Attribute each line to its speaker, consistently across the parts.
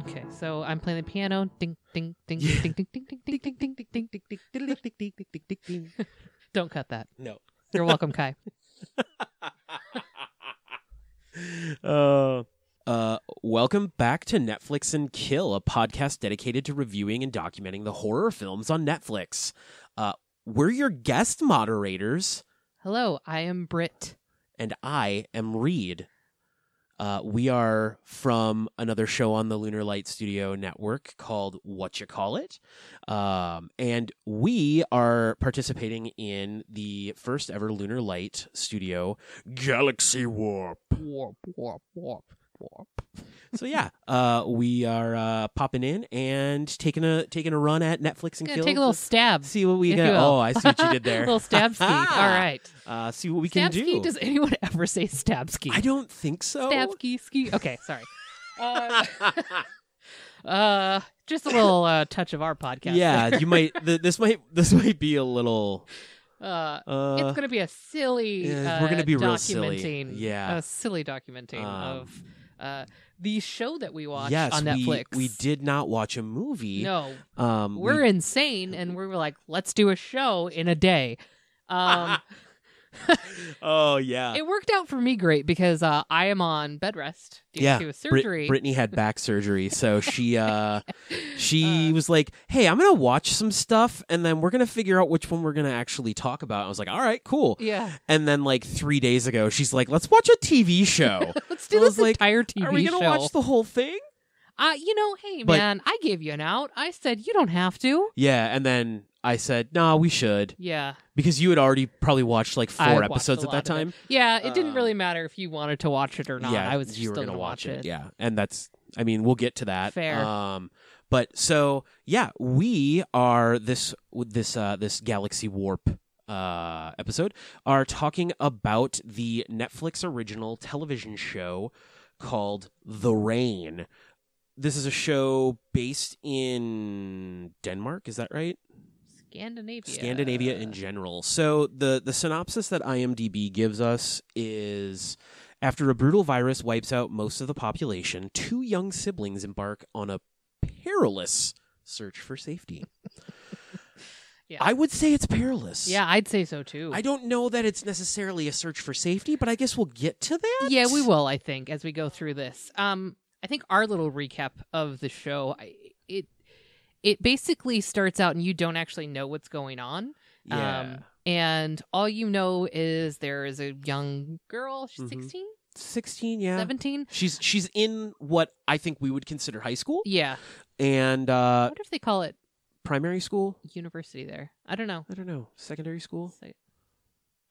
Speaker 1: Okay, so I'm playing the piano. Ding ding ding
Speaker 2: Yeah.
Speaker 1: ding ding ding ding ding ding ding ding ding ding ding ding ding ding ding ding ding ding. Don't cut that.
Speaker 2: No.
Speaker 1: You're welcome, Kai.
Speaker 2: uh, uh, welcome back to Netflix and Kill, a podcast dedicated to reviewing and documenting the horror films on Netflix. Uh, we're your guest moderators,
Speaker 1: Hello, I am Britt.
Speaker 2: and I am Reed. Uh, we are from another show on the Lunar Light Studio Network called What You Call It. Um, and we are participating in the first ever Lunar Light Studio Galaxy Warp.
Speaker 1: Warp warp warp warp.
Speaker 2: so yeah, uh, we are uh, popping in and taking a taking a run at Netflix and
Speaker 1: Gonna
Speaker 2: Kill.
Speaker 1: take a little
Speaker 2: to
Speaker 1: stab.
Speaker 2: see what we
Speaker 1: if
Speaker 2: can.
Speaker 1: you will.
Speaker 2: Oh, I see what you did there.
Speaker 1: little stab ski. All right.
Speaker 2: Uh, see what we
Speaker 1: stab
Speaker 2: can
Speaker 1: ski.
Speaker 2: do.
Speaker 1: Does anyone ever say stab ski?
Speaker 2: I don't think so.
Speaker 1: Stab ski ski. Okay, sorry. Uh, uh, just a little uh, touch of our podcast.
Speaker 2: yeah, you might. Th- this might. This might be a little.
Speaker 1: Uh,
Speaker 2: Uh,
Speaker 1: it's going to be a silly.
Speaker 2: yeah,
Speaker 1: uh,
Speaker 2: we're gonna be real silly.
Speaker 1: documenting.
Speaker 2: Yeah.
Speaker 1: a silly documenting
Speaker 2: Um,
Speaker 1: of uh, the show that we watched
Speaker 2: yes,
Speaker 1: on
Speaker 2: we-
Speaker 1: Netflix.
Speaker 2: We, did not watch a movie.
Speaker 1: No,
Speaker 2: um, we-
Speaker 1: we're insane, and we were like, let's do a show in a day. Um,
Speaker 2: oh yeah.
Speaker 1: it worked out for me great because uh, I am on bed rest due
Speaker 2: Yeah,
Speaker 1: to a
Speaker 2: Brit-
Speaker 1: surgery.
Speaker 2: Brittany had back surgery, so she uh, she
Speaker 1: Uh,
Speaker 2: was like, "Hey, I'm gonna watch some stuff, and then we're gonna figure out which one we're gonna actually talk about." I was like, "All right, cool."
Speaker 1: yeah,
Speaker 2: And then like three days ago, she's like, "Let's watch a TV show."
Speaker 1: let's do
Speaker 2: I was
Speaker 1: this
Speaker 2: like,
Speaker 1: entire TV
Speaker 2: Are we gonna
Speaker 1: show.
Speaker 2: watch the whole thing?
Speaker 1: Uh, you know, hey
Speaker 2: But-
Speaker 1: man, I gave you an out. I said you don't have to.
Speaker 2: Yeah. And then I said, "Nah, we should,"
Speaker 1: Yeah,
Speaker 2: because you had already probably watched like
Speaker 1: I
Speaker 2: four
Speaker 1: watched
Speaker 2: episodes
Speaker 1: a
Speaker 2: at that
Speaker 1: lot of
Speaker 2: time.
Speaker 1: it. Yeah, it didn't
Speaker 2: Um,
Speaker 1: really matter if you wanted to watch it or not.
Speaker 2: Yeah,
Speaker 1: I was
Speaker 2: you
Speaker 1: still
Speaker 2: were
Speaker 1: gonna watch it.
Speaker 2: Yeah, and that's. I mean, we'll get to that.
Speaker 1: Fair.
Speaker 2: Um, but so yeah, we are this this uh, this Galaxy Warp uh, episode are talking about the Netflix original television show called The Rain. This is a show based in Denmark. Is that right?
Speaker 1: Scandinavia.
Speaker 2: Scandinavia in general. So the the synopsis that IMDb gives us is after a brutal virus wipes out most of the population, two young siblings embark on a perilous search for safety.
Speaker 1: Yeah.
Speaker 2: I would say it's perilous.
Speaker 1: yeah, I'd say so too.
Speaker 2: I don't know that it's necessarily a search for safety, but I guess we'll get to that.
Speaker 1: yeah, we will. I think as we go through this, um, I think our little recap of the show, I, it it basically starts out and you don't actually know what's going on.
Speaker 2: Yeah.
Speaker 1: Um, and all you know is there is a young girl, she's
Speaker 2: Mhm.
Speaker 1: 16,
Speaker 2: 16, yeah.
Speaker 1: 17.
Speaker 2: She's she's in what I think we would consider high school
Speaker 1: Yeah.
Speaker 2: and
Speaker 1: I
Speaker 2: uh,
Speaker 1: wonder if they call it
Speaker 2: primary school.
Speaker 1: university there. I don't know.
Speaker 2: I don't know. Secondary school.
Speaker 1: It's like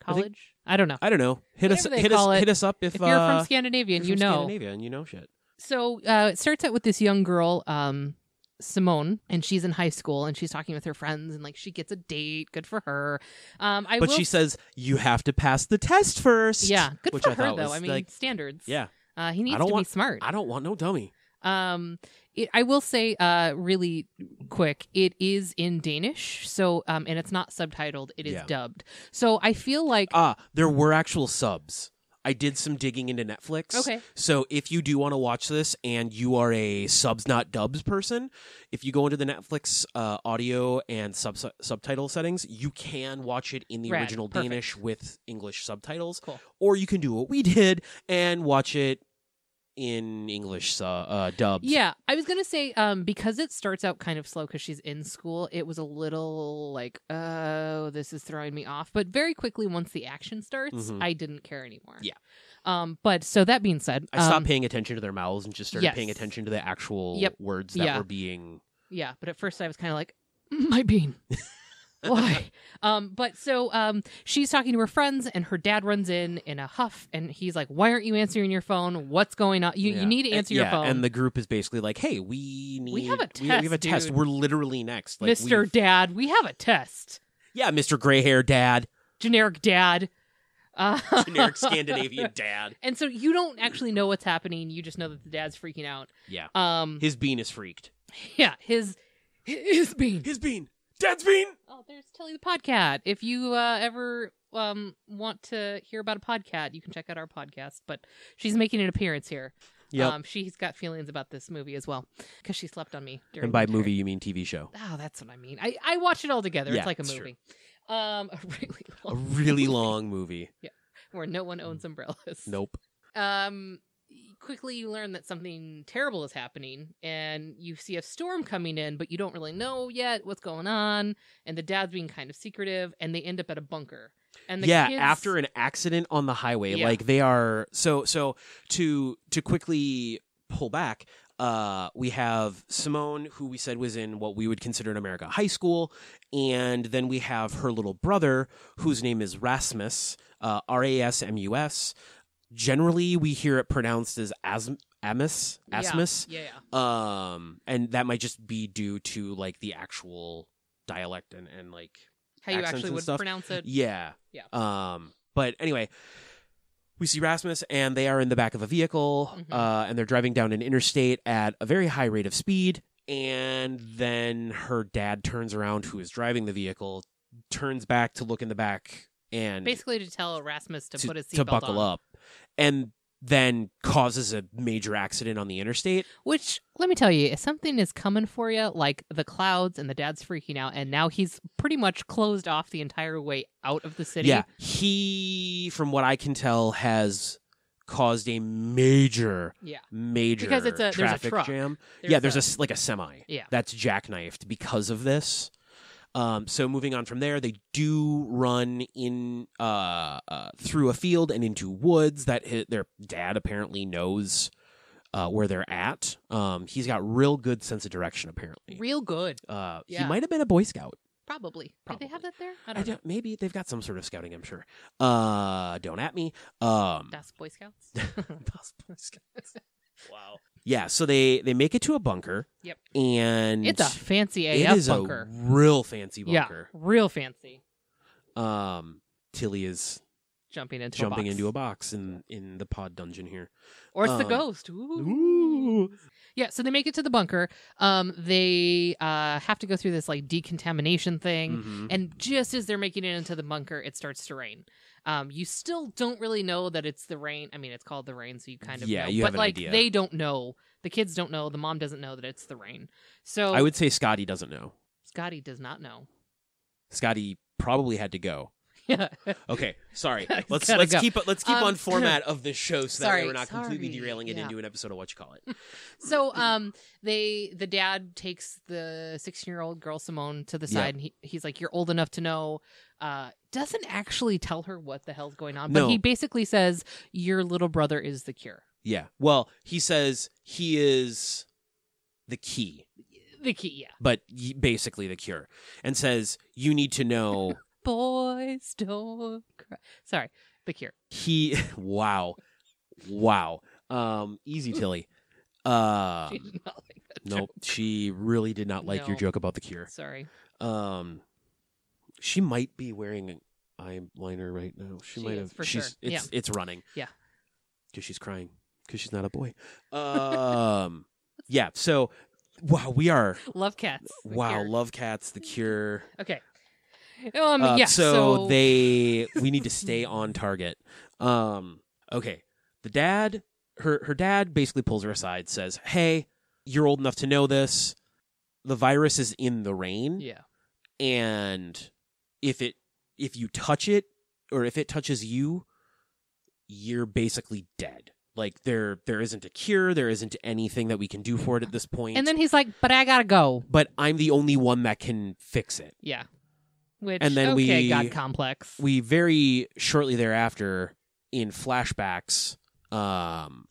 Speaker 2: I think-
Speaker 1: College? I, don't know.
Speaker 2: I don't know. Hit
Speaker 1: Whatever
Speaker 2: us
Speaker 1: they
Speaker 2: hit
Speaker 1: call
Speaker 2: us
Speaker 1: it.
Speaker 2: hit us up if,
Speaker 1: If, you're
Speaker 2: uh,
Speaker 1: from Scandinavia and
Speaker 2: if
Speaker 1: you
Speaker 2: you're from
Speaker 1: know.
Speaker 2: Scandinavia and you know shit.
Speaker 1: So uh, it starts out with this young girl, um, Simone, and she's in high school and she's talking with her friends and like she gets a date. Good for her. Um, I
Speaker 2: but
Speaker 1: will
Speaker 2: she says you have to pass the test first.
Speaker 1: Yeah, good
Speaker 2: which
Speaker 1: for
Speaker 2: I
Speaker 1: her
Speaker 2: thought
Speaker 1: though.
Speaker 2: was,
Speaker 1: I mean,
Speaker 2: like-
Speaker 1: standards.
Speaker 2: Yeah,
Speaker 1: Uh, he needs
Speaker 2: don't
Speaker 1: to
Speaker 2: want-
Speaker 1: be smart.
Speaker 2: I don't want no dummy.
Speaker 1: Um, it, I will say, uh, really quick, it is in Danish, so um, and it's not subtitled; it is
Speaker 2: Yeah.
Speaker 1: dubbed. So I feel like
Speaker 2: Ah, there were actual subs. I did some digging into Netflix.
Speaker 1: okay,
Speaker 2: So if you do want to watch this and you are a subs not dubs person, if you go into the Netflix uh, audio and sub- subtitle settings, you can watch it in the
Speaker 1: Rad.
Speaker 2: original
Speaker 1: Perfect.
Speaker 2: Danish with English subtitles,
Speaker 1: Cool.
Speaker 2: or you can do what we did and watch it in English su- uh, dubbed.
Speaker 1: yeah, I was gonna say, um, because it starts out kind of slow because she's in school, it was a little like, oh, this is throwing me off. But very quickly, once the action starts,
Speaker 2: Mhm.
Speaker 1: I didn't care anymore.
Speaker 2: Yeah.
Speaker 1: Um, but so that being said,
Speaker 2: I stopped
Speaker 1: um,
Speaker 2: paying attention to their mouths and just started
Speaker 1: yes.
Speaker 2: paying attention to the actual
Speaker 1: Yep.
Speaker 2: words that
Speaker 1: Yeah.
Speaker 2: were being.
Speaker 1: Yeah, but at first I was kind of like, "Mm, my bean. Why? um, but so um, she's talking to her friends, and her dad runs in in a huff, and he's like, "Why aren't you answering your phone? What's going on? You,
Speaker 2: Yeah.
Speaker 1: you need to
Speaker 2: And-
Speaker 1: answer
Speaker 2: yeah,
Speaker 1: your phone."
Speaker 2: And the group is basically like, "Hey, we need
Speaker 1: We have a
Speaker 2: we, have a
Speaker 1: test,
Speaker 2: test.
Speaker 1: dude.
Speaker 2: We're literally next, like,
Speaker 1: Mister
Speaker 2: we've-
Speaker 1: Dad, we have a test.
Speaker 2: Yeah, Mister Gray Hair Dad,
Speaker 1: Generic Dad. Uh,
Speaker 2: generic Scandinavian Dad.
Speaker 1: And so you don't actually know what's happening. You just know that the dad's freaking out.
Speaker 2: Yeah,
Speaker 1: Um.
Speaker 2: his bean is freaked.
Speaker 1: yeah. His his bean.
Speaker 2: His bean, Dad's bean.
Speaker 1: Oh, there's Telly the Podcat. If you uh, ever um, want to hear about a podcat, you can check out our podcast. But she's making an appearance here.
Speaker 2: Yep.
Speaker 1: Um, she's got feelings about this movie as well because she slept on me. During
Speaker 2: and
Speaker 1: the
Speaker 2: by
Speaker 1: entire-
Speaker 2: movie you mean TV show.
Speaker 1: Oh, that's what I mean. I, I watch it all together.
Speaker 2: Yeah,
Speaker 1: it's like a
Speaker 2: it's true.
Speaker 1: movie. Um, a really
Speaker 2: A
Speaker 1: long
Speaker 2: really long movie.
Speaker 1: where no one owns umbrellas.
Speaker 2: Nope.
Speaker 1: Um, quickly you learn that something terrible is happening, and you see a storm coming in, but you don't really know yet what's going on. And the dad's being kind of secretive, and they end up at a bunker. And the
Speaker 2: yeah,
Speaker 1: kids,
Speaker 2: after an accident on the highway,
Speaker 1: Yeah.
Speaker 2: like they are so so to to quickly pull back. Uh, we have Simone, who we said was in what we would consider in America high school, and then we have her little brother, whose name is Rasmus, uh, R A S M U S. Generally, we hear it pronounced as Asm- Amos,
Speaker 1: Yeah,
Speaker 2: Asmus.
Speaker 1: yeah, yeah.
Speaker 2: um and that might just be due to like the actual dialect and and like
Speaker 1: how you
Speaker 2: accents
Speaker 1: actually
Speaker 2: and
Speaker 1: would
Speaker 2: stuff.
Speaker 1: pronounce it.
Speaker 2: yeah
Speaker 1: Yeah.
Speaker 2: um but anyway we see Rasmus and they are in the back of a vehicle
Speaker 1: Mhm.
Speaker 2: uh and they're driving down an interstate at a very high rate of speed and then her dad turns around who is driving the vehicle turns back to look in the back and
Speaker 1: Basically, to tell Erasmus to,
Speaker 2: to,
Speaker 1: put his
Speaker 2: to
Speaker 1: seatbelt
Speaker 2: buckle
Speaker 1: on.
Speaker 2: up and then causes a major accident on the interstate
Speaker 1: Which, let me tell you, if something is coming for you, like the clouds and the dad's freaking out, and now he's pretty much closed off the entire way out of the city.
Speaker 2: Yeah, he, from what I can tell, has caused a major,
Speaker 1: Yeah.
Speaker 2: major
Speaker 1: Because it's a- there's a
Speaker 2: traffic
Speaker 1: truck.
Speaker 2: jam. yeah, there's a s like a semi.
Speaker 1: Yeah.
Speaker 2: that's jackknifed because of this. Um, so moving on from there, they do run in uh, uh, through a field and into woods that hit, their dad apparently knows uh, where they're at. Um, he's got real good sense of direction apparently.
Speaker 1: real good,
Speaker 2: Uh, He
Speaker 1: Yeah.
Speaker 2: might have been a Boy Scout.
Speaker 1: probably. Did they have
Speaker 2: Probably.
Speaker 1: that there? I
Speaker 2: I
Speaker 1: don't know.
Speaker 2: don't, maybe they've got some sort of scouting. I'm sure. Uh, don't at me. Um,
Speaker 1: Das Boy Scouts.
Speaker 2: wow. Yeah. So they they make it to a bunker.
Speaker 1: Yep.
Speaker 2: And
Speaker 1: it's a fancy
Speaker 2: it
Speaker 1: AF
Speaker 2: is
Speaker 1: bunker.
Speaker 2: a real fancy
Speaker 1: yeah,
Speaker 2: bunker.
Speaker 1: real fancy.
Speaker 2: Um, Tilly is
Speaker 1: Jumping into
Speaker 2: jumping
Speaker 1: a box.
Speaker 2: into a box in in the pod dungeon here.
Speaker 1: or it's the
Speaker 2: um,
Speaker 1: ghost. Ooh.
Speaker 2: Ooh.
Speaker 1: Yeah, so they make it to the bunker. Um, they uh have to go through this like decontamination thing.
Speaker 2: Mhm.
Speaker 1: And just as they're making it into the bunker, it starts to rain. Um, you still don't really know that it's the rain. I mean, it's called the rain, so you kind of
Speaker 2: Yeah,
Speaker 1: know.
Speaker 2: you
Speaker 1: but
Speaker 2: have an
Speaker 1: like
Speaker 2: idea.
Speaker 1: they don't know. The kids don't know. The mom doesn't know that it's the rain. So
Speaker 2: I would say Scotty doesn't know.
Speaker 1: Scotty does not know.
Speaker 2: Scotty probably had to go.
Speaker 1: Yeah.
Speaker 2: Okay, sorry.
Speaker 1: He's
Speaker 2: let's
Speaker 1: gotta
Speaker 2: let's
Speaker 1: go.
Speaker 2: keep let's keep
Speaker 1: Um,
Speaker 2: on format of this show so that way
Speaker 1: sorry,
Speaker 2: we're not completely
Speaker 1: sorry,
Speaker 2: derailing it
Speaker 1: yeah.
Speaker 2: into an episode of what you call it.
Speaker 1: so um they the dad takes the 16-year-old girl Simone to the
Speaker 2: Yeah.
Speaker 1: side and he, he's like you're old enough to know uh doesn't actually tell her what the hell's going on,
Speaker 2: No.
Speaker 1: but he basically says your little brother is the cure.
Speaker 2: Yeah. Well, he says he is the key,
Speaker 1: The key, yeah.
Speaker 2: but y- basically the cure, and says you need to know
Speaker 1: Boys don't cry. Sorry, the cure.
Speaker 2: he. Wow, wow. Um, easy Tilly. Uh,
Speaker 1: She did not like that
Speaker 2: nope. She really did not like your
Speaker 1: No.
Speaker 2: joke about the cure.
Speaker 1: joke. Sorry.
Speaker 2: Um, she might be wearing eyeliner right now. She,
Speaker 1: She
Speaker 2: might
Speaker 1: is,
Speaker 2: have.
Speaker 1: for
Speaker 2: she's
Speaker 1: sure.
Speaker 2: it's it's running.
Speaker 1: Yeah.
Speaker 2: Because she's crying. Because she's not a boy. Um. yeah. So, wow. We are.
Speaker 1: Love cats. The
Speaker 2: wow,
Speaker 1: Cure. Mm-hmm.
Speaker 2: love cats, the cure.
Speaker 1: Okay. Um,
Speaker 2: Uh,
Speaker 1: yeah.
Speaker 2: so, they we need to stay on target. Um okay. The dad her her dad basically pulls her aside, says, Hey, you're old enough to know this. The virus is in the rain
Speaker 1: Yeah.
Speaker 2: and if it if you touch it or if it touches you, you're basically dead. Like there there isn't a cure, there isn't anything that we can do for it at this point.
Speaker 1: And then he's like, "But I gotta go."
Speaker 2: but I'm the only one that can fix it.
Speaker 1: Yeah. Which
Speaker 2: And then
Speaker 1: okay,
Speaker 2: we-
Speaker 1: got complex.
Speaker 2: we very shortly thereafter in flashbacks um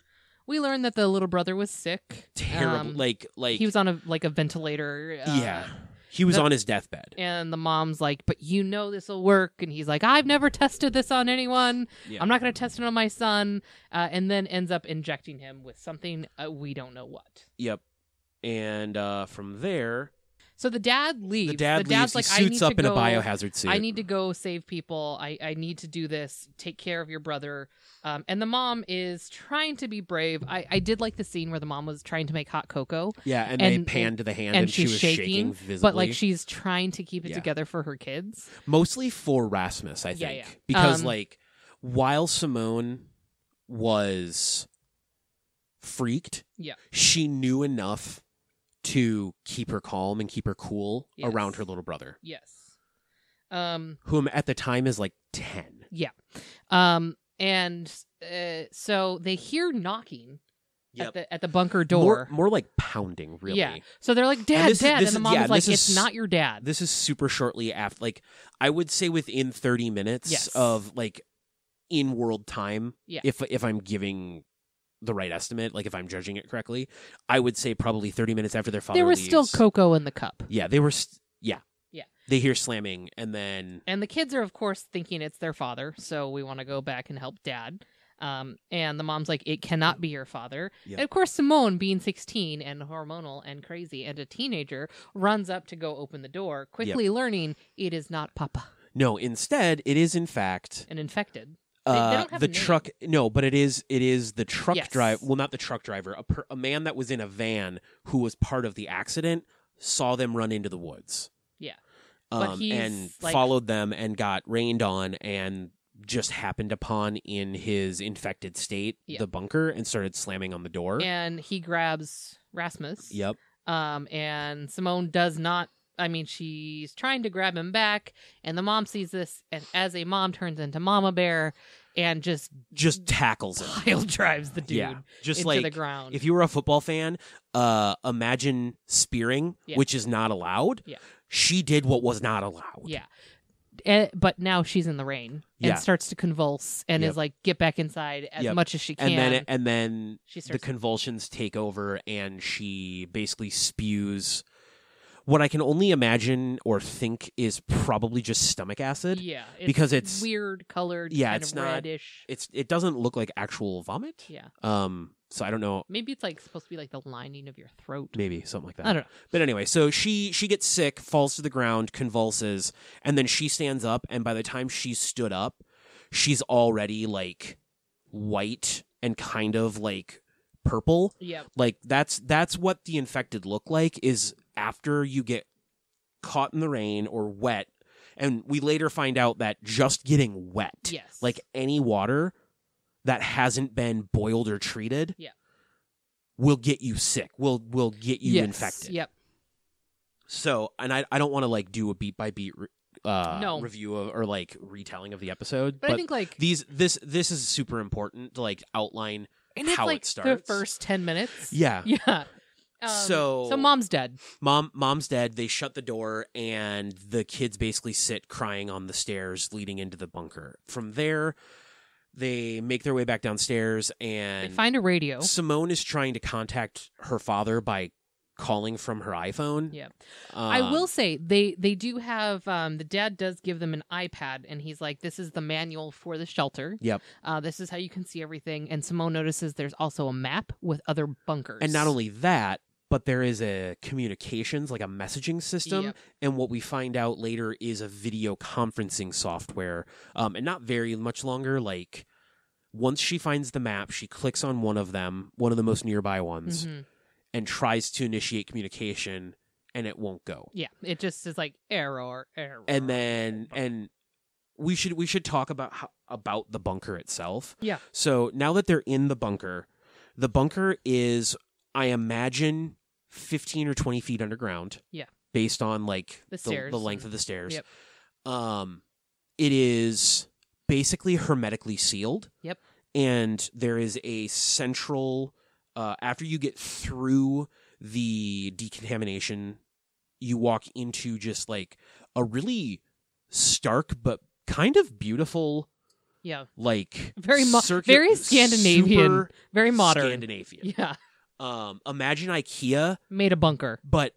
Speaker 1: We learned that the little brother was sick.
Speaker 2: terrible
Speaker 1: Um,
Speaker 2: like like
Speaker 1: he was on a like a ventilator. Uh,
Speaker 2: yeah he was
Speaker 1: the-
Speaker 2: on his deathbed
Speaker 1: And the mom's like, "But you know this will work." And he's like, "I've never tested this on anyone.
Speaker 2: yeah.
Speaker 1: I'm not going to test it on my son." Uh, and then ends up injecting him with something uh, we don't know what.
Speaker 2: yep and uh from there
Speaker 1: So the dad leaves.
Speaker 2: the dad
Speaker 1: dad's
Speaker 2: leaves
Speaker 1: like,
Speaker 2: he suits
Speaker 1: I need
Speaker 2: up
Speaker 1: to
Speaker 2: in
Speaker 1: go,
Speaker 2: a biohazard suit
Speaker 1: I need to go save people. I, I need to do this. Take care of your brother. Um, and the mom is trying to be brave. I, I did like the scene where the mom was trying to make hot cocoa,
Speaker 2: yeah and, they
Speaker 1: and-
Speaker 2: panned to the hand
Speaker 1: and
Speaker 2: and, she
Speaker 1: she's
Speaker 2: was
Speaker 1: shaking,
Speaker 2: visibly
Speaker 1: but like she's trying to keep it
Speaker 2: Yeah.
Speaker 1: together for her kids.
Speaker 2: mostly for Rasmus, I think,
Speaker 1: Yeah, yeah.
Speaker 2: because
Speaker 1: Um,
Speaker 2: like while Simone was freaked.
Speaker 1: Yeah.
Speaker 2: She knew enough to keep her calm and keep her cool
Speaker 1: Yes.
Speaker 2: around her little brother,
Speaker 1: Yes. Um.
Speaker 2: whom at the time is like 10.
Speaker 1: Um. And uh, so they hear knocking at the at the bunker
Speaker 2: More,
Speaker 1: door.
Speaker 2: more like pounding, really.
Speaker 1: Yeah. So they're like, "Dad,
Speaker 2: this is-
Speaker 1: Dad,"
Speaker 2: this
Speaker 1: and the
Speaker 2: is-
Speaker 1: mom
Speaker 2: yeah,
Speaker 1: is like,
Speaker 2: this is-
Speaker 1: "It's not your dad."
Speaker 2: This is super shortly after, like, I would say within 30 minutes
Speaker 1: Yes.
Speaker 2: of like in world time.
Speaker 1: Yeah.
Speaker 2: If, if I'm giving the right estimate, like if I'm judging it correctly, I would say probably 30 minutes after their father
Speaker 1: there was still
Speaker 2: leaves.
Speaker 1: cocoa in the cup,
Speaker 2: Yeah, they were. St- yeah.
Speaker 1: Yeah.
Speaker 2: They hear slamming, and then
Speaker 1: and the kids are of course thinking it's their father. So we want to go back and help Dad. Um. And the mom's like, "It cannot be your father."
Speaker 2: Yeah.
Speaker 1: And of course, Simone, being sixteen and hormonal and crazy and a teenager, runs up to go open the door, quickly learning it is not Papa
Speaker 2: no. Instead, it is in fact
Speaker 1: and infected. They- they
Speaker 2: uh,
Speaker 1: don't have
Speaker 2: the
Speaker 1: a name.
Speaker 2: truck. No, but it is it is the truck
Speaker 1: Yes.
Speaker 2: drive. Well, not the truck driver. A, per, a man that was in a van who was part of the accident saw them run into the woods.
Speaker 1: Yeah. But
Speaker 2: Um,
Speaker 1: he's,
Speaker 2: and
Speaker 1: like-
Speaker 2: followed them and got rained on and just happened upon in his infected state
Speaker 1: Yeah.
Speaker 2: the bunker and started slamming on the door.
Speaker 1: And he grabs Rasmus.
Speaker 2: Yep.
Speaker 1: Um, and Simone does not. I mean, she's trying to grab him back, and the mom sees this, and as a mom turns into Mama Bear, and just
Speaker 2: Just tackles him.
Speaker 1: pile drives the dude
Speaker 2: yeah. Just
Speaker 1: into
Speaker 2: like
Speaker 1: the ground.
Speaker 2: If you were a football fan, uh, imagine spearing,
Speaker 1: Yeah.
Speaker 2: which is not allowed.
Speaker 1: Yeah.
Speaker 2: She did what was not allowed.
Speaker 1: yeah. Eh, but now she's in the rain and
Speaker 2: Yeah.
Speaker 1: starts to convulse and
Speaker 2: Yep.
Speaker 1: is like, "Get back inside as
Speaker 2: Yep.
Speaker 1: much as she can."
Speaker 2: And then it, and then
Speaker 1: she
Speaker 2: the
Speaker 1: starts.
Speaker 2: convulsions take over and she basically spews what I can only imagine or think is probably just stomach acid.
Speaker 1: yeah,
Speaker 2: because it's-
Speaker 1: weird colored.
Speaker 2: Yeah,
Speaker 1: kind
Speaker 2: it's
Speaker 1: of
Speaker 2: not-
Speaker 1: reddish.
Speaker 2: It's it doesn't look like actual vomit.
Speaker 1: yeah,
Speaker 2: Um so I don't know
Speaker 1: maybe it's like supposed to be like the lining of your throat.
Speaker 2: maybe something like that.
Speaker 1: I don't know.
Speaker 2: But anyway, so she she gets sick, falls to the ground, convulses, and then she stands up. And by the time she stood up, she's already like white and kind of like purple.
Speaker 1: Yeah,
Speaker 2: Like that's that's what the infected look like is after you get caught in the rain or wet. And we later find out that just getting wet,
Speaker 1: Yes.
Speaker 2: like any water that hasn't been boiled or treated,
Speaker 1: Yeah.
Speaker 2: will get you sick. Will will get you infected.
Speaker 1: Yep.
Speaker 2: So, and I, I don't want to like do a beat by beat re- uh,
Speaker 1: No.
Speaker 2: review of, or like retelling of the episode,
Speaker 1: But,
Speaker 2: but,
Speaker 1: I think like
Speaker 2: these this this is super important to like outline.
Speaker 1: and it's
Speaker 2: how it
Speaker 1: like the
Speaker 2: starts.
Speaker 1: first ten minutes.
Speaker 2: Yeah,
Speaker 1: Yeah. Um,
Speaker 2: So-
Speaker 1: so mom's dead.
Speaker 2: mom mom's dead. They shut the door, and the kids basically sit crying on the stairs leading into the bunker. From there, they make their way back downstairs,
Speaker 1: They
Speaker 2: and
Speaker 1: find a radio.
Speaker 2: Simone is trying to contact her father by calling from her iPhone. Um,
Speaker 1: Yeah. I will say they they do have um, the dad does give them an iPad and he's like this is the manual for the shelter.
Speaker 2: Yep.
Speaker 1: Uh, this is how you can see everything. And Simone notices there's also a map with other bunkers.
Speaker 2: And not only that, but there is a communications, like a messaging system.
Speaker 1: Yep.
Speaker 2: And what we find out later is a video conferencing software. Um, and not very much longer. Like, once she finds the map, she clicks on one of them, one of the most nearby ones,
Speaker 1: Mhm.
Speaker 2: and tries to initiate communication, and it won't go.
Speaker 1: Yeah. It just is like error, error.
Speaker 2: And then, and. We should we should talk about how, about the bunker itself.
Speaker 1: Yeah.
Speaker 2: So now that they're in the bunker, the bunker is, I imagine, 15 or 20 feet underground.
Speaker 1: Yeah.
Speaker 2: Based on like
Speaker 1: The stairs
Speaker 2: the length
Speaker 1: and-
Speaker 2: of the stairs.
Speaker 1: yep.
Speaker 2: Um, it is basically hermetically sealed.
Speaker 1: Yep.
Speaker 2: And there is a central, uh, after you get through the decontamination, you walk into just like a really stark but kind of beautiful
Speaker 1: yeah,
Speaker 2: like
Speaker 1: Very mo-
Speaker 2: circu-
Speaker 1: very Scandinavian.
Speaker 2: super
Speaker 1: very modern.
Speaker 2: Scandinavian.
Speaker 1: Yeah.
Speaker 2: Um, imagine IKEA,
Speaker 1: Made a bunker.
Speaker 2: but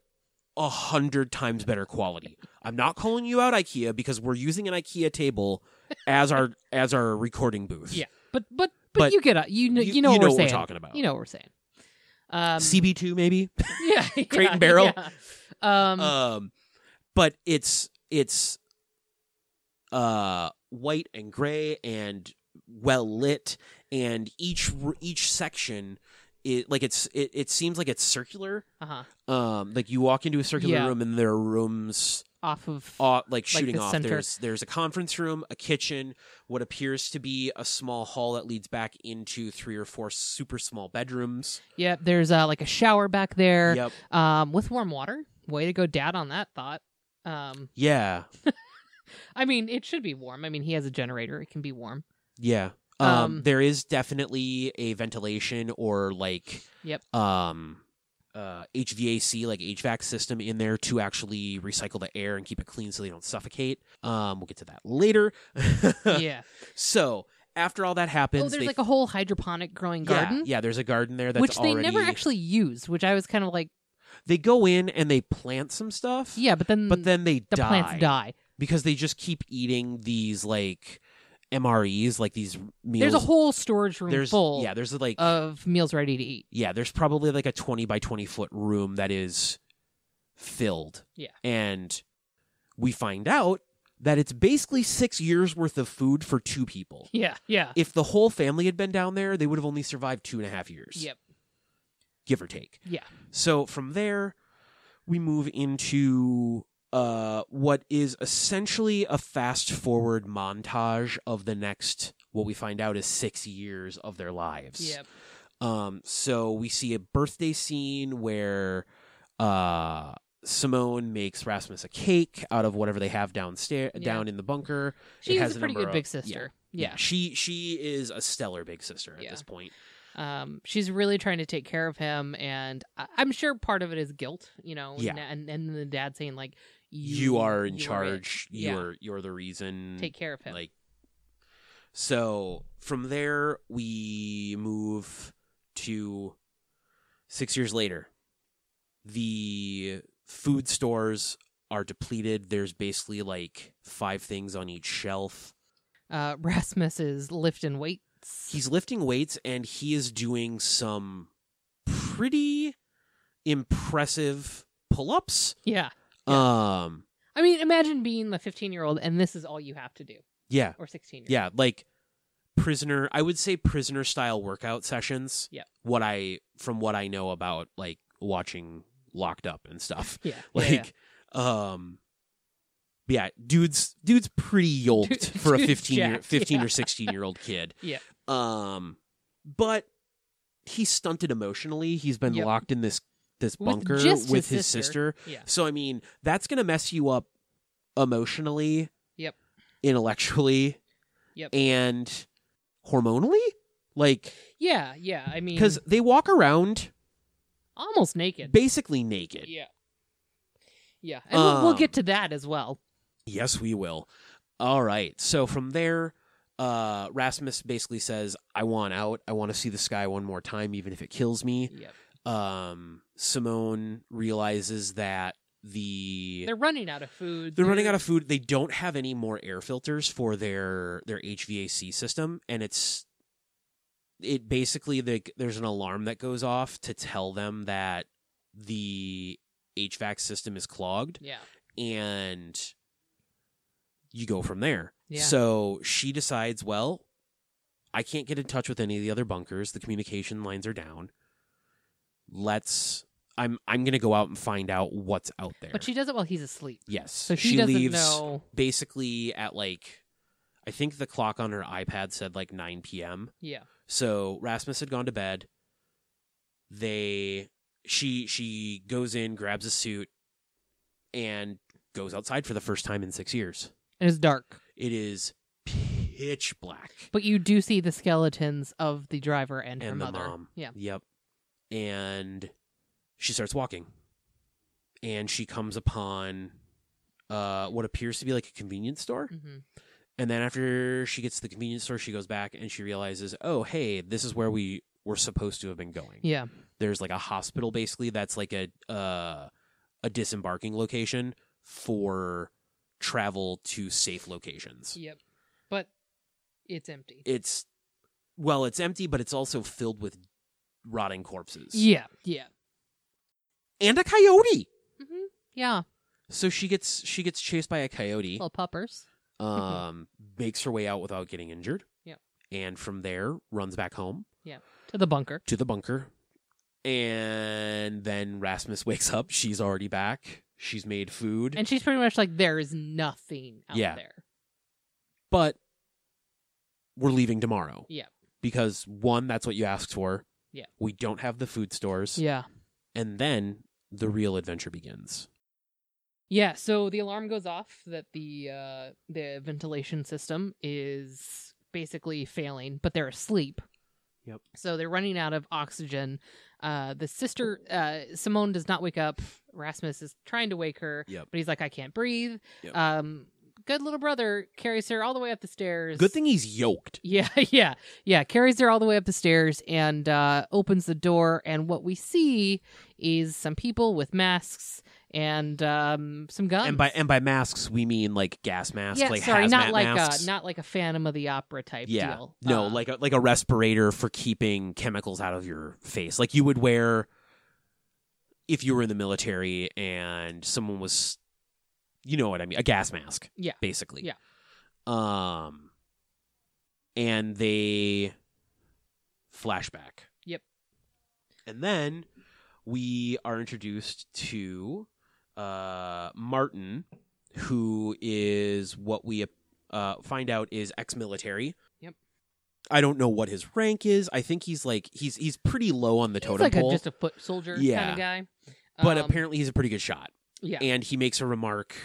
Speaker 2: a hundred times better quality. I'm not calling you out IKEA because we're using an IKEA table as our as our recording booth.
Speaker 1: Yeah. But but but,
Speaker 2: But
Speaker 1: you get a, you know you, know what we're
Speaker 2: what
Speaker 1: saying.
Speaker 2: we're talking about.
Speaker 1: You know what we're saying. Um,
Speaker 2: CB2 maybe.
Speaker 1: yeah,
Speaker 2: Crate
Speaker 1: yeah,
Speaker 2: and barrel.
Speaker 1: yeah. Um,
Speaker 2: um, but it's it's uh white and gray and well lit, and each r- each section. It, like it's it, it seems like it's circular
Speaker 1: uh-huh.
Speaker 2: um like you walk into a circular
Speaker 1: Yeah.
Speaker 2: room and there are rooms
Speaker 1: off of
Speaker 2: uh, like shooting
Speaker 1: the
Speaker 2: off.
Speaker 1: center.
Speaker 2: There's there's a conference room, a kitchen, what appears to be a small hall that leads back into three or four super small bedrooms.
Speaker 1: Yep, there's uh, like a shower back there
Speaker 2: Yep.
Speaker 1: um, with warm water. Way to go, Dad, on that thought. Um,
Speaker 2: Yeah.
Speaker 1: I mean, it should be warm. I mean, he has a generator; it can be warm.
Speaker 2: Yeah. Um,
Speaker 1: Um,
Speaker 2: there is definitely a ventilation or like
Speaker 1: Yep.
Speaker 2: um uh HVAC like HVAC system in there to actually recycle the air and keep it clean so they don't suffocate. Um we'll get to that later.
Speaker 1: yeah.
Speaker 2: So, after all that happens,
Speaker 1: Oh, there's
Speaker 2: they
Speaker 1: like a whole hydroponic growing
Speaker 2: yeah,
Speaker 1: garden,
Speaker 2: Yeah, there's a garden there that's
Speaker 1: which they
Speaker 2: already
Speaker 1: never actually used. Which I was kind of like,
Speaker 2: they go in and they plant some stuff.
Speaker 1: yeah, but then
Speaker 2: But then they
Speaker 1: the
Speaker 2: die
Speaker 1: plants die.
Speaker 2: because they just keep eating these like MREs, like these meals.
Speaker 1: There's a whole storage room
Speaker 2: there's
Speaker 1: full Uh,
Speaker 2: yeah, there's like
Speaker 1: of meals ready to eat.
Speaker 2: yeah, there's probably like a 20 by 20 foot room that is filled.
Speaker 1: Yeah.
Speaker 2: And we find out that it's basically 6 years worth of food for two people.
Speaker 1: Yeah, yeah,
Speaker 2: If the whole family had been down there, they would have only survived two and a half years.
Speaker 1: yep,
Speaker 2: Give or take.
Speaker 1: yeah.
Speaker 2: So from there, we move into uh, what is essentially a fast forward montage of the next, what we find out is six years of their lives.
Speaker 1: Yep.
Speaker 2: Um, so we see a birthday scene where uh, Simone makes Rasmus a cake out of whatever they have downstairs,
Speaker 1: Yeah.
Speaker 2: down in the bunker.
Speaker 1: She
Speaker 2: it
Speaker 1: was
Speaker 2: has
Speaker 1: a pretty good
Speaker 2: number of-
Speaker 1: big
Speaker 2: yeah.
Speaker 1: sister. Yeah.
Speaker 2: she she is a stellar big sister at
Speaker 1: Yeah.
Speaker 2: this point.
Speaker 1: Um, she's really trying to take care of him, and I- I'm sure part of it is guilt, you know.
Speaker 2: Yeah.
Speaker 1: And, and the dad saying like,
Speaker 2: You, are in
Speaker 1: you it.
Speaker 2: charge.
Speaker 1: Yeah.
Speaker 2: You're you're the reason.
Speaker 1: Take care of him."
Speaker 2: Like, so from there we move to six years later. The food stores are depleted. There's basically like five things on each shelf.
Speaker 1: uh, Rasmus is lifting weights.
Speaker 2: He's lifting weights and he is doing some pretty impressive pull-ups.
Speaker 1: yeah.
Speaker 2: Um,
Speaker 1: I mean, imagine being the 15 year old and this is all you have to do,
Speaker 2: yeah,
Speaker 1: or 16. year
Speaker 2: yeah, like prisoner. I would say prisoner style workout sessions.
Speaker 1: Yep.
Speaker 2: what I from what I know about like watching Locked Up and stuff.
Speaker 1: Yeah. yeah, yeah.
Speaker 2: like um yeah dude's dude's pretty yoked
Speaker 1: Dude-
Speaker 2: for a
Speaker 1: dude's
Speaker 2: 15 year
Speaker 1: jacked,
Speaker 2: 15
Speaker 1: yeah.
Speaker 2: or 16 year old kid
Speaker 1: Yeah.
Speaker 2: um but he's stunted emotionally he's been
Speaker 1: Yep.
Speaker 2: locked in this this
Speaker 1: With
Speaker 2: bunker
Speaker 1: just his
Speaker 2: with his
Speaker 1: sister.
Speaker 2: sister.
Speaker 1: Yeah.
Speaker 2: so i mean that's gonna mess you up emotionally
Speaker 1: Yep.
Speaker 2: intellectually
Speaker 1: Yep.
Speaker 2: and hormonally like
Speaker 1: Yeah. Yeah. I mean,
Speaker 2: because they walk around
Speaker 1: almost naked.
Speaker 2: basically naked
Speaker 1: Yeah. Yeah. And we'll, we'll
Speaker 2: Um,
Speaker 1: get to that as well.
Speaker 2: Yes, we will. All right. So from there, uh, Rasmus basically says, "I want out. I want to see the sky one more time, even if it kills me."
Speaker 1: Yep.
Speaker 2: Um, Simone realizes that the
Speaker 1: They're running out of food.
Speaker 2: they're running out of food. They don't have any more air filters for their their HVAC system, and it's it basically like there's an alarm that goes off to tell them that the HVAC system is clogged
Speaker 1: Yeah.
Speaker 2: and you go from there.
Speaker 1: Yeah.
Speaker 2: So she decides, well, I can't get in touch with any of the other bunkers. The communication lines are down. Let's I'm I'm going to go out and find out what's out there.
Speaker 1: But she does it while he's asleep.
Speaker 2: yes.
Speaker 1: So she,
Speaker 2: she
Speaker 1: doesn't
Speaker 2: leaves
Speaker 1: know.
Speaker 2: basically at like I think the clock on her iPad said like 9 p.m.
Speaker 1: Yeah.
Speaker 2: So Rasmus had gone to bed. They she she goes in, grabs a suit, and goes outside for the first time in six years.
Speaker 1: And it's dark.
Speaker 2: It is pitch black.
Speaker 1: But you do see the skeletons of the driver and, her
Speaker 2: And the
Speaker 1: mother.
Speaker 2: mom.
Speaker 1: Yeah.
Speaker 2: Yep. And she starts walking. And she comes upon uh what appears to be like a convenience store.
Speaker 1: hmm
Speaker 2: And then after she gets to the convenience store, she goes back and she realizes, oh hey, this is where we were supposed to have been going.
Speaker 1: Yeah.
Speaker 2: there's like a hospital basically that's like a uh, a disembarking location for travel to safe locations.
Speaker 1: Yep. But it's empty.
Speaker 2: It's well, it's empty, but it's also filled with rotting corpses
Speaker 1: yeah. Yeah.
Speaker 2: and a coyote.
Speaker 1: hmm Yeah.
Speaker 2: So she gets she gets chased by a coyote.
Speaker 1: Little puppers. mm-hmm.
Speaker 2: Um, makes her way out without getting injured.
Speaker 1: Yep.
Speaker 2: and from there runs back home
Speaker 1: To the bunker.
Speaker 2: to the bunker. And then Rasmus wakes up. She's already back. She's made food,
Speaker 1: And she's pretty much like, there is nothing out
Speaker 2: Yeah.
Speaker 1: there.
Speaker 2: but we're leaving tomorrow.
Speaker 1: Yeah.
Speaker 2: Because one, that's what you asked for.
Speaker 1: Yeah.
Speaker 2: We don't have the food stores,
Speaker 1: Yeah.
Speaker 2: and then the real adventure begins.
Speaker 1: Yeah, so the alarm goes off that the uh the ventilation system is basically failing, but they're asleep.
Speaker 2: Yep.
Speaker 1: So they're running out of oxygen. Uh the sister uh Simone does not wake up. Rasmus is trying to wake her,
Speaker 2: Yep.
Speaker 1: but he's like I can't breathe.
Speaker 2: Yep.
Speaker 1: Um good little brother carries her all the way up the stairs.
Speaker 2: Good thing he's yoked.
Speaker 1: Yeah, yeah, yeah. Carries her all the way up the stairs and uh, opens the door, and what we see is some people with masks and um, some guns.
Speaker 2: And by and by masks we mean like gas masks,
Speaker 1: yeah,
Speaker 2: like
Speaker 1: sorry,
Speaker 2: hazmat
Speaker 1: not like uh,
Speaker 2: masks.
Speaker 1: a not like a Phantom of the Opera type
Speaker 2: yeah,
Speaker 1: deal.
Speaker 2: no,
Speaker 1: Uh,
Speaker 2: like a, like a respirator for keeping chemicals out of your face, like you would wear if you were in the military and someone was, you know what I mean, a gas mask.
Speaker 1: Yeah.
Speaker 2: basically.
Speaker 1: Yeah.
Speaker 2: Um, and they flashback.
Speaker 1: Yep.
Speaker 2: And then we are introduced to uh, Martin, who is what we uh, find out is ex-military.
Speaker 1: Yep.
Speaker 2: I don't know what his rank is. I think he's like he's he's pretty low on the
Speaker 1: he's
Speaker 2: totem
Speaker 1: like a,
Speaker 2: pole,
Speaker 1: just a foot soldier kind
Speaker 2: Yeah.
Speaker 1: of guy.
Speaker 2: but
Speaker 1: Um,
Speaker 2: apparently he's a pretty good shot.
Speaker 1: yeah,
Speaker 2: And he makes a remark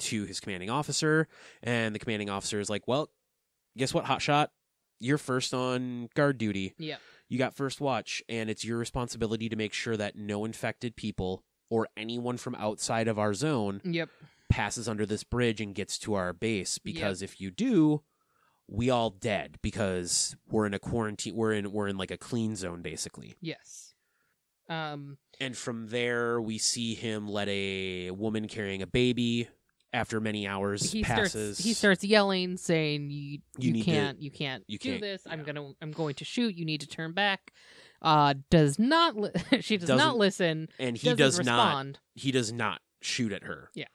Speaker 2: to his commanding officer, and the commanding officer is like, "Well, guess what, hotshot? You're first on guard duty.
Speaker 1: yeah,
Speaker 2: You got first watch, and it's your responsibility to make sure that no infected people or anyone from outside of our zone
Speaker 1: yep,
Speaker 2: passes under this bridge and gets to our base because if you do we all dead because we're in a quarantine we're in we're in like a clean zone basically
Speaker 1: yes. Um,
Speaker 2: and from there we see him let a woman carrying a baby after many hours
Speaker 1: he
Speaker 2: passes
Speaker 1: starts he starts yelling, saying, "You
Speaker 2: You
Speaker 1: you,
Speaker 2: need to-
Speaker 1: can't you can't
Speaker 2: you
Speaker 1: do
Speaker 2: can't-
Speaker 1: this. I'm
Speaker 2: yeah.
Speaker 1: gonna I'm going to shoot. You need to turn back." Uh, does not li- she does not
Speaker 2: Doesn't-
Speaker 1: listen.
Speaker 2: and he
Speaker 1: doesn't
Speaker 2: does not
Speaker 1: respond.
Speaker 2: he does not shoot at her
Speaker 1: Yeah.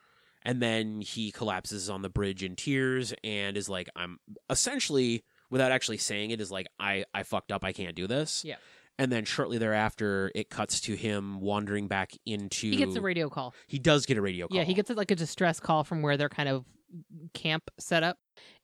Speaker 2: and then he collapses on the bridge in tears and is like i'm essentially without actually saying it is like i i fucked up i can't do this
Speaker 1: Yeah.
Speaker 2: and then shortly thereafter it cuts to him wandering back into
Speaker 1: He gets a radio call.
Speaker 2: He does get a radio call
Speaker 1: Yeah, he gets like a distress call from where they're kind of camp set up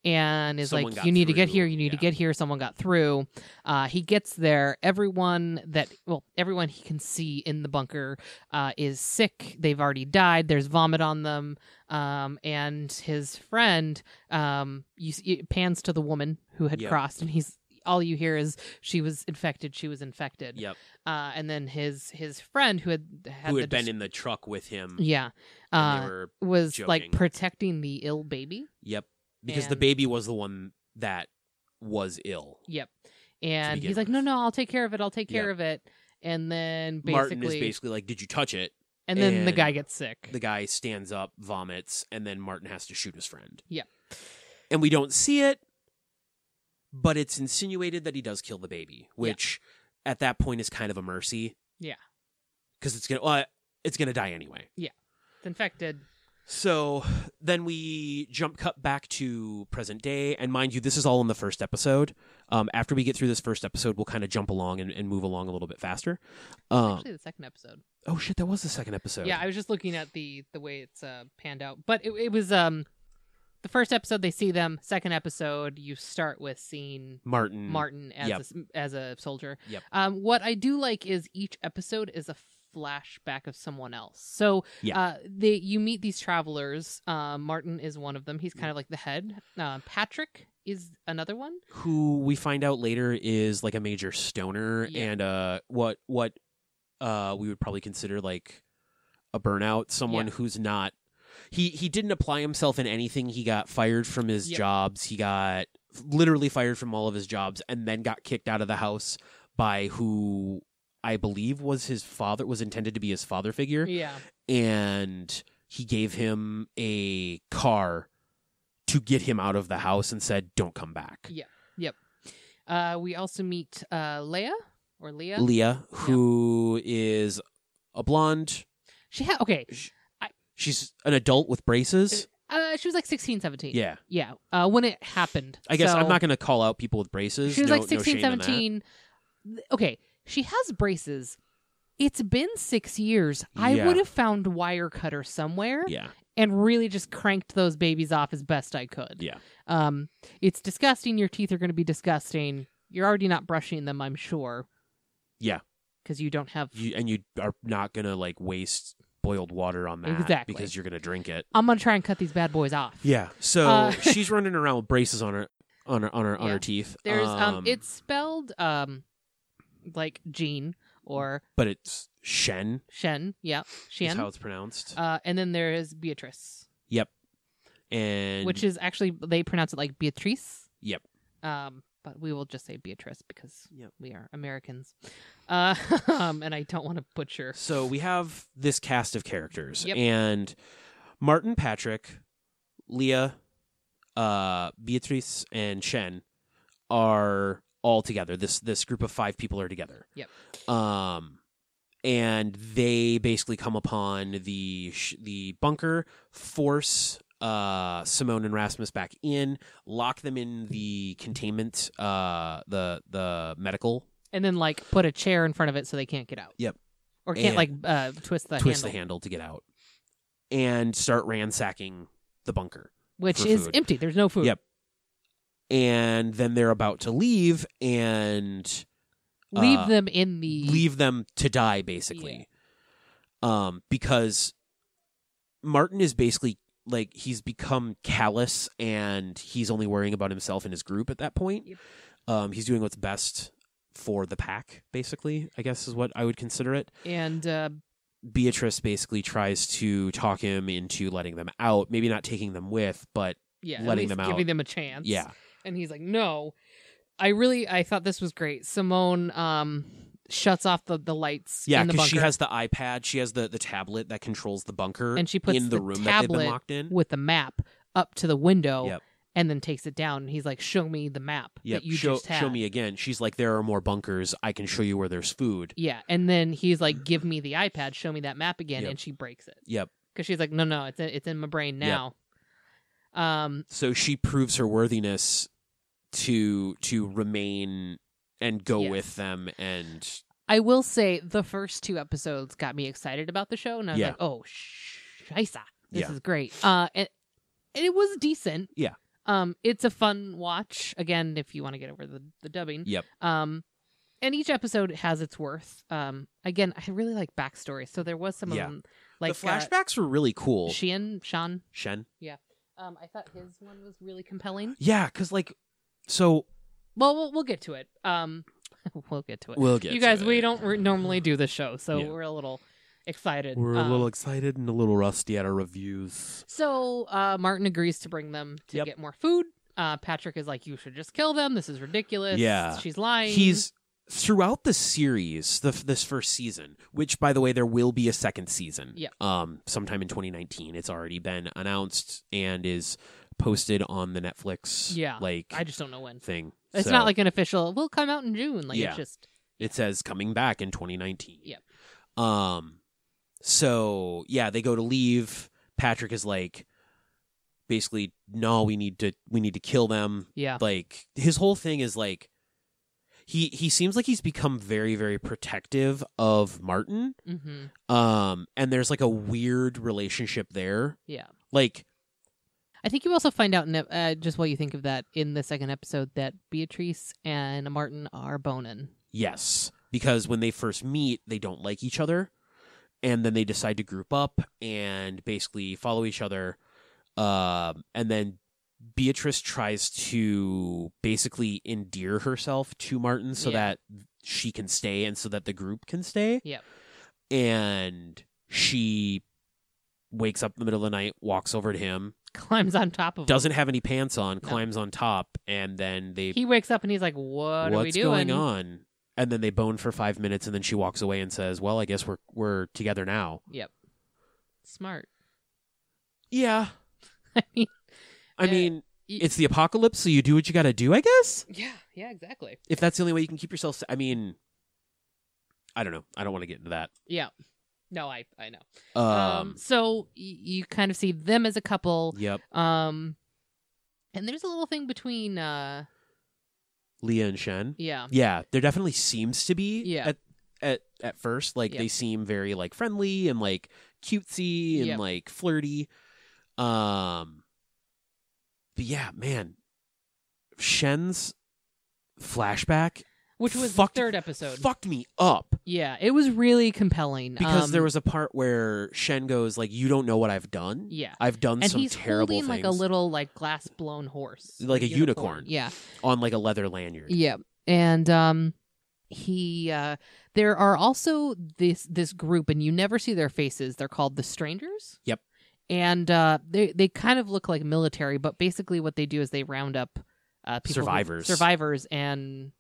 Speaker 1: and is
Speaker 2: Someone
Speaker 1: like
Speaker 2: got
Speaker 1: you need to get
Speaker 2: through,
Speaker 1: here you need to
Speaker 2: yeah.
Speaker 1: get here someone got through uh, he gets there everyone that well everyone he can see in the bunker uh, is sick they've already died there's vomit on them um, and his friend um, you, s- it pans to the woman who had
Speaker 2: Yep.
Speaker 1: crossed and he's all you hear is she was infected she was infected
Speaker 2: yep
Speaker 1: uh, and then his his friend who had had
Speaker 2: who
Speaker 1: the
Speaker 2: had been
Speaker 1: dis-
Speaker 2: in the truck with him
Speaker 1: yeah
Speaker 2: and
Speaker 1: uh,
Speaker 2: they were
Speaker 1: was like
Speaker 2: joking.
Speaker 1: protecting the ill baby.
Speaker 2: yep because the
Speaker 1: and-
Speaker 2: baby was the one that was ill
Speaker 1: Yep. And
Speaker 2: begin
Speaker 1: he's like, no,
Speaker 2: with.
Speaker 1: no, I'll take care of it. I'll take care
Speaker 2: Yep.
Speaker 1: of it. And then basically,
Speaker 2: martin is basically like did you touch it
Speaker 1: and then the
Speaker 2: and
Speaker 1: guy gets sick.
Speaker 2: the guy stands up, vomits, and then Martin has to shoot his friend.
Speaker 1: Yeah.
Speaker 2: And we don't see it, but it's insinuated that he does kill the baby, which at that point is kind of a mercy.
Speaker 1: Yeah.
Speaker 2: Because it's gonna well, it's gonna die anyway.
Speaker 1: It's infected.
Speaker 2: So then we jump cut back to present day, and mind you, this is all in the first episode. Um, after we get through this first episode, we'll kind of jump along and, and move along a little bit faster. Um,
Speaker 1: Actually, the second episode.
Speaker 2: oh shit, that was the second episode.
Speaker 1: Yeah, I was just looking at the the way it's uh, panned out, but it, it was um the first episode they see them. Second episode, you start with seeing
Speaker 2: Martin.
Speaker 1: Martin as
Speaker 2: Mm. Yep.
Speaker 1: a, s- as a soldier.
Speaker 2: Yep.
Speaker 1: Um, what I do like is each episode is a flashback of someone else. So
Speaker 2: Yeah.
Speaker 1: uh, they you meet these travelers. Uh, Martin is one of them. He's
Speaker 2: Mm.
Speaker 1: kind of like the head. Uh, Patrick is another one.
Speaker 2: who we find out later is like a major stoner
Speaker 1: Yeah.
Speaker 2: and uh what what uh we would probably consider like a burnout someone
Speaker 1: Yeah.
Speaker 2: who's not he he didn't apply himself in anything he got fired from his
Speaker 1: Yep.
Speaker 2: jobs he got literally fired from all of his jobs and then got kicked out of the house by who i believe was his father was intended to be his father figure
Speaker 1: Yeah.
Speaker 2: and he gave him a car to get him out of the house and said don't come back
Speaker 1: Uh, we also meet uh, Leia or Leah.
Speaker 2: Leah, who is a blonde.
Speaker 1: she had okay.
Speaker 2: She's an adult with braces.
Speaker 1: Uh, she was like 16, 17.
Speaker 2: Yeah.
Speaker 1: Yeah. Uh, when it happened.
Speaker 2: I guess
Speaker 1: So-
Speaker 2: I'm not going to call out people with braces.
Speaker 1: She was
Speaker 2: no,
Speaker 1: like 16,
Speaker 2: no shame in that.
Speaker 1: 17. Th- Okay, she has braces. it's been six years. I
Speaker 2: Yeah.
Speaker 1: would have found wire cutter somewhere
Speaker 2: Yeah.
Speaker 1: and really just cranked those babies off as best I could.
Speaker 2: Yeah.
Speaker 1: Um, it's disgusting. Your teeth are going to be disgusting. You're already not brushing them, I'm sure.
Speaker 2: Yeah.
Speaker 1: Because you don't have.
Speaker 2: You, and you are not going to like waste boiled water on that
Speaker 1: Exactly.
Speaker 2: because you're going to drink it.
Speaker 1: I'm going to try and cut these bad boys off.
Speaker 2: Yeah. So
Speaker 1: Uh,
Speaker 2: she's running around with braces on her on her on her on
Speaker 1: Yeah.
Speaker 2: her teeth.
Speaker 1: There's um, it's spelled um like Jean or
Speaker 2: but it's Shen
Speaker 1: Shen, yeah,
Speaker 2: is how
Speaker 1: Shen.
Speaker 2: it's pronounced.
Speaker 1: Uh, and then there is Beatrice,
Speaker 2: and
Speaker 1: which is actually they pronounce it like Beatrice.
Speaker 2: Yep.
Speaker 1: Um, but we will just say Beatrice because
Speaker 2: Yep.
Speaker 1: we are Americans. Uh, um, and I don't want to butcher.
Speaker 2: so we have this cast of characters
Speaker 1: Yep.
Speaker 2: and Martin Patrick, Leah, uh, Beatrice, and Shen are all together. This this group of five people are together.
Speaker 1: Yep.
Speaker 2: Um, and they basically come upon the sh- the bunker, force uh Simone and Rasmus back in, lock them in the containment, uh, the the medical
Speaker 1: And then like put a chair in front of it so they can't get out.
Speaker 2: Yep.
Speaker 1: Or can't
Speaker 2: And-
Speaker 1: like uh, twist the
Speaker 2: twist
Speaker 1: handle,
Speaker 2: the handle to get out, and start ransacking the bunker.
Speaker 1: which
Speaker 2: for
Speaker 1: is
Speaker 2: food.
Speaker 1: empty. There's no food.
Speaker 2: Yep. And then they're about to leave and
Speaker 1: Leave
Speaker 2: Uh,
Speaker 1: them in the
Speaker 2: leave them to die, basically. Um, because Martin is basically like he's become callous and he's only worrying about himself and his group at that point.
Speaker 1: Yep.
Speaker 2: Um, he's doing what's best for the pack, basically. I guess is what I would consider it.
Speaker 1: and uh,
Speaker 2: Beatrice basically tries to talk him into letting them out, maybe not taking them with, but
Speaker 1: yeah, at
Speaker 2: Letting
Speaker 1: least
Speaker 2: them out.
Speaker 1: giving them a chance.
Speaker 2: yeah,
Speaker 1: and he's like no i really i thought this was great simone um shuts off the the lights
Speaker 2: yeah,
Speaker 1: in the bunker
Speaker 2: because she has the iPad, she has the the tablet that controls the bunker,
Speaker 1: And she puts
Speaker 2: in the,
Speaker 1: the
Speaker 2: room that they've
Speaker 1: tablet
Speaker 2: been locked in.
Speaker 1: with the map up to the window
Speaker 2: Yep.
Speaker 1: and then takes it down and he's like show me the map
Speaker 2: Yep,
Speaker 1: that you
Speaker 2: show,
Speaker 1: just had
Speaker 2: show me again. She's like, there are more bunkers. I can show you where there's food.
Speaker 1: yeah and then he's like give me the ipad show me that map again
Speaker 2: Yep.
Speaker 1: and she breaks it
Speaker 2: Yep.
Speaker 1: because she's like no no it's in, it's in my brain
Speaker 2: Yep.
Speaker 1: now um
Speaker 2: So she proves her worthiness to to remain and go
Speaker 1: Yes.
Speaker 2: with them and
Speaker 1: i will say the first two episodes got me excited about the show and i was
Speaker 2: Yeah.
Speaker 1: like oh shisa this
Speaker 2: Yeah.
Speaker 1: is great uh and and it was decent.
Speaker 2: Yeah.
Speaker 1: Um, it's a fun watch. Again, if you want to get over the, the dubbing.
Speaker 2: Yep.
Speaker 1: Um, and each episode has its worth. Um, again, I really like backstory. So there was some of
Speaker 2: Yeah.
Speaker 1: them, like
Speaker 2: the flashbacks were really
Speaker 1: Uh,
Speaker 2: cool.
Speaker 1: Sheehan, Sean.
Speaker 2: Shen,
Speaker 1: Um, I thought his one was really compelling.
Speaker 2: yeah, because like, so
Speaker 1: Well, we'll, we'll get to it. Um, we'll get to it.
Speaker 2: we'll get
Speaker 1: you
Speaker 2: to
Speaker 1: guys,
Speaker 2: it.
Speaker 1: we don't re- normally do this show, so
Speaker 2: Yeah.
Speaker 1: we're a little excited.
Speaker 2: We're a
Speaker 1: Um,
Speaker 2: little excited and a little rusty at our reviews.
Speaker 1: So uh, Martin agrees to bring them to
Speaker 2: Yep.
Speaker 1: get more food. Uh, Patrick is like, "You should just kill them. This is ridiculous.
Speaker 2: Yeah.
Speaker 1: she's lying."
Speaker 2: He's throughout the series, the, this first season, which by the way, there will be a second season.
Speaker 1: Yeah.
Speaker 2: Um, sometime in 2019, it's already been announced and is posted on the Netflix.
Speaker 1: Yeah.
Speaker 2: Like
Speaker 1: I just don't know when.
Speaker 2: thing.
Speaker 1: It's
Speaker 2: So
Speaker 1: not like an official. We'll come out in June. Like
Speaker 2: Yeah.
Speaker 1: it's just
Speaker 2: it says coming back in 2019.
Speaker 1: Yep.
Speaker 2: Um. So yeah, they go to leave. Patrick is like, basically, no, we need to we need to kill them.
Speaker 1: yeah,
Speaker 2: like his whole thing is like he he seems like he's become very very protective of Martin
Speaker 1: hmm
Speaker 2: um and there's like a weird relationship there
Speaker 1: yeah.
Speaker 2: like
Speaker 1: I think you also find out in, uh, just what you think of that in the second episode that Beatrice and Martin are boning.
Speaker 2: yes because when they first meet they don't like each other and then they decide to group up and basically follow each other um and then Beatrice tries to basically endear herself to Martin so
Speaker 1: Yeah.
Speaker 2: that she can stay and so that the group can stay
Speaker 1: Yep.
Speaker 2: and she wakes up in the middle of the night, walks over to him,
Speaker 1: Climbs on top of
Speaker 2: doesn't have any pants on,
Speaker 1: No.
Speaker 2: climbs on top, and then they
Speaker 1: him. He wakes up and he's like, "What
Speaker 2: what's
Speaker 1: are we doing?"
Speaker 2: going on? And then they bone for five minutes, and then she walks away and says, "Well, I guess we're we're together now."
Speaker 1: Smart.
Speaker 2: Yeah,
Speaker 1: I mean,
Speaker 2: I
Speaker 1: Uh,
Speaker 2: mean,
Speaker 1: y-
Speaker 2: it's the apocalypse, so you do what you got to do, I guess.
Speaker 1: yeah, yeah, exactly.
Speaker 2: If that's the only way you can keep yourself, sa- I mean, I don't know. I don't want to get into that.
Speaker 1: Yeah. No, I I know.
Speaker 2: Um,
Speaker 1: um so y- you kind of see them as a couple
Speaker 2: yep,
Speaker 1: um and there's a little thing between uh
Speaker 2: Leah and Shen.
Speaker 1: yeah
Speaker 2: Yeah, there definitely seems to be
Speaker 1: Yeah.
Speaker 2: at at at first. Like
Speaker 1: Yep.
Speaker 2: they seem very like friendly and like cutesy and
Speaker 1: Yep.
Speaker 2: like flirty. Um but yeah, man. Shen's flashback
Speaker 1: which was
Speaker 2: Fuck-
Speaker 1: the third episode.
Speaker 2: fucked me up
Speaker 1: Yeah, it was really compelling
Speaker 2: because
Speaker 1: um,
Speaker 2: there was a part where Shen goes like you don't know what I've done.
Speaker 1: yeah,
Speaker 2: I've done
Speaker 1: and
Speaker 2: some
Speaker 1: he's
Speaker 2: terrible
Speaker 1: holding like
Speaker 2: things
Speaker 1: a little like glass blown horse,
Speaker 2: Like a unicorn.
Speaker 1: Yeah,
Speaker 2: on like a leather lanyard.
Speaker 1: yeah, and um, he uh, there are also this this group, and you never see their faces. They're called the Strangers.
Speaker 2: Yep.
Speaker 1: and uh, they they kind of look like military, but basically what they do is they round up uh, people who-
Speaker 2: Survivors.
Speaker 1: survivors, and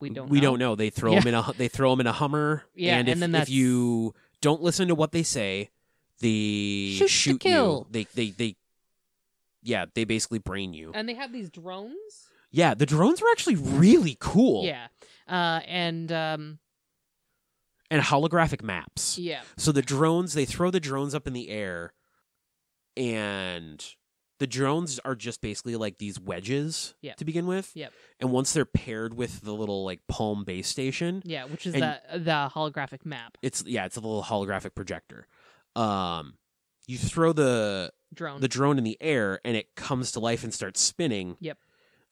Speaker 1: we don't
Speaker 2: we
Speaker 1: know.
Speaker 2: don't know. They throw
Speaker 1: Yeah.
Speaker 2: them in a they throw 'em in a Hummer.
Speaker 1: Yeah,
Speaker 2: and,
Speaker 1: and
Speaker 2: if,
Speaker 1: then
Speaker 2: if
Speaker 1: that's-
Speaker 2: you don't listen to what they say, they
Speaker 1: Shoot to
Speaker 2: shoot
Speaker 1: kill.
Speaker 2: you. They they they yeah they basically brain you.
Speaker 1: and they have these drones.
Speaker 2: yeah, the drones were actually really cool.
Speaker 1: Yeah, uh, and um,
Speaker 2: and holographic maps.
Speaker 1: yeah.
Speaker 2: So the drones they throw the drones up in the air, and the drones are just basically like these wedges
Speaker 1: Yep.
Speaker 2: to begin with.
Speaker 1: Yep.
Speaker 2: And once they're paired with the little like palm base station,
Speaker 1: Yeah, which is
Speaker 2: And-
Speaker 1: the the holographic map
Speaker 2: it's yeah it's a little holographic projector um you throw the
Speaker 1: drone.
Speaker 2: the drone in the air and it comes to life and starts spinning
Speaker 1: Yep.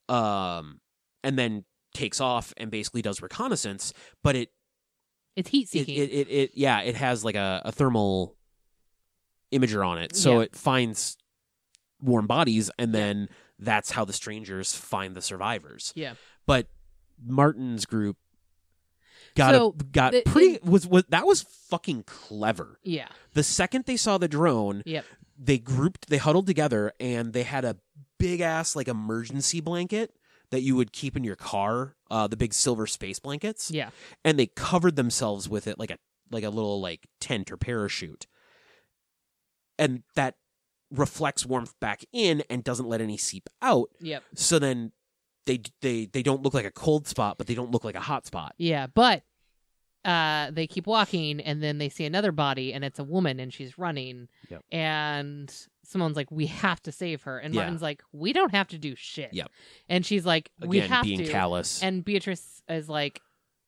Speaker 2: um and then takes off and basically does reconnaissance but it
Speaker 1: it's heat
Speaker 2: it,
Speaker 1: seeking.
Speaker 2: it, it, it yeah it has like a, a thermal imager on it so
Speaker 1: Yeah.
Speaker 2: it finds warm bodies and then that's how the strangers find the survivors
Speaker 1: Yeah.
Speaker 2: but martin's group got
Speaker 1: So,
Speaker 2: a, got
Speaker 1: the-
Speaker 2: pretty was was that was fucking clever
Speaker 1: yeah.
Speaker 2: the second they saw the drone,
Speaker 1: Yep.
Speaker 2: they grouped, they huddled together, and they had a big ass like emergency blanket that you would keep in your car, uh, the big silver space blankets,
Speaker 1: Yeah.
Speaker 2: and they covered themselves with it like a like a little like tent or parachute, and that reflects warmth back in and doesn't let any seep out.
Speaker 1: Yep.
Speaker 2: So then they they they don't look like a cold spot, but they don't look like a hot spot.
Speaker 1: Yeah, but uh they keep walking and then they see another body and it's a woman and she's running
Speaker 2: Yep.
Speaker 1: and someone's like we have to save her and
Speaker 2: Yeah.
Speaker 1: Martin's like we don't have to do shit.
Speaker 2: Yep.
Speaker 1: And she's like
Speaker 2: Again,
Speaker 1: we have
Speaker 2: being
Speaker 1: to.
Speaker 2: callous,
Speaker 1: and Beatrice is like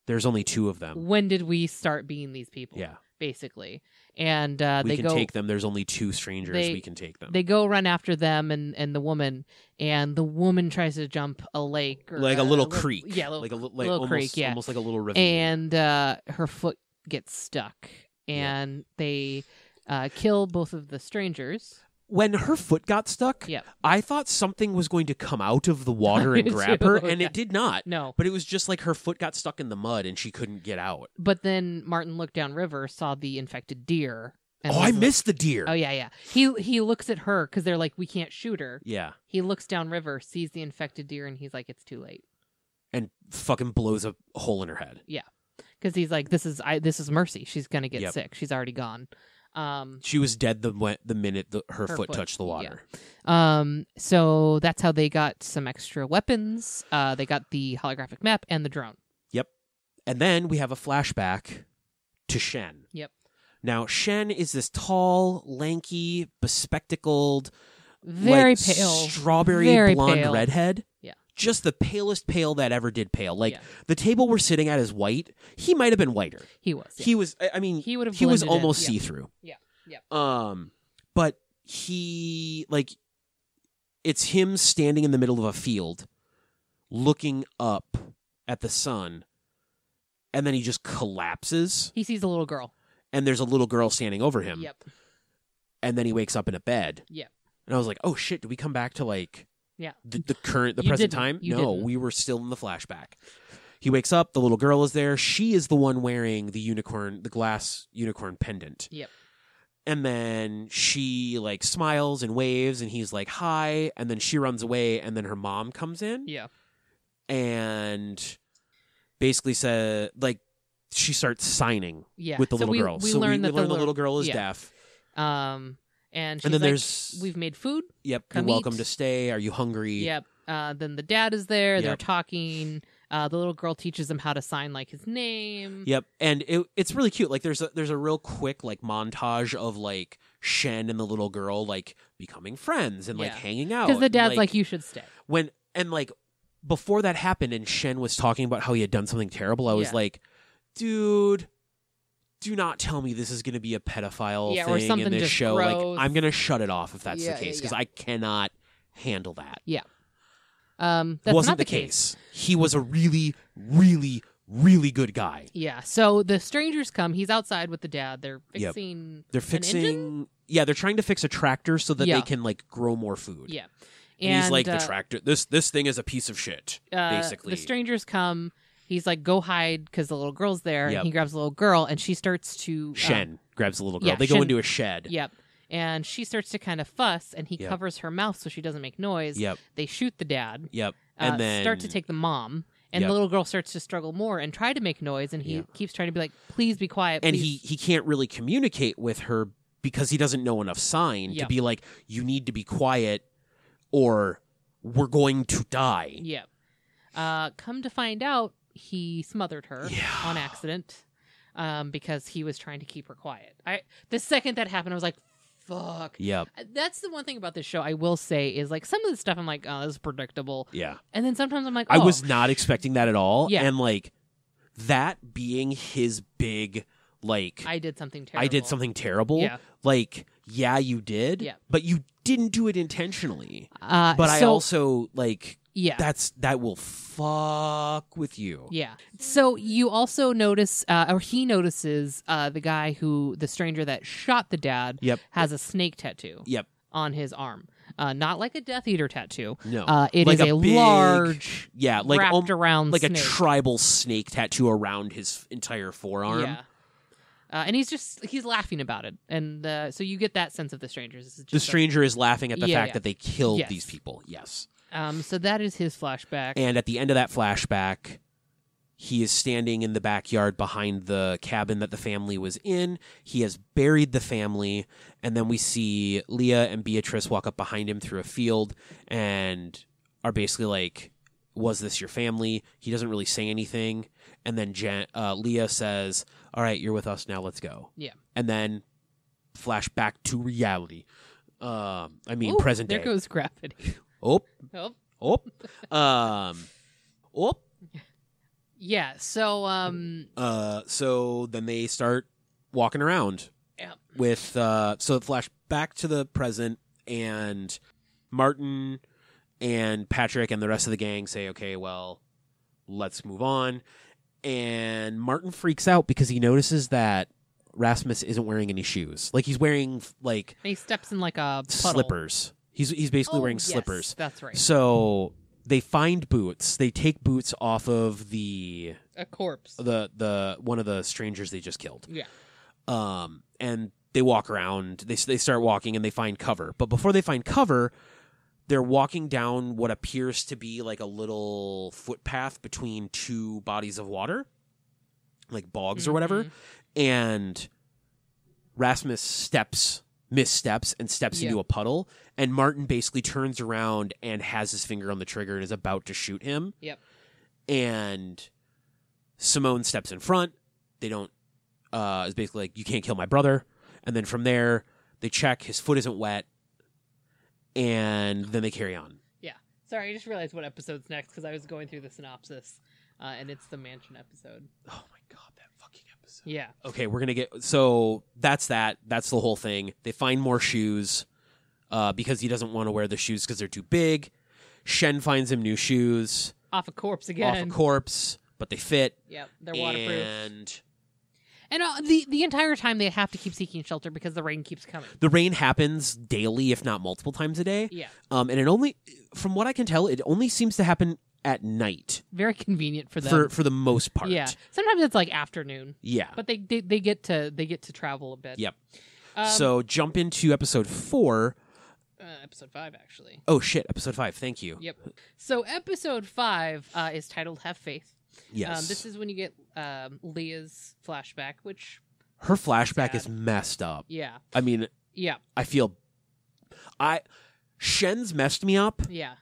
Speaker 2: there's only two of them.
Speaker 1: when did we start being these people?
Speaker 2: Um, Yeah.
Speaker 1: Basically. And uh
Speaker 2: we
Speaker 1: they
Speaker 2: can
Speaker 1: go
Speaker 2: take them. There's only two strangers.
Speaker 1: they-
Speaker 2: we can take them.
Speaker 1: they go run after them and, and the woman, and the woman tries to jump a lake or
Speaker 2: like a little creek.
Speaker 1: Yeah, a uh, little
Speaker 2: like a li- like
Speaker 1: little
Speaker 2: almost,
Speaker 1: creek, yeah.
Speaker 2: almost like a little ravine.
Speaker 1: and uh, her foot gets stuck,
Speaker 2: Yeah.
Speaker 1: and they uh, kill both of the strangers.
Speaker 2: when her foot got stuck,
Speaker 1: Yep.
Speaker 2: I thought something was going to come out of the water and
Speaker 1: Me
Speaker 2: grab
Speaker 1: too,
Speaker 2: her, and
Speaker 1: yeah.
Speaker 2: it did not.
Speaker 1: No,
Speaker 2: But it was just like her foot got stuck in the mud and she couldn't get out.
Speaker 1: but then Martin looked down river, saw the infected deer. And
Speaker 2: oh, I
Speaker 1: was like-
Speaker 2: missed the deer.
Speaker 1: Oh yeah, yeah. He he looks at her because they're like, we can't shoot her.
Speaker 2: yeah,
Speaker 1: He looks down river, sees the infected deer, and he's like, it's too late
Speaker 2: and fucking blows a hole in her head.
Speaker 1: because he's like, this is I this is mercy. She's gonna get
Speaker 2: Yep.
Speaker 1: sick. She's already gone. Um,
Speaker 2: She was dead the wen- the minute the,
Speaker 1: Her
Speaker 2: her, foot,
Speaker 1: foot,
Speaker 2: touched the water.
Speaker 1: Um, so that's how they got some extra weapons. Uh, they got the holographic map and the drone.
Speaker 2: And then we have a flashback to Shen.
Speaker 1: Yep.
Speaker 2: Now Shen is this tall, lanky, bespectacled,
Speaker 1: Very
Speaker 2: like,
Speaker 1: pale.
Speaker 2: strawberry
Speaker 1: Very
Speaker 2: blonde
Speaker 1: pale.
Speaker 2: redhead.
Speaker 1: Yeah.
Speaker 2: Just the palest pale that ever did pale. Like
Speaker 1: Yeah.
Speaker 2: the table we're sitting at is white. He might have been whiter.
Speaker 1: He was. yeah.
Speaker 2: He was I I mean
Speaker 1: He would have.
Speaker 2: he was
Speaker 1: blended in.
Speaker 2: almost
Speaker 1: Yeah.
Speaker 2: see-through.
Speaker 1: Yeah. Yeah.
Speaker 2: Um but he like it's him standing in the middle of a field looking up at the sun and then he just collapses
Speaker 1: He sees a little girl.
Speaker 2: and there's a little girl standing over him
Speaker 1: Yep.
Speaker 2: and then he wakes up in a bed.
Speaker 1: Yeah.
Speaker 2: And I was like, oh shit, did we come back to like
Speaker 1: Yeah.
Speaker 2: the, the current the
Speaker 1: You
Speaker 2: present
Speaker 1: didn't.
Speaker 2: time?
Speaker 1: You
Speaker 2: no,
Speaker 1: didn't.
Speaker 2: we were still in the flashback. He wakes up, the little girl is there. She is the one wearing the unicorn the glass unicorn pendant.
Speaker 1: Yep.
Speaker 2: And then she like smiles and waves and he's like, Hi, and then she runs away and then her mom comes in
Speaker 1: Yeah.
Speaker 2: and basically said like she starts signing
Speaker 1: Yeah.
Speaker 2: with the
Speaker 1: so
Speaker 2: little
Speaker 1: we,
Speaker 2: girl.
Speaker 1: We
Speaker 2: so
Speaker 1: learn
Speaker 2: we
Speaker 1: that
Speaker 2: learn
Speaker 1: the,
Speaker 2: the little girl is
Speaker 1: yeah.
Speaker 2: deaf.
Speaker 1: Um, and she's
Speaker 2: and then
Speaker 1: like,
Speaker 2: there's
Speaker 1: we've made food.
Speaker 2: Yep.
Speaker 1: Come
Speaker 2: you're welcome
Speaker 1: eat.
Speaker 2: to stay. Are you hungry?
Speaker 1: Yep. Uh, then the dad is there. They're
Speaker 2: Yep.
Speaker 1: talking. Uh, the little girl teaches him how to sign like his name.
Speaker 2: Yep. And it, it's really cute. Like there's a there's a real quick like montage of like Shen and the little girl like becoming friends and like
Speaker 1: Yeah.
Speaker 2: hanging out.
Speaker 1: Because the
Speaker 2: and,
Speaker 1: dad's like, you should stay.
Speaker 2: when and like before that happened and Shen was talking about how he had done something terrible, I was
Speaker 1: Yeah.
Speaker 2: like, dude, do not tell me this is going to be a pedophile
Speaker 1: Yeah, or
Speaker 2: thing in
Speaker 1: something
Speaker 2: this
Speaker 1: just
Speaker 2: show.
Speaker 1: gross.
Speaker 2: Like, I'm going to shut it off if that's
Speaker 1: Yeah, yeah,
Speaker 2: the case because
Speaker 1: yeah.
Speaker 2: I cannot handle that.
Speaker 1: Um, that's
Speaker 2: Wasn't
Speaker 1: not
Speaker 2: the
Speaker 1: the case.
Speaker 2: He was a really, really, really good guy.
Speaker 1: Yeah. So the strangers come. He's outside with the dad. They're
Speaker 2: Yep.
Speaker 1: fixing.
Speaker 2: They're
Speaker 1: an engine?
Speaker 2: fixing. Yeah, they're trying to fix a tractor so that
Speaker 1: Yeah.
Speaker 2: they can like grow more food.
Speaker 1: Yeah.
Speaker 2: And, he's like
Speaker 1: uh,
Speaker 2: the tractor. This this thing is a piece of shit.
Speaker 1: uh,
Speaker 2: basically.
Speaker 1: the strangers come. He's like, go hide because the little girl's there.
Speaker 2: Yep.
Speaker 1: And he grabs the little girl and she starts to. uh,
Speaker 2: Shen grabs a little girl.
Speaker 1: yeah,
Speaker 2: they
Speaker 1: Shen-
Speaker 2: go into a shed.
Speaker 1: yep. And she starts to kind of fuss and he
Speaker 2: Yep.
Speaker 1: covers her mouth so she doesn't make noise.
Speaker 2: Yep.
Speaker 1: They shoot the dad,
Speaker 2: Yep.
Speaker 1: uh,
Speaker 2: And then
Speaker 1: start to take the mom. And
Speaker 2: Yep.
Speaker 1: the little girl starts to struggle more and try to make noise. And he
Speaker 2: Yeah.
Speaker 1: keeps trying to be like, please be quiet.
Speaker 2: and he
Speaker 1: please."
Speaker 2: he can't really communicate with her because he doesn't know enough sign
Speaker 1: Yeah.
Speaker 2: to be like you need to be quiet or we're going to die.
Speaker 1: Yep. Uh, come to find out, he smothered her
Speaker 2: Yeah.
Speaker 1: on accident um, because he was trying to keep her quiet. I the second that happened, I was like, "Fuck."
Speaker 2: Yep.
Speaker 1: Uh, That's the one thing about this show I will say is like some of the stuff I'm like, "Oh, this is predictable,"
Speaker 2: Yeah.
Speaker 1: and then sometimes I'm like,
Speaker 2: I
Speaker 1: oh,
Speaker 2: was not expecting that at all
Speaker 1: Yeah.
Speaker 2: and like that being his big like
Speaker 1: I did something terrible.
Speaker 2: I did something terrible.
Speaker 1: Yeah.
Speaker 2: Like yeah, you did.
Speaker 1: Yeah.
Speaker 2: But you didn't do it intentionally.
Speaker 1: Uh,
Speaker 2: But I
Speaker 1: so-
Speaker 2: also like
Speaker 1: yeah.
Speaker 2: that's that will fuck with you.
Speaker 1: Yeah. So you also notice, uh, or he notices, uh, the guy who, the stranger that shot the dad,
Speaker 2: Yep.
Speaker 1: has a snake tattoo
Speaker 2: Yep.
Speaker 1: on his arm. Uh, not like a Death Eater tattoo.
Speaker 2: No.
Speaker 1: Uh, it is
Speaker 2: Like
Speaker 1: a,
Speaker 2: a big-
Speaker 1: large,
Speaker 2: yeah, like
Speaker 1: wrapped
Speaker 2: um,
Speaker 1: around
Speaker 2: like
Speaker 1: snake.
Speaker 2: a tribal snake tattoo around his entire forearm.
Speaker 1: Yeah. Uh, and he's just he's laughing about it, and uh, so you get that sense of the strangers. This is
Speaker 2: The
Speaker 1: just
Speaker 2: stranger is laughing at the
Speaker 1: Yeah,
Speaker 2: fact
Speaker 1: yeah.
Speaker 2: that they killed
Speaker 1: Yes.
Speaker 2: these people. Yes.
Speaker 1: a- um, so that is his flashback.
Speaker 2: And at the end of that flashback, he is standing in the backyard behind the cabin that the family was in. He has buried the family. And then we see Leah and Beatrice walk up behind him through a field and are basically like, Was this your family? He doesn't really say anything. And then Jan- uh, Leah says, All right, you're with us now. Let's go.
Speaker 1: Yeah.
Speaker 2: And then flash back to reality. Um, I mean,
Speaker 1: Ooh,
Speaker 2: present
Speaker 1: there
Speaker 2: day.
Speaker 1: goes gravity.
Speaker 2: oh,
Speaker 1: oh,
Speaker 2: oh, um, oh.
Speaker 1: yeah. So um,
Speaker 2: Uh, so then they start walking around
Speaker 1: Yep.
Speaker 2: with uh, so it flash back to the present, and Martin and Patrick and the rest of the gang say, "Okay, well, let's move on." And Martin freaks out because he notices that Rasmus isn't wearing any shoes. Like he's wearing like
Speaker 1: he steps in like a puddle.
Speaker 2: slippers. He's he's basically
Speaker 1: Oh,
Speaker 2: wearing
Speaker 1: yes,
Speaker 2: slippers.
Speaker 1: That's right.
Speaker 2: So they find boots. They take boots off of the
Speaker 1: A corpse.
Speaker 2: the the one of the strangers they just killed.
Speaker 1: Yeah.
Speaker 2: Um, and they walk around. They they start walking and they find cover. But before they find cover, they're walking down what appears to be like a little footpath between two bodies of water, like bogs or whatever.
Speaker 1: Mhm.
Speaker 2: And Rasmus steps missteps and steps
Speaker 1: Yeah.
Speaker 2: into a puddle and Martin basically turns around and has his finger on the trigger and is about to shoot him.
Speaker 1: Yep.
Speaker 2: And Simone steps in front. They don't uh is basically like you can't kill my brother. And then from there they check his foot isn't wet and then they carry on.
Speaker 1: Sorry, I just realized what episode's next because I was going through the synopsis, uh, and it's the mansion episode.
Speaker 2: Oh my god, that fucking episode.
Speaker 1: Yeah.
Speaker 2: Okay, we're going to get so that's that. That's the whole thing. They find more shoes uh because he doesn't want to wear the shoes cuz they're too big. Shen finds him new shoes.
Speaker 1: Off a corpse again.
Speaker 2: off a corpse, but they fit.
Speaker 1: Yep. They're waterproof.
Speaker 2: And
Speaker 1: And uh, the the entire time they have to keep seeking shelter because the rain keeps coming.
Speaker 2: the rain happens daily, if not multiple times a day.
Speaker 1: Yeah,
Speaker 2: Um, and it only, from what I can tell, it only seems to happen at night
Speaker 1: very convenient for them.
Speaker 2: for for the most part.
Speaker 1: yeah, sometimes it's like afternoon,
Speaker 2: Yeah.
Speaker 1: but they they, they get to they get to travel a bit.
Speaker 2: Yep.
Speaker 1: Um,
Speaker 2: so jump into episode four.
Speaker 1: uh, episode five actually.
Speaker 2: Oh shit, episode five. Thank you.
Speaker 1: Yep. So episode five uh, is titled "Have Faith."
Speaker 2: Yes.
Speaker 1: Um, this is when you get um, Leah's flashback, which
Speaker 2: Her flashback
Speaker 1: Sad.
Speaker 2: is messed up.
Speaker 1: yeah,
Speaker 2: I mean,
Speaker 1: yeah,
Speaker 2: I feel, I, Shen's messed me up,
Speaker 1: yeah.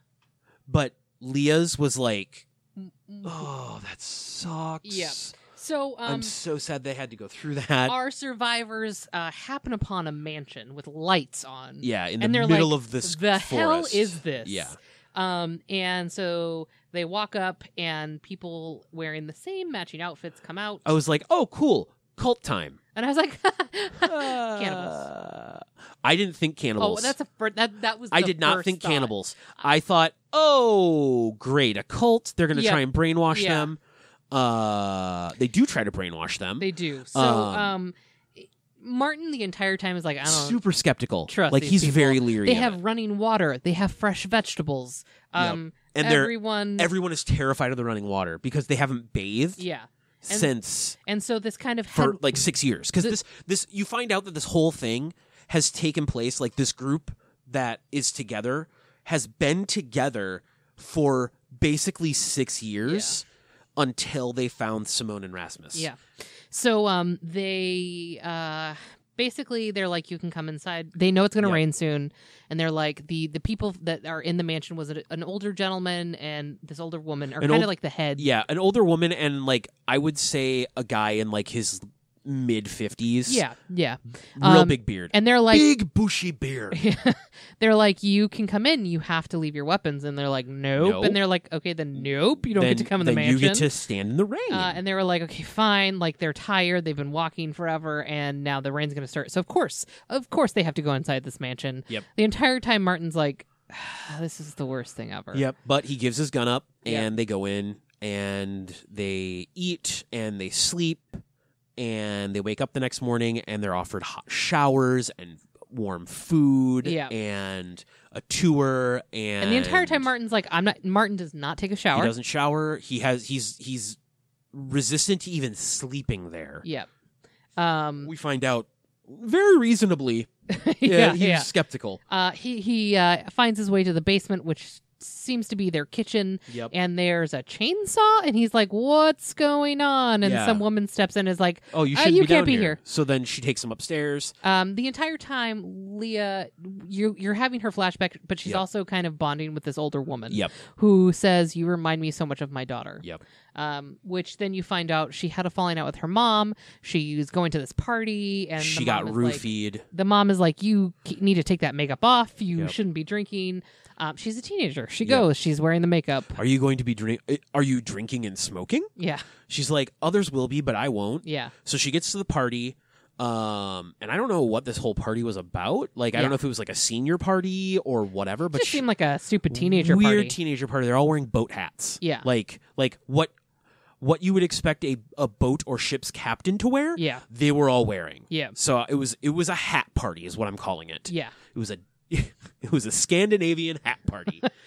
Speaker 2: but Leah's was like,
Speaker 1: Mm, mm.
Speaker 2: oh, that sucks.
Speaker 1: Yep. So um,
Speaker 2: I'm so sad they had to go through that.
Speaker 1: our survivors uh, happen upon a mansion with lights on.
Speaker 2: yeah, in
Speaker 1: and
Speaker 2: the
Speaker 1: they're
Speaker 2: middle
Speaker 1: like,
Speaker 2: of this.
Speaker 1: the hell
Speaker 2: forest.
Speaker 1: is this?
Speaker 2: Yeah,
Speaker 1: Um, and so they walk up, and people wearing the same matching outfits come out.
Speaker 2: I was like, oh, cool, cult time.
Speaker 1: And I was like,
Speaker 2: Uh, I didn't think
Speaker 1: oh,
Speaker 2: cannibals.
Speaker 1: that's a fir- that that was.
Speaker 2: I
Speaker 1: the
Speaker 2: did not
Speaker 1: first
Speaker 2: think
Speaker 1: thought.
Speaker 2: cannibals. I thought, oh, great, a cult. They're going to
Speaker 1: Yeah.
Speaker 2: try and brainwash
Speaker 1: Yeah.
Speaker 2: them. Uh, they do try to brainwash them.
Speaker 1: They do. So,
Speaker 2: Um,
Speaker 1: um, Martin the entire time is like, I don't. know.
Speaker 2: Super skeptical.
Speaker 1: trust
Speaker 2: like
Speaker 1: these
Speaker 2: he's
Speaker 1: people.
Speaker 2: very leery.
Speaker 1: They
Speaker 2: of
Speaker 1: have
Speaker 2: it.
Speaker 1: running water. They have fresh vegetables.
Speaker 2: Yep.
Speaker 1: Um,
Speaker 2: and they're
Speaker 1: everyone.
Speaker 2: everyone is terrified of the running water because they haven't bathed
Speaker 1: yeah, and-
Speaker 2: since
Speaker 1: and so this kind of
Speaker 2: for
Speaker 1: head-
Speaker 2: like six years because
Speaker 1: The-
Speaker 2: this this you find out that this whole thing has taken place like this group that is together has been together for basically six years until they found Simone and Rasmus.
Speaker 1: Yeah. So um they uh basically they're like you can come inside. They know it's going to
Speaker 2: Yeah.
Speaker 1: rain soon and they're like the the people that are in the mansion was a- an older gentleman and this older woman are
Speaker 2: An
Speaker 1: kind
Speaker 2: old-
Speaker 1: of like the head.
Speaker 2: yeah, an older woman and like I would say a guy in like his mid fifties.
Speaker 1: Yeah. Yeah.
Speaker 2: real
Speaker 1: Um,
Speaker 2: big beard,
Speaker 1: And they're like
Speaker 2: big bushy beard.
Speaker 1: they're like you can come in, you have to leave your weapons and they're like nope,
Speaker 2: Nope.
Speaker 1: and they're like okay then nope, you don't
Speaker 2: then,
Speaker 1: get to come in the
Speaker 2: then
Speaker 1: mansion.
Speaker 2: You get to stand in the rain.
Speaker 1: Uh, and they were like, okay, fine. Like they're tired. They've been walking forever, and now the rain's going to start. So of course, of course, they have to go inside this mansion.
Speaker 2: Yep.
Speaker 1: The entire time, Martin's like, this is the worst thing ever.
Speaker 2: Yep. But he gives his gun up,
Speaker 1: Yeah.
Speaker 2: and they go in, and they eat, and they sleep, and they wake up the next morning, and they're offered hot showers and warm food,
Speaker 1: Yeah.
Speaker 2: and a tour, and
Speaker 1: And the entire time, Martin's like, I'm not. Martin does not take a
Speaker 2: he
Speaker 1: shower.
Speaker 2: doesn't shower. He has he's he's resistant to even sleeping there.
Speaker 1: Yep. Um.
Speaker 2: We find out very reasonably.
Speaker 1: yeah.
Speaker 2: he's
Speaker 1: Yeah.
Speaker 2: skeptical.
Speaker 1: Uh, he he uh, finds his way to the basement, which seems to be their kitchen.
Speaker 2: Yep.
Speaker 1: And there's a chainsaw, and he's like, "What's going on?" And
Speaker 2: Yeah.
Speaker 1: some woman steps in, and is like,
Speaker 2: oh, you
Speaker 1: uh,
Speaker 2: shouldn't
Speaker 1: you
Speaker 2: be
Speaker 1: can't
Speaker 2: down
Speaker 1: be
Speaker 2: here.
Speaker 1: here.
Speaker 2: So then she takes him upstairs.
Speaker 1: Um, the entire time, Leah, you you're having her flashback, but she's
Speaker 2: Yep.
Speaker 1: also kind of bonding with this older woman,
Speaker 2: Yep.
Speaker 1: who says, "You remind me so much of my daughter."
Speaker 2: Yep.
Speaker 1: Um, which then you find out she had a falling out with her mom. She was going to this party, and the
Speaker 2: she got
Speaker 1: mom is like-
Speaker 2: roofied.
Speaker 1: the mom is like, "You k- need to take that makeup off. You
Speaker 2: Yep.
Speaker 1: shouldn't be drinking." Um, she's a teenager. She
Speaker 2: Yep.
Speaker 1: goes. She's wearing the makeup.
Speaker 2: Are you going to be drink? eh, Are you drinking and smoking?
Speaker 1: Yeah,
Speaker 2: She's like, others will be, but I won't.
Speaker 1: yeah,
Speaker 2: So she gets to the party, um, and I don't know what this whole party was about. Like, I
Speaker 1: Yeah.
Speaker 2: don't know if it was like a senior party or whatever. But
Speaker 1: just
Speaker 2: she,
Speaker 1: seemed like a stupid teenager
Speaker 2: weird
Speaker 1: party.
Speaker 2: teenager party. They're all wearing boat hats.
Speaker 1: Yeah.
Speaker 2: like like what what you would expect a a boat or ship's captain to wear.
Speaker 1: yeah,
Speaker 2: They were all wearing.
Speaker 1: yeah,
Speaker 2: So it was it was a hat party, is what I'm calling it.
Speaker 1: yeah.
Speaker 2: It was a it was a Scandinavian hat party.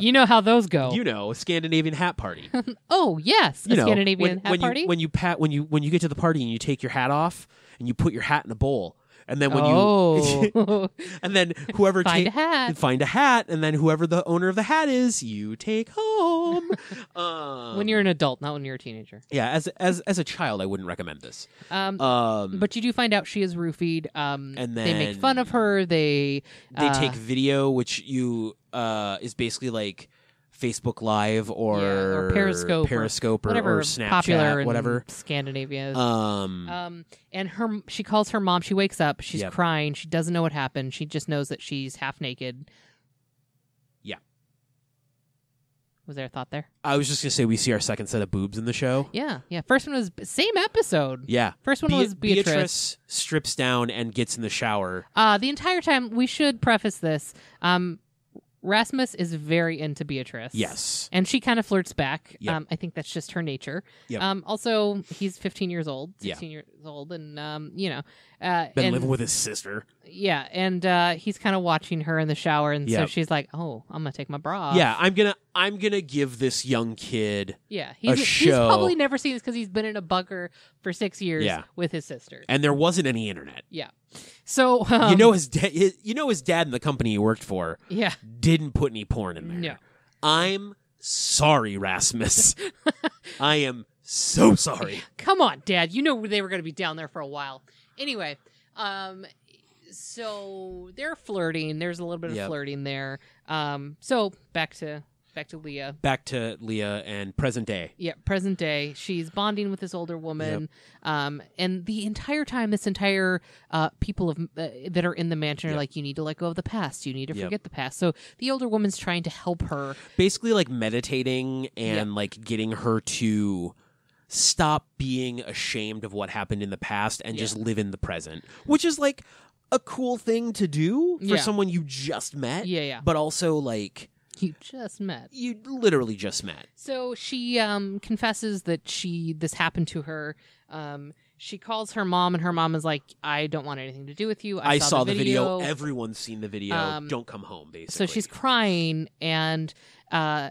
Speaker 1: You know how those go.
Speaker 2: You know, a Scandinavian hat party.
Speaker 1: oh yes, a
Speaker 2: you know,
Speaker 1: Scandinavian
Speaker 2: when,
Speaker 1: hat
Speaker 2: when
Speaker 1: party.
Speaker 2: You, when you pat when you when you get to the party and you take your hat off and you put your hat in a bowl and then when you
Speaker 1: oh.
Speaker 2: and then whoever
Speaker 1: find
Speaker 2: ta-
Speaker 1: a hat
Speaker 2: find a hat and then whoever the owner of the hat is you take home. um,
Speaker 1: when you're an adult, not when you're a teenager.
Speaker 2: yeah, as as as a child, I wouldn't recommend this.
Speaker 1: Um,
Speaker 2: Um,
Speaker 1: but you do find out she is roofied. Um,
Speaker 2: And
Speaker 1: they make fun of
Speaker 2: then
Speaker 1: her. They
Speaker 2: they
Speaker 1: uh,
Speaker 2: take video, which you uh is basically like. Facebook Live or,
Speaker 1: Yeah, or Periscope or
Speaker 2: Periscope or,
Speaker 1: whatever
Speaker 2: or Snapchat,
Speaker 1: popular in
Speaker 2: whatever.
Speaker 1: Scandinavia. Is.
Speaker 2: Um,
Speaker 1: um, and her she calls her mom. She wakes up. She's
Speaker 2: Yep.
Speaker 1: crying. She doesn't know what happened. She just knows that she's half naked.
Speaker 2: Yeah.
Speaker 1: Was there a thought there?
Speaker 2: I was just gonna say we see our second set of boobs in the show.
Speaker 1: Yeah, yeah. First one was same episode.
Speaker 2: Yeah,
Speaker 1: First one
Speaker 2: Be-
Speaker 1: was Beatrice.
Speaker 2: strips down and gets in the shower.
Speaker 1: Uh, the entire time, we should preface this. Um, Rasmus is very into Beatrice.
Speaker 2: Yes.
Speaker 1: And she kind of flirts back.
Speaker 2: Yep.
Speaker 1: Um, I think that's just her nature.
Speaker 2: Yep.
Speaker 1: Um, also, he's 15 years old,
Speaker 2: Yeah.
Speaker 1: 16 years old, and, um, you know. Uh,
Speaker 2: Been
Speaker 1: and-
Speaker 2: living with his sister.
Speaker 1: Yeah, and uh, he's kind of watching her in the shower, and so
Speaker 2: Yep.
Speaker 1: she's like, oh, I'm going to take my bra off.
Speaker 2: yeah, I'm gonna I'm gonna give this young kid
Speaker 1: Yeah. He's, he's
Speaker 2: show.
Speaker 1: probably never seen this because he's been in a bunker for six years
Speaker 2: Yeah.
Speaker 1: with his sister.
Speaker 2: and there wasn't any internet.
Speaker 1: So, um,
Speaker 2: you know his, da- his you know his dad and the company he worked for
Speaker 1: yeah.
Speaker 2: didn't put any porn in there.
Speaker 1: No.
Speaker 2: I'm sorry, Rasmus. I am so sorry.
Speaker 1: Come on, Dad. You know they were going to be down there for a while. Anyway, um, so they're flirting. There's a little bit of
Speaker 2: Yep.
Speaker 1: flirting there. Um, so back to back to Leah.
Speaker 2: Back to Leah and present day.
Speaker 1: Yeah, present day. She's bonding with this older woman. Um, and the entire time, this entire uh, people of uh, that are in the mansion are
Speaker 2: Yep.
Speaker 1: like, "You need to let go of the past. You need to
Speaker 2: Yep.
Speaker 1: forget the past." So the older woman's trying to help her.
Speaker 2: basically like meditating and like getting her to stop being ashamed of what happened in the past and just live in the present, which is like a cool thing to do for
Speaker 1: Yeah.
Speaker 2: someone you just met,
Speaker 1: Yeah, yeah.
Speaker 2: but also like
Speaker 1: You just met.
Speaker 2: you literally just met.
Speaker 1: So she um, confesses that she this happened to her. Um, she calls her mom, and her mom is like, "I don't want anything to do with you. I,
Speaker 2: I, saw, the video. Everyone's seen the video.
Speaker 1: Um,
Speaker 2: Don't come home, basically.
Speaker 1: so she's crying, and uh,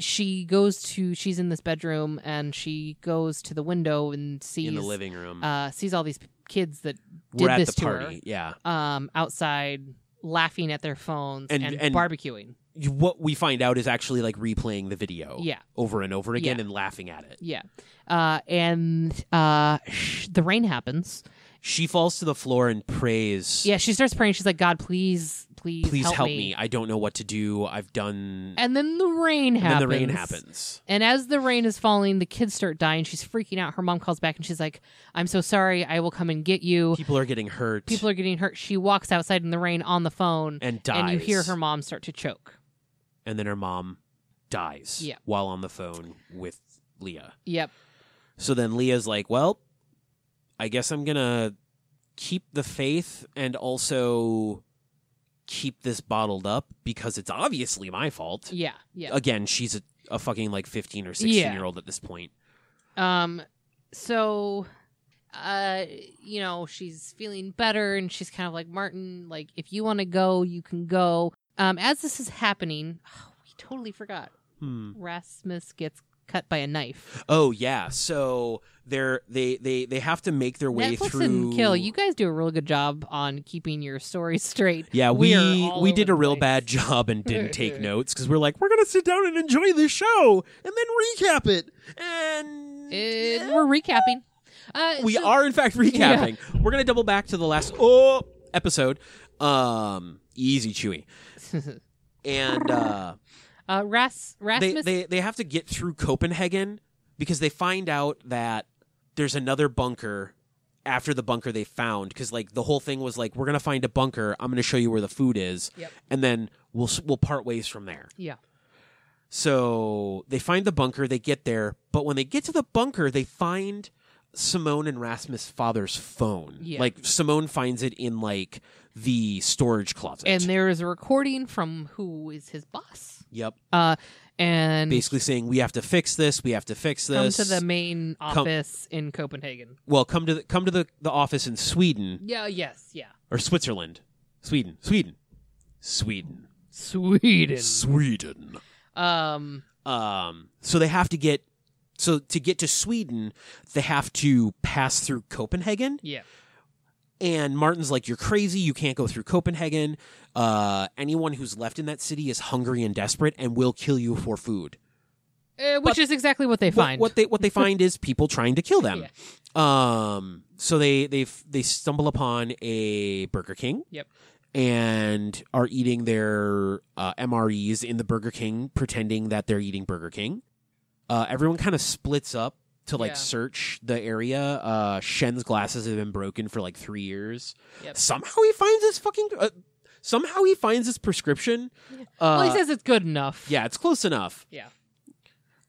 Speaker 1: she goes to she's in this bedroom, and she goes to the window and sees
Speaker 2: in the living room.
Speaker 1: uh, sees all these p- kids that
Speaker 2: We're
Speaker 1: did
Speaker 2: at
Speaker 1: this
Speaker 2: the
Speaker 1: to her.
Speaker 2: party. Yeah.
Speaker 1: um, outside laughing at their phones
Speaker 2: And-
Speaker 1: and,
Speaker 2: and-
Speaker 1: barbecuing.
Speaker 2: You- What we find out is actually like replaying the video
Speaker 1: Yeah,
Speaker 2: over and over again
Speaker 1: Yeah.
Speaker 2: and laughing at it.
Speaker 1: yeah. Uh, and uh, sh- the rain happens.
Speaker 2: She falls to the floor and prays,
Speaker 1: Yeah, she starts praying. She's like, God, please, please,
Speaker 2: "Please help, me. I don't know what to do. I've done."
Speaker 1: And then the rain
Speaker 2: and
Speaker 1: happens.
Speaker 2: then the rain happens.
Speaker 1: And as the rain is falling, the kids start dying. She's freaking out. Her mom calls back and she's like, I'm so sorry. I will come and get you.
Speaker 2: People are getting hurt.
Speaker 1: People are getting hurt. She walks outside in the rain on the phone,
Speaker 2: and dies.
Speaker 1: and you hear her mom start to choke.
Speaker 2: And then her mom dies.
Speaker 1: Yeah.
Speaker 2: While on the phone with Leah.
Speaker 1: Yep.
Speaker 2: So then Leah's like, "Well, I guess I'm going to keep the faith and also keep this bottled up because it's obviously my fault."
Speaker 1: Yeah. Yeah.
Speaker 2: Again, she's a, a fucking like 15 or 16
Speaker 1: Yeah.
Speaker 2: year old at this point.
Speaker 1: Um, so, uh, you know, she's feeling better, and she's kind of like Martin. Like, if you want to go, you can go. Um, as this is happening, oh, we totally forgot.
Speaker 2: Hmm.
Speaker 1: Rasmus gets cut by a knife.
Speaker 2: Oh yeah, so they're they they they have to make their way
Speaker 1: Netflix
Speaker 2: through
Speaker 1: and Kill, you guys do a real good job on keeping your story straight.
Speaker 2: Yeah,
Speaker 1: We
Speaker 2: we
Speaker 1: are
Speaker 2: we,
Speaker 1: all over
Speaker 2: did a
Speaker 1: the
Speaker 2: real
Speaker 1: place.
Speaker 2: bad job and didn't take notes because we're like we're gonna sit down and enjoy the show and then recap it and
Speaker 1: And we're recapping. Uh,
Speaker 2: we
Speaker 1: so-
Speaker 2: are in fact recapping. We're gonna double back to the last oh episode. Um, easy chewy and uh,
Speaker 1: uh, Ras
Speaker 2: they
Speaker 1: Rasmus.
Speaker 2: they they have to get through Copenhagen because they find out that there's another bunker after the bunker they found because like the whole thing was like we're gonna find a bunker. I'm gonna show you where the food is,
Speaker 1: Yep.
Speaker 2: and then we'll s- we'll part ways from there.
Speaker 1: yeah.
Speaker 2: So they find the bunker, they get there, but when they get to the bunker, they find Simone and Rasmus' father's phone.
Speaker 1: Yeah.
Speaker 2: Like Simone finds it in like the storage closet.
Speaker 1: And there is a recording from who is his boss.
Speaker 2: yep,
Speaker 1: Uh, and
Speaker 2: basically saying we have to fix this, we have to fix
Speaker 1: come
Speaker 2: this.
Speaker 1: to the main office in Copenhagen.
Speaker 2: well, come to the, come to the, the office in Sweden
Speaker 1: Yeah, yes, yeah.
Speaker 2: or Switzerland. Sweden, Sweden, Sweden,
Speaker 1: Sweden.
Speaker 2: Sweden.
Speaker 1: Um
Speaker 2: Um, so they have to get so to get to Sweden, they have to pass through Copenhagen.
Speaker 1: yeah.
Speaker 2: And Martin's like, "You're crazy. You can't go through Copenhagen. Uh, anyone who's left in that city is hungry and desperate, and will kill you for food."
Speaker 1: Uh, which is exactly what they
Speaker 2: What-
Speaker 1: find.
Speaker 2: What, they what they find is people trying to kill them. Um, so they they f- they stumble upon a Burger King.
Speaker 1: Yep.
Speaker 2: And are eating their uh, MREs in the Burger King, pretending that they're eating Burger King. Uh, everyone kind of splits up to like
Speaker 1: Yeah.
Speaker 2: search the area. Uh, Shen's glasses have been broken for like three years.
Speaker 1: Yep.
Speaker 2: Somehow he finds this fucking. Uh, somehow he finds this prescription. Uh,
Speaker 1: well, he says it's good enough.
Speaker 2: yeah, it's close enough.
Speaker 1: Yeah.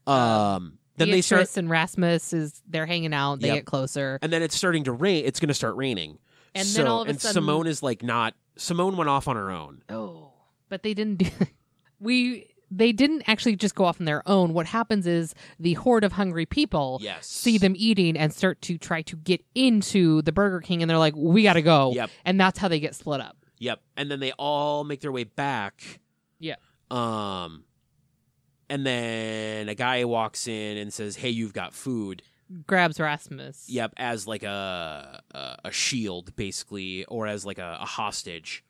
Speaker 2: Um, then they start
Speaker 1: and Rasmus is they're hanging out, they
Speaker 2: Yep.
Speaker 1: get closer.
Speaker 2: and then it's starting to rain. It's going to start raining.
Speaker 1: And
Speaker 2: so,
Speaker 1: then all of a
Speaker 2: and
Speaker 1: sudden-
Speaker 2: Simone is like not. Simone went off on her own.
Speaker 1: Oh. But they didn't do we they didn't actually just go off on their own. What happens is the horde of hungry people
Speaker 2: Yes.
Speaker 1: see them eating and start to try to get into the Burger King and they're like, We gotta go.
Speaker 2: Yep.
Speaker 1: And that's how they get split up.
Speaker 2: Yep. And then they all make their way back.
Speaker 1: Yeah.
Speaker 2: Um, and then a guy walks in and says, "Hey, you've got food."
Speaker 1: Grabs Rasmus.
Speaker 2: Yep, as like a a, a shield basically, or as like a, a hostage.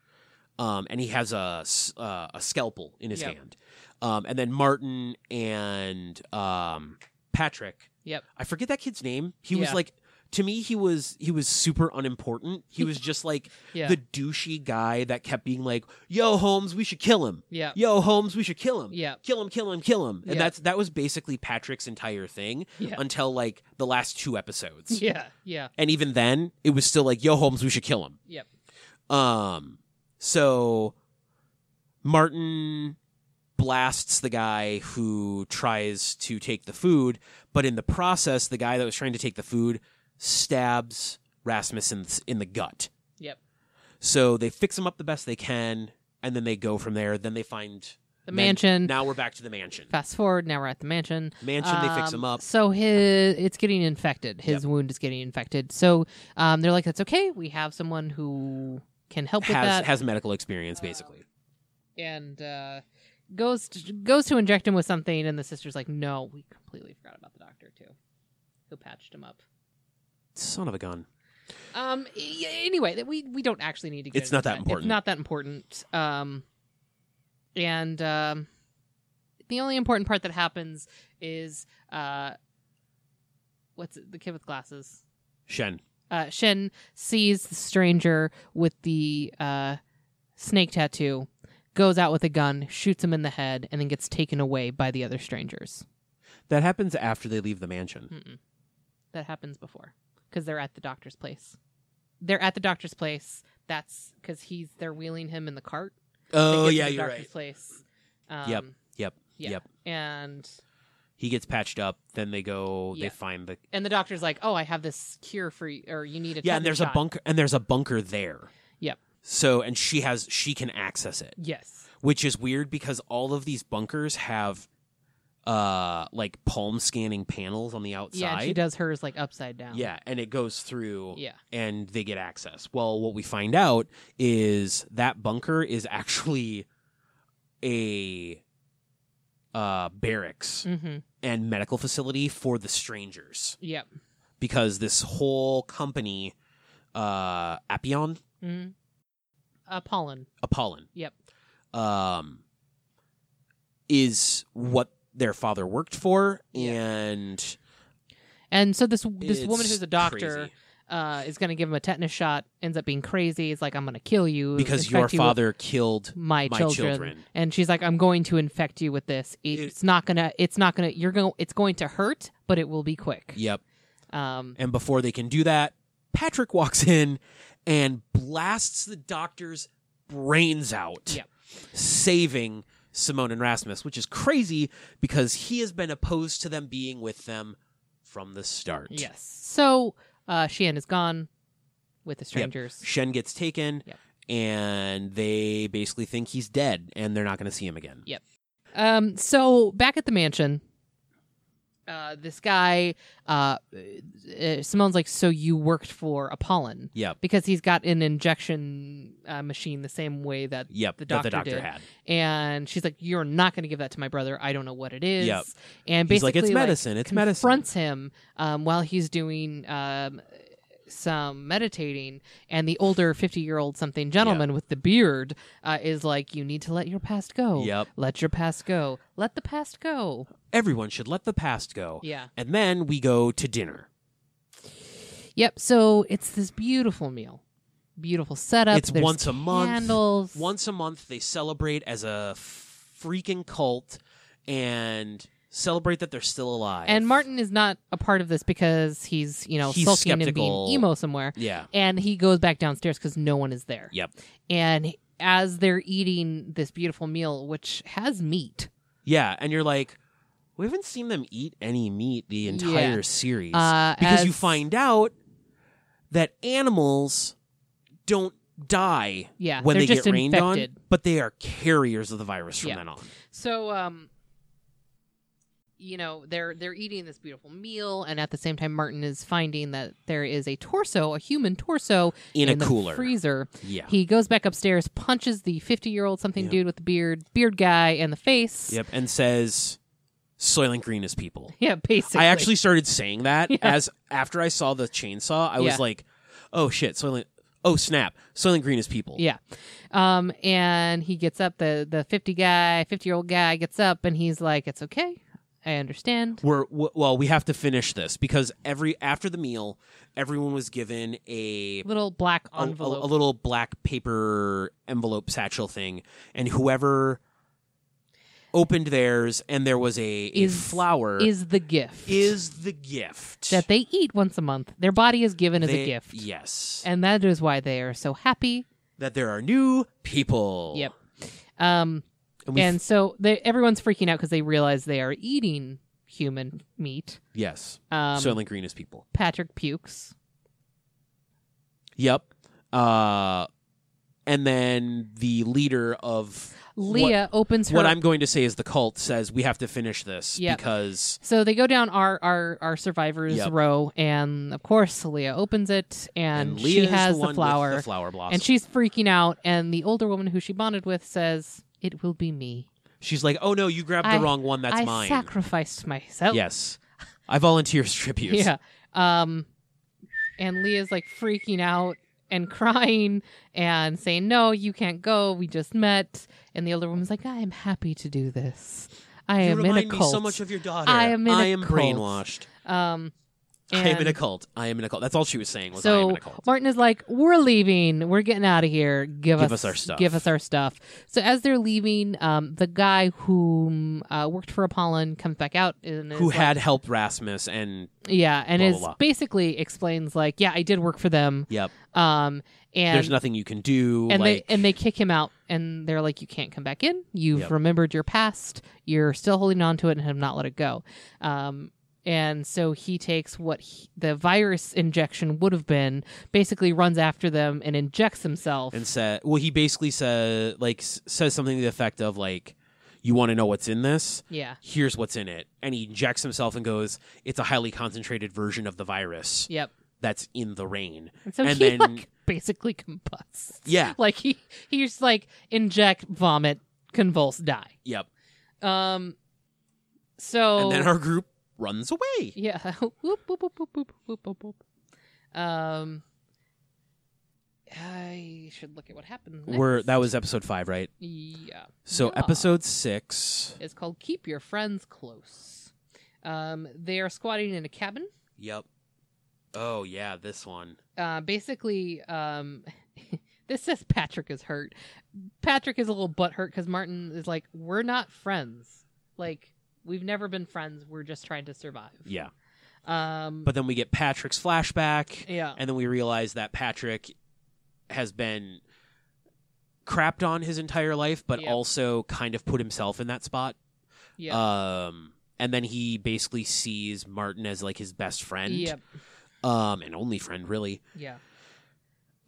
Speaker 2: Um, and he has a s- uh, a scalpel in his
Speaker 1: Yep.
Speaker 2: hand. Um, and then Martin and um Patrick.
Speaker 1: Yep.
Speaker 2: I forget that kid's name. He was
Speaker 1: Yeah.
Speaker 2: like to me he was he was super unimportant. He was just like
Speaker 1: Yeah.
Speaker 2: the douchey guy that kept being like, "Yo, Holmes, we should kill him.
Speaker 1: yeah.
Speaker 2: Yo, Holmes, we should kill him.
Speaker 1: Yeah.
Speaker 2: Kill him, kill him, kill him." And
Speaker 1: Yeah.
Speaker 2: that's that was basically Patrick's entire thing
Speaker 1: Yeah.
Speaker 2: until like the last two episodes.
Speaker 1: Yeah. Yeah.
Speaker 2: And even then, it was still like, "Yo, Holmes, we should kill him."
Speaker 1: Yep.
Speaker 2: Um, so Martin, blasts the guy who tries to take the food, but in the process, the guy that was trying to take the food stabs Rasmus in, in the gut.
Speaker 1: Yep.
Speaker 2: So they fix him up the best they can, and then they go from there. Then they find
Speaker 1: The
Speaker 2: men-
Speaker 1: mansion.
Speaker 2: Now we're back to the mansion.
Speaker 1: Fast forward. Now we're at the mansion.
Speaker 2: Mansion. they fix
Speaker 1: Um,
Speaker 2: him up.
Speaker 1: So his it's getting infected. His wound is getting infected. So um, they're like, "That's okay. We have someone who can help with
Speaker 2: Has
Speaker 1: that."
Speaker 2: has medical experience basically.
Speaker 1: and uh, goes to, goes to inject him with something, and the sister's like, "No, we completely forgot about the doctor too, who patched him up."
Speaker 2: Son of a gun.
Speaker 1: Um. y- Anyway, that we we don't actually need to. Get
Speaker 2: It's
Speaker 1: into
Speaker 2: not that important.
Speaker 1: It's not that important. Um, and um, the only important part that happens is uh, what's it, the kid with glasses?
Speaker 2: Shen.
Speaker 1: Uh, Shen sees the stranger with the uh snake tattoo, goes out with a gun, shoots him in the head, and then gets taken away by the other strangers.
Speaker 2: That happens after they leave the mansion.
Speaker 1: Mm-mm. That happens before because they're at the doctor's place. They're at the doctor's place. That's because he's they're wheeling him in the cart. They
Speaker 2: Oh
Speaker 1: get to
Speaker 2: yeah,
Speaker 1: the
Speaker 2: you're
Speaker 1: doctor's
Speaker 2: right.
Speaker 1: Place.
Speaker 2: Yep,
Speaker 1: Um,
Speaker 2: Yep.
Speaker 1: yeah.
Speaker 2: Yep.
Speaker 1: And
Speaker 2: He gets patched up. Then they go.
Speaker 1: Yeah.
Speaker 2: They find the
Speaker 1: and the doctor's like, "Oh, I have this cure for you, or you need a
Speaker 2: yeah.
Speaker 1: tetanus
Speaker 2: And there's a
Speaker 1: shot."
Speaker 2: bunker. And there's a bunker there.
Speaker 1: Yep.
Speaker 2: So and she has she can access it,
Speaker 1: Yes.
Speaker 2: which is weird because all of these bunkers have, uh, like palm scanning panels on the outside.
Speaker 1: Yeah. And she does hers like upside down.
Speaker 2: Yeah, and it goes through
Speaker 1: Yeah.
Speaker 2: and they get access. Well, what we find out is that bunker is actually a uh, barracks
Speaker 1: Mm-hmm.
Speaker 2: and medical facility for the strangers
Speaker 1: Yep.
Speaker 2: because this whole company, uh, Appion,
Speaker 1: Mm-hmm. Uh, pollen.
Speaker 2: Apollon,
Speaker 1: Yep.
Speaker 2: um, is what their father worked for,
Speaker 1: Yeah.
Speaker 2: and
Speaker 1: And so this this woman
Speaker 2: it's
Speaker 1: who's a doctor
Speaker 2: crazy
Speaker 1: uh, is going to give him a tetanus shot. Ends up being crazy. Is like, "I'm going to kill you
Speaker 2: because
Speaker 1: infect
Speaker 2: your
Speaker 1: you with-
Speaker 2: father killed
Speaker 1: my,
Speaker 2: my
Speaker 1: children.
Speaker 2: children.
Speaker 1: and she's like i'm going to infect you with this
Speaker 2: It-
Speaker 1: it's not gonna it's not gonna you're gonna it's going to hurt but it will be quick
Speaker 2: Yep.
Speaker 1: um
Speaker 2: And before they can do that, Patrick walks in and blasts the doctor's brains out,
Speaker 1: Yep.
Speaker 2: saving Simone and Rasmus, which is crazy because he has been opposed to them being with them from the start.
Speaker 1: yes so uh shean is gone with the strangers
Speaker 2: Shen gets taken.
Speaker 1: Yep.
Speaker 2: And they basically think he's dead, and they're not going to see him again.
Speaker 1: um so back at the mansion uh this guy uh, uh simone's like so you worked for apollon
Speaker 2: Yep,
Speaker 1: because he's got an injection uh, machine the same way that
Speaker 2: yep.
Speaker 1: The
Speaker 2: that the
Speaker 1: doctor
Speaker 2: doctor
Speaker 1: did.
Speaker 2: had.
Speaker 1: and she's like you're not going to give that to my brother i don't know what it is
Speaker 2: Yep.
Speaker 1: and
Speaker 2: He's
Speaker 1: basically
Speaker 2: like, "It's medicine. it's medicine."
Speaker 1: confronts him um, while he's doing um, some meditating, and the older fifty-year-old something gentleman with the beard uh, is like, "You need to let your past go.
Speaker 2: Yep.
Speaker 1: Let your past go. Let the past go."
Speaker 2: Everyone should let the past go.
Speaker 1: Yeah.
Speaker 2: And then we go to dinner.
Speaker 1: Yep. So it's this beautiful meal, beautiful setup.
Speaker 2: It's
Speaker 1: There's
Speaker 2: once a month.
Speaker 1: Candles.
Speaker 2: once a month they celebrate as a freaking cult and celebrate that they're still alive.
Speaker 1: And Martin is not a part of this because he's you know
Speaker 2: He's
Speaker 1: sulking and
Speaker 2: skeptical.
Speaker 1: being emo somewhere.
Speaker 2: yeah,
Speaker 1: And he goes back downstairs because no one is there.
Speaker 2: yep,
Speaker 1: and as they're eating this beautiful meal which has meat
Speaker 2: yeah, and you're like, we haven't seen them eat any meat the entire
Speaker 1: Yeah.
Speaker 2: series
Speaker 1: uh,
Speaker 2: because
Speaker 1: as-
Speaker 2: you find out that animals don't die
Speaker 1: yeah
Speaker 2: when
Speaker 1: they're
Speaker 2: they
Speaker 1: just
Speaker 2: get rained
Speaker 1: infected
Speaker 2: on, but they are carriers of the virus from
Speaker 1: Yeah.
Speaker 2: then on.
Speaker 1: so um you know they're they're eating this beautiful meal and at the same time martin is finding that there is a torso a human torso
Speaker 2: In, a
Speaker 1: the
Speaker 2: cooler,
Speaker 1: freezer
Speaker 2: yeah.
Speaker 1: he goes back upstairs punches the 50 year old something
Speaker 2: Yep.
Speaker 1: dude with the beard beard guy in the face
Speaker 2: Yep, and says Soylent Green is people.
Speaker 1: yeah basically
Speaker 2: I actually started saying that
Speaker 1: Yeah.
Speaker 2: as after I saw the chainsaw, I
Speaker 1: Yeah.
Speaker 2: was like, "Oh shit, Soylent! Oh snap, Soylent Green is people."
Speaker 1: Yeah. Um, and he gets up, the the 50 guy, 50 year old guy gets up and he's like, It's okay. I understand.
Speaker 2: We're w- well, we have to finish this because every after the meal, everyone was given a
Speaker 1: Little black
Speaker 2: a, a-
Speaker 1: envelope.
Speaker 2: a little black paper envelope satchel thing, and whoever opened theirs and there was a, a
Speaker 1: Is-
Speaker 2: flower
Speaker 1: is the gift.
Speaker 2: is the gift
Speaker 1: that they eat once a month. Their body is given as
Speaker 2: They-
Speaker 1: a gift.
Speaker 2: Yes,
Speaker 1: And that is why they are so happy.
Speaker 2: that there are new people.
Speaker 1: Yep. Um
Speaker 2: And we
Speaker 1: and so they, everyone's freaking out because they realize they are eating human meat.
Speaker 2: yes,
Speaker 1: Um,
Speaker 2: Soylent Green is people.
Speaker 1: Patrick pukes.
Speaker 2: Yep. Uh, and then the leader of
Speaker 1: Leah opens her.
Speaker 2: what I'm going to say is the cult says we have to finish this
Speaker 1: Yep.
Speaker 2: because
Speaker 1: so they go down our our, our survivors
Speaker 2: Yep.
Speaker 1: row, and of course Leah opens it, and,
Speaker 2: and
Speaker 1: she
Speaker 2: Leah
Speaker 1: has
Speaker 2: is the, one with
Speaker 1: flower,
Speaker 2: the flower blossom,
Speaker 1: and she's freaking out. And the older woman who she bonded with says, "It will be me.
Speaker 2: she's like, "Oh no, you grabbed
Speaker 1: I-
Speaker 2: the wrong one. That's
Speaker 1: I
Speaker 2: mine."
Speaker 1: sacrificed myself."
Speaker 2: Yes, I volunteer as tribute.
Speaker 1: Yeah. Um, and Leah's like freaking out and crying and saying, "No, you can't go. We just met." And the older woman's like, "I am happy to do this. I
Speaker 2: You
Speaker 1: am in a
Speaker 2: remind me
Speaker 1: cult."
Speaker 2: so much of your daughter.
Speaker 1: I am in
Speaker 2: I
Speaker 1: a
Speaker 2: am
Speaker 1: cult.
Speaker 2: brainwashed.
Speaker 1: um,
Speaker 2: I am in a
Speaker 1: and
Speaker 2: cult. I am in a cult. That's all she was saying was I am
Speaker 1: so
Speaker 2: in a cult.
Speaker 1: Martin is like, "We're leaving. We're getting out of here. Give,
Speaker 2: Give us our stuff."
Speaker 1: Give us our stuff." So as they're leaving, um, the guy whom uh, worked for Apollon comes back out and
Speaker 2: Who
Speaker 1: is
Speaker 2: had helped Rasmus and
Speaker 1: like, yeah, and
Speaker 2: blah,
Speaker 1: is
Speaker 2: blah, blah.
Speaker 1: basically explains like, "Yeah, I did work for them."
Speaker 2: yep.
Speaker 1: Um, and
Speaker 2: There's nothing you can do.
Speaker 1: and
Speaker 2: like,
Speaker 1: they and they kick him out and they're like you can't come back in you've
Speaker 2: Yep.
Speaker 1: remembered your past you're still holding on to it and have not let it go um and so he takes what he, the virus injection would have been basically runs after them and injects himself
Speaker 2: and said, well, he basically said like s- says something to the effect of like, you want to know what's in this?
Speaker 1: yeah
Speaker 2: Here's what's in it. And he injects himself and goes, it's a highly concentrated version of the virus
Speaker 1: yep
Speaker 2: that's in the rain.
Speaker 1: and so
Speaker 2: And
Speaker 1: he
Speaker 2: then-
Speaker 1: like basically combusts
Speaker 2: Yeah.
Speaker 1: like he he's like inject vomit convulse die
Speaker 2: Yep.
Speaker 1: um so
Speaker 2: And then our group runs away.
Speaker 1: Yeah. whoop, whoop, whoop, whoop, whoop, whoop, whoop, whoop. Um, I should look at what happened. Next.
Speaker 2: We're that was episode five, right?
Speaker 1: yeah.
Speaker 2: So
Speaker 1: Yeah.
Speaker 2: episode six.
Speaker 1: It's called "Keep Your Friends Close." Um, they are squatting in a cabin.
Speaker 2: Yep. Oh yeah, this one.
Speaker 1: Uh, basically, um, this says Patrick is hurt. Patrick is a little butthurt because Martin is like, "We're not friends. Like, we've never been friends. We're just trying to survive."
Speaker 2: Yeah.
Speaker 1: Um,
Speaker 2: But then we get Patrick's flashback,
Speaker 1: yeah,
Speaker 2: and then we realize that Patrick has been crapped on his entire life, but
Speaker 1: Yep.
Speaker 2: also kind of put himself in that spot.
Speaker 1: yeah,
Speaker 2: Um, and then he basically sees Martin as like his best friend,
Speaker 1: yep,
Speaker 2: um, and only friend really.
Speaker 1: yeah,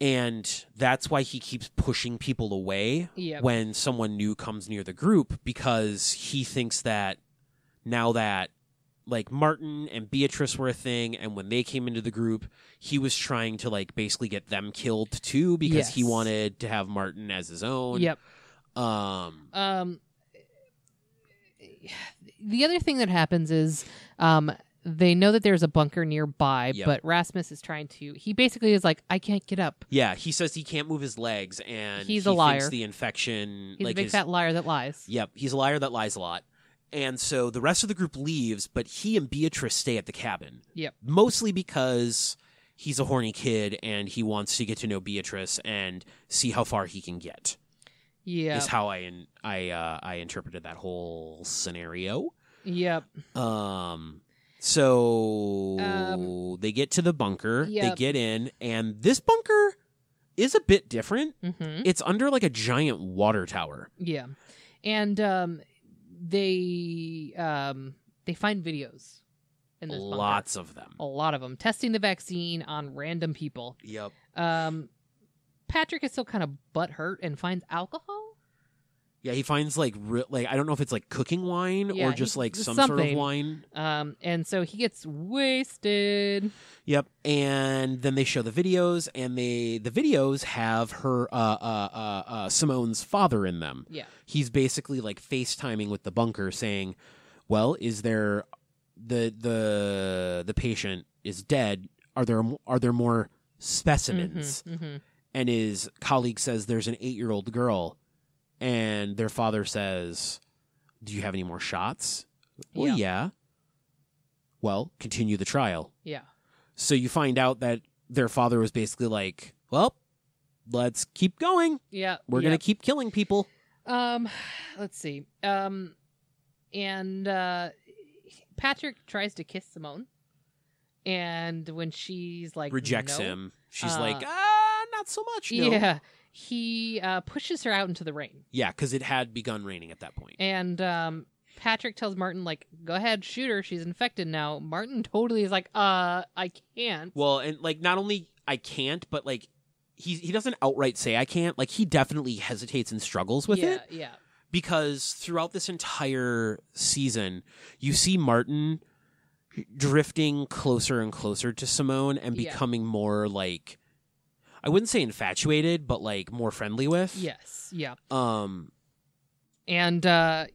Speaker 2: And that's why he keeps pushing people away
Speaker 1: yeah.
Speaker 2: when someone new comes near the group because he thinks that now that like Martin and Beatrice were a thing and when they came into the group he was trying to like basically get them killed too because he
Speaker 1: Yes.
Speaker 2: wanted to have Martin as his own
Speaker 1: Yep.
Speaker 2: um
Speaker 1: Um, the other thing that happens is um, they know that there's a bunker nearby,
Speaker 2: Yep.
Speaker 1: but Rasmus is trying to. He basically is like, I can't get up.
Speaker 2: yeah he says he can't move his legs and
Speaker 1: He's
Speaker 2: he
Speaker 1: a
Speaker 2: thinks
Speaker 1: liar.
Speaker 2: the infection
Speaker 1: He's
Speaker 2: like
Speaker 1: a big
Speaker 2: his,
Speaker 1: fat liar that lies.
Speaker 2: yep he's a liar that lies a lot and so the rest of the group leaves but he and Beatrice stay at the cabin
Speaker 1: Yep.
Speaker 2: mostly because he's a horny kid and he wants to get to know Beatrice and see how far he can get.
Speaker 1: Yeah.
Speaker 2: Is how I in, I uh, I interpreted that whole scenario.
Speaker 1: Yep.
Speaker 2: Um so
Speaker 1: Um,
Speaker 2: they get to the bunker,
Speaker 1: Yep.
Speaker 2: they get in and this bunker is a bit different.
Speaker 1: hmm
Speaker 2: It's under like a giant water tower.
Speaker 1: Yeah. And um, they um, they find videos in this bunker. Oh.
Speaker 2: Lots of them.
Speaker 1: a lot of them testing the vaccine on random people.
Speaker 2: Yep.
Speaker 1: Um, Patrick is still kind of butthurt and finds alcohol.
Speaker 2: Yeah, he finds like re- like I don't know if it's like cooking wine
Speaker 1: Yeah,
Speaker 2: or
Speaker 1: he-
Speaker 2: just like
Speaker 1: just
Speaker 2: some sort of
Speaker 1: something.
Speaker 2: wine.
Speaker 1: Um, and so he gets wasted.
Speaker 2: Yep. And then they show the videos, and they the videos have her uh, uh, uh, uh, Simone's father in them.
Speaker 1: Yeah.
Speaker 2: He's basically like FaceTiming with the bunker, saying, "Well, is there the the the patient is dead? Are there are there more specimens?"
Speaker 1: Mhm, mhm.
Speaker 2: And his colleague says, "There's an eight year old girl," and their father says, "Do you have any more shots?" Well,
Speaker 1: Yeah.
Speaker 2: yeah. Well, continue the trial.
Speaker 1: Yeah.
Speaker 2: So you find out that their father was basically like, well, let's keep going.
Speaker 1: Yeah.
Speaker 2: We're
Speaker 1: yeah.
Speaker 2: going to keep killing people.
Speaker 1: Um, let's see. Um, and uh, Patrick tries to kiss Simone, and when she's like
Speaker 2: Rejects
Speaker 1: no-
Speaker 2: him. She's
Speaker 1: Uh,
Speaker 2: like, ah, not so much. No.
Speaker 1: Yeah. he uh, pushes her out into the rain.
Speaker 2: Yeah, because it had begun raining at that point.
Speaker 1: And um, Patrick tells Martin, like, go ahead, shoot her. She's infected now. Martin totally is like, uh, I can't.
Speaker 2: Well, and like not only I can't, but like he he doesn't outright say I can't. Like he definitely hesitates and struggles with
Speaker 1: yeah,
Speaker 2: it
Speaker 1: Yeah.
Speaker 2: because throughout this entire season, you see Martin drifting closer and closer to Simone and
Speaker 1: Yeah.
Speaker 2: becoming more like I wouldn't say infatuated, but like more friendly with.
Speaker 1: Yes. Yeah.
Speaker 2: Um
Speaker 1: And, uh,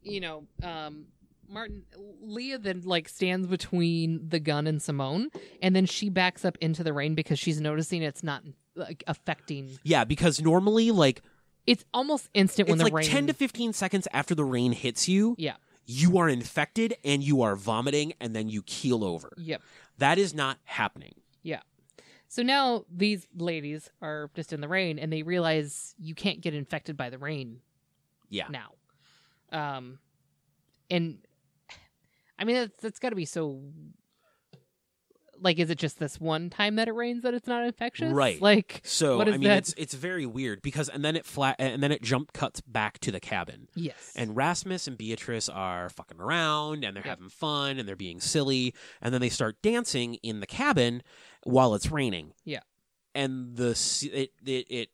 Speaker 1: you know, um, Martin, Leah then, like, stands between the gun and Simone. And then she backs up into the rain because she's noticing it's not, like, affecting.
Speaker 2: yeah, because normally like
Speaker 1: It's almost instant when
Speaker 2: it's
Speaker 1: the
Speaker 2: like
Speaker 1: rain.
Speaker 2: 10 to 15 seconds after the rain hits you
Speaker 1: Yeah.
Speaker 2: you are infected and you are vomiting and then you keel over
Speaker 1: Yep.
Speaker 2: that is not happening
Speaker 1: So now these ladies are just in the rain and they realize you can't get infected by the rain
Speaker 2: yeah
Speaker 1: now. Um and I mean that's that's got to be so like is it just this one time that it rains that it's not infectious?
Speaker 2: Right.
Speaker 1: Like
Speaker 2: so
Speaker 1: What is
Speaker 2: i mean
Speaker 1: that?
Speaker 2: it's it's very weird because and then it flat and then it jump cuts back to the cabin
Speaker 1: yes.
Speaker 2: and Rasmus and Beatrice are fucking around and they're
Speaker 1: Yep.
Speaker 2: having fun and they're being silly and then they start dancing in the cabin while it's raining.
Speaker 1: Yeah.
Speaker 2: And the s- it it, it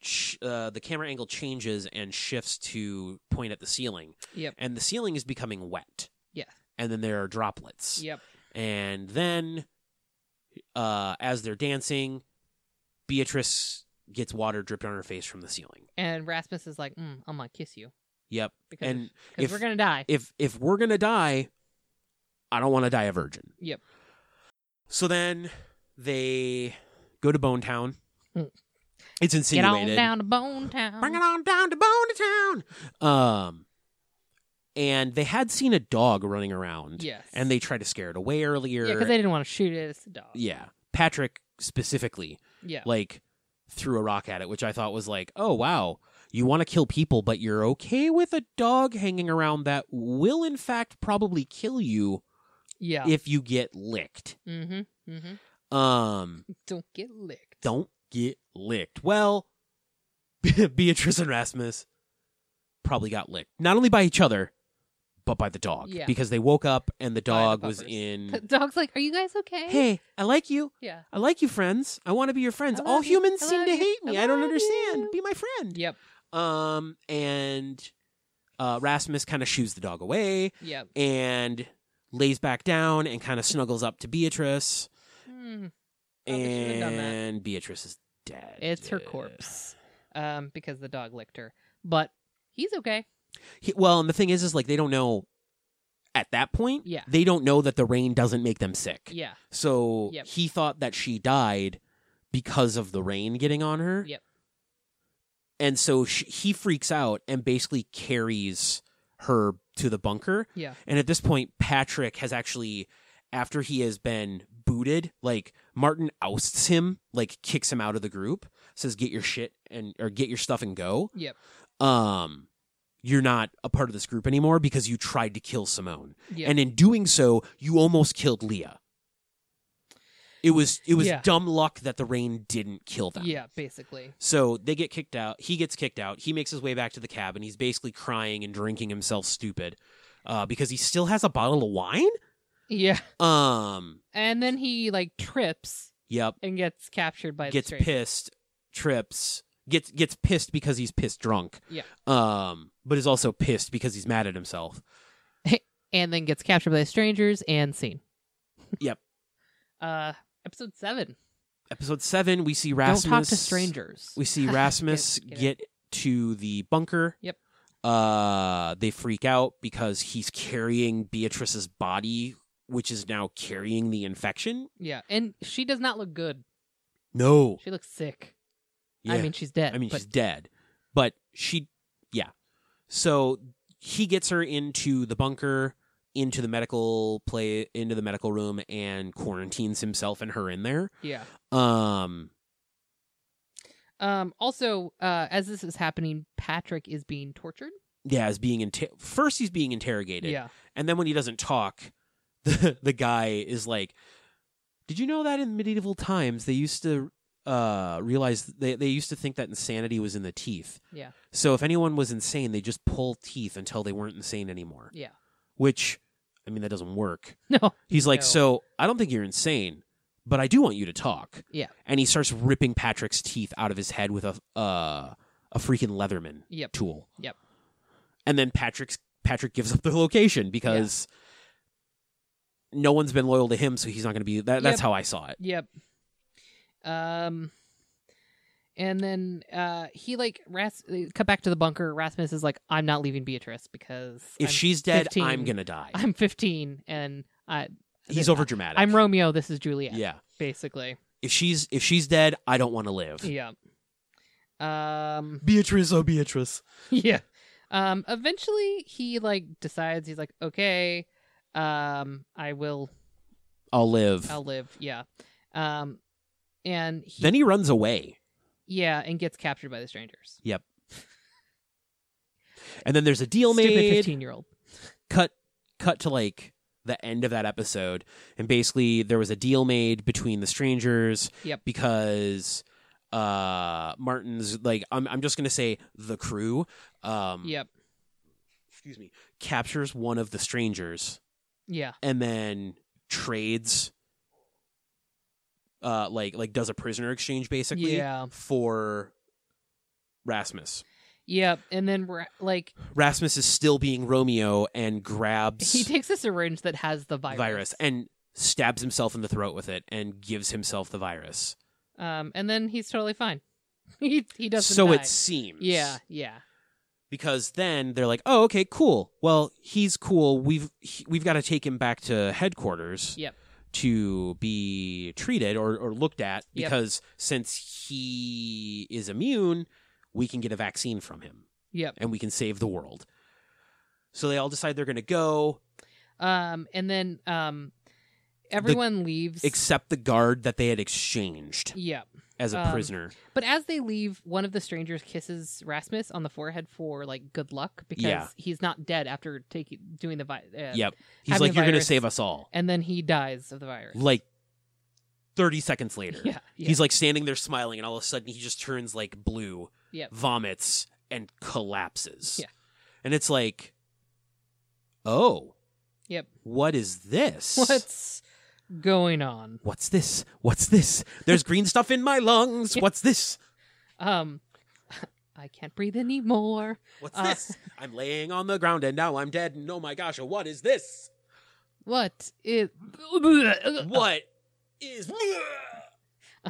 Speaker 2: sh- uh, the camera angle changes and shifts to point at the ceiling.
Speaker 1: Yep.
Speaker 2: And the ceiling is becoming wet.
Speaker 1: Yeah.
Speaker 2: And then there are droplets.
Speaker 1: yep.
Speaker 2: And then uh as they're dancing Beatrice gets water dripped on her face from the ceiling.
Speaker 1: And Rasmus is like, mm, "I'm gonna kiss you
Speaker 2: Yep.
Speaker 1: because
Speaker 2: and
Speaker 1: because
Speaker 2: if-
Speaker 1: we're gonna die."
Speaker 2: if if we're gonna die, I don't want to die a virgin.
Speaker 1: Yep.
Speaker 2: So then they go to Bone Town.
Speaker 1: Mm.
Speaker 2: It's
Speaker 1: Get on
Speaker 2: insinuated.
Speaker 1: down to Bone Town.
Speaker 2: Bring it on down to Bone Town. Um, and they had seen a dog running around,
Speaker 1: Yes.
Speaker 2: and they tried to scare it away earlier.
Speaker 1: yeah, because they didn't want to shoot it. It's a dog.
Speaker 2: Yeah. Patrick specifically,
Speaker 1: Yeah.
Speaker 2: like, threw a rock at it, which I thought was like, oh wow. You want to kill people, but you're okay with a dog hanging around that will, in fact, probably kill you
Speaker 1: yeah.
Speaker 2: if you get licked.
Speaker 1: mm-hmm. Mm-hmm.
Speaker 2: Um,
Speaker 1: Don't get licked.
Speaker 2: don't get licked. Well, Beatrice and Rasmus probably got licked. Not only by each other, but by the dog.
Speaker 1: Yeah.
Speaker 2: Because they woke up and the
Speaker 1: By the
Speaker 2: dog was
Speaker 1: puppers. The
Speaker 2: in
Speaker 1: dog's like, "Are you guys okay?"
Speaker 2: Mm. Hey, I like you.
Speaker 1: Yeah.
Speaker 2: I like you, friends. I want to be your friends.
Speaker 1: I
Speaker 2: All
Speaker 1: love you.
Speaker 2: humans
Speaker 1: I
Speaker 2: seem
Speaker 1: love
Speaker 2: to
Speaker 1: you.
Speaker 2: hate me.
Speaker 1: I
Speaker 2: I, don't
Speaker 1: love
Speaker 2: understand.
Speaker 1: you."
Speaker 2: Be my friend.
Speaker 1: Yep.
Speaker 2: Um, and uh, Rasmus kind of shoos the dog away
Speaker 1: Yep.
Speaker 2: and lays back down and kind of snuggles up to Beatrice.
Speaker 1: Hmm. Probably shouldn't have done that.
Speaker 2: and Beatrice is dead.
Speaker 1: It's her corpse, um, because the dog licked her. But he's okay.
Speaker 2: He- well, and the thing is, is like they don't know at that point.
Speaker 1: Yeah.
Speaker 2: they don't know that the rain doesn't make them sick.
Speaker 1: Yeah.
Speaker 2: So
Speaker 1: Yep.
Speaker 2: he thought that she died because of the rain getting on her.
Speaker 1: Yep.
Speaker 2: And so she, he freaks out and basically carries her to the bunker.
Speaker 1: Yeah.
Speaker 2: And at this point, Patrick has actually, after he has been booted, like Martin ousts him, like kicks him out of the group, says, "Get your shit and or get your stuff and go."
Speaker 1: Yep.
Speaker 2: Um, you're not a part of this group anymore because you tried to kill Simone,
Speaker 1: Yeah.
Speaker 2: and in doing so, you almost killed Leah. It was it was
Speaker 1: Yeah.
Speaker 2: dumb luck that the rain didn't kill them.
Speaker 1: yeah. Basically.
Speaker 2: So they get kicked out. He gets kicked out. He makes his way back to the cabin. He's basically crying and drinking himself stupid uh, because he still has a bottle of wine.
Speaker 1: Yeah.
Speaker 2: Um,
Speaker 1: And then he like trips
Speaker 2: yep.
Speaker 1: and gets captured by
Speaker 2: Gets
Speaker 1: the stranger.
Speaker 2: pissed, trips, gets gets pissed because he's pissed drunk.
Speaker 1: Yeah.
Speaker 2: Um, but is also pissed because he's mad at himself.
Speaker 1: and then gets captured by the strangers and seen.
Speaker 2: Yep.
Speaker 1: Uh, episode seven.
Speaker 2: Episode seven, we see Rasmus.
Speaker 1: Don't talk to strangers.
Speaker 2: We see Rasmus
Speaker 1: Get-
Speaker 2: get,
Speaker 1: get
Speaker 2: to the bunker.
Speaker 1: Yep.
Speaker 2: Uh, they freak out because he's carrying Beatrice's body, which is now carrying the infection.
Speaker 1: yeah. And she does not look good.
Speaker 2: No.
Speaker 1: She looks sick.
Speaker 2: Yeah.
Speaker 1: I mean, she's dead.
Speaker 2: I mean,
Speaker 1: but
Speaker 2: she's dead, but she, yeah. So he gets her into the bunker, into the medical play, into the medical room, and quarantines himself and her in there.
Speaker 1: yeah.
Speaker 2: Um,
Speaker 1: Um. Also, uh, as this is happening, Patrick is being tortured.
Speaker 2: yeah, as being inter- first he's being interrogated.
Speaker 1: Yeah.
Speaker 2: And then when he doesn't talk, the the guy is like, "Did you know that in medieval times they used to uh, realized they they used to think that insanity was in the teeth.
Speaker 1: Yeah.
Speaker 2: So if anyone was insane, they just pull teeth until they weren't insane anymore.
Speaker 1: Yeah.
Speaker 2: Which, I mean, that doesn't work.
Speaker 1: No.
Speaker 2: He's like,
Speaker 1: No.
Speaker 2: so I don't think you're insane, but I do want you to talk.
Speaker 1: Yeah.
Speaker 2: And he starts ripping Patrick's teeth out of his head with a uh, a freaking Leatherman
Speaker 1: Yep.
Speaker 2: tool.
Speaker 1: Yep.
Speaker 2: And then Patrick's Patrick gives up their location because no one's been loyal to him, so he's not going to be. That, That's
Speaker 1: Yep.
Speaker 2: how I saw it.
Speaker 1: Yep. Um and then uh he like Rath- cut back to the bunker. Rasmus is like, I'm not leaving Beatrice because
Speaker 2: If
Speaker 1: I'm,
Speaker 2: she's dead,
Speaker 1: 15.
Speaker 2: I'm going to die.
Speaker 1: I'm fifteen and I
Speaker 2: he's over dramatic.
Speaker 1: I'm Romeo, this is Juliet.
Speaker 2: Yeah.
Speaker 1: Basically.
Speaker 2: If she's if she's dead, I don't want to live.
Speaker 1: Yeah. Um
Speaker 2: Beatrice, oh Beatrice.
Speaker 1: yeah. Um eventually he like decides he's like, Okay, um I will
Speaker 2: I'll live.
Speaker 1: I'll live, yeah. Um and he,
Speaker 2: then he runs away.
Speaker 1: yeah, and gets captured by the strangers.
Speaker 2: And then there's a deal
Speaker 1: Stupid
Speaker 2: made.
Speaker 1: fifteen year old.
Speaker 2: cut cut to like the end of that episode and basically there was a deal made between the strangers
Speaker 1: Yep.
Speaker 2: because uh martin's like i'm, I'm just gonna say the crew um
Speaker 1: Yep.
Speaker 2: excuse me captures one of the strangers
Speaker 1: Yeah.
Speaker 2: and then trades uh like like does a prisoner exchange basically
Speaker 1: Yeah.
Speaker 2: for rasmus
Speaker 1: Yep. And then we're like
Speaker 2: rasmus is still being romeo and grabs
Speaker 1: he takes this syringe that has the virus.
Speaker 2: virus. and stabs himself in the throat with it and gives himself the virus.
Speaker 1: Um and then he's totally fine. he he doesn't
Speaker 2: so
Speaker 1: die.
Speaker 2: it seems.
Speaker 1: Yeah, yeah.
Speaker 2: Because then they're like, "Oh, okay, cool. Well, he's cool. We've he- we've got to take him back to headquarters
Speaker 1: Yep.
Speaker 2: to be treated or or looked at
Speaker 1: Yep.
Speaker 2: because since he is immune, we can get a vaccine from him
Speaker 1: Yep.
Speaker 2: and we can save the world." So they all decide they're going to go
Speaker 1: Um and then um everyone leaves
Speaker 2: except the guard that they had exchanged
Speaker 1: Yep.
Speaker 2: as a
Speaker 1: Um,
Speaker 2: prisoner.
Speaker 1: But as they leave, one of the strangers kisses Rasmus on the forehead for like good luck because
Speaker 2: Yeah.
Speaker 1: he's not dead after taking doing the vi- uh,
Speaker 2: Yep. He's
Speaker 1: having
Speaker 2: like,
Speaker 1: a
Speaker 2: "You're going to
Speaker 1: virus-
Speaker 2: save us all."
Speaker 1: And then he dies of the virus.
Speaker 2: like 30 seconds later.
Speaker 1: Yeah. yeah.
Speaker 2: He's like standing there smiling, and all of a sudden he just turns like blue,
Speaker 1: Yep.
Speaker 2: vomits, and collapses.
Speaker 1: Yeah.
Speaker 2: And it's like, oh.
Speaker 1: Yep.
Speaker 2: What is this?
Speaker 1: What's going on?
Speaker 2: What's this? What's this? There's green stuff in my lungs. What's this?
Speaker 1: Um I can't breathe anymore.
Speaker 2: What's
Speaker 1: Uh,
Speaker 2: this? I'm laying on the ground and now I'm dead. And oh my gosh, what is this?
Speaker 1: What is Uh,
Speaker 2: What is.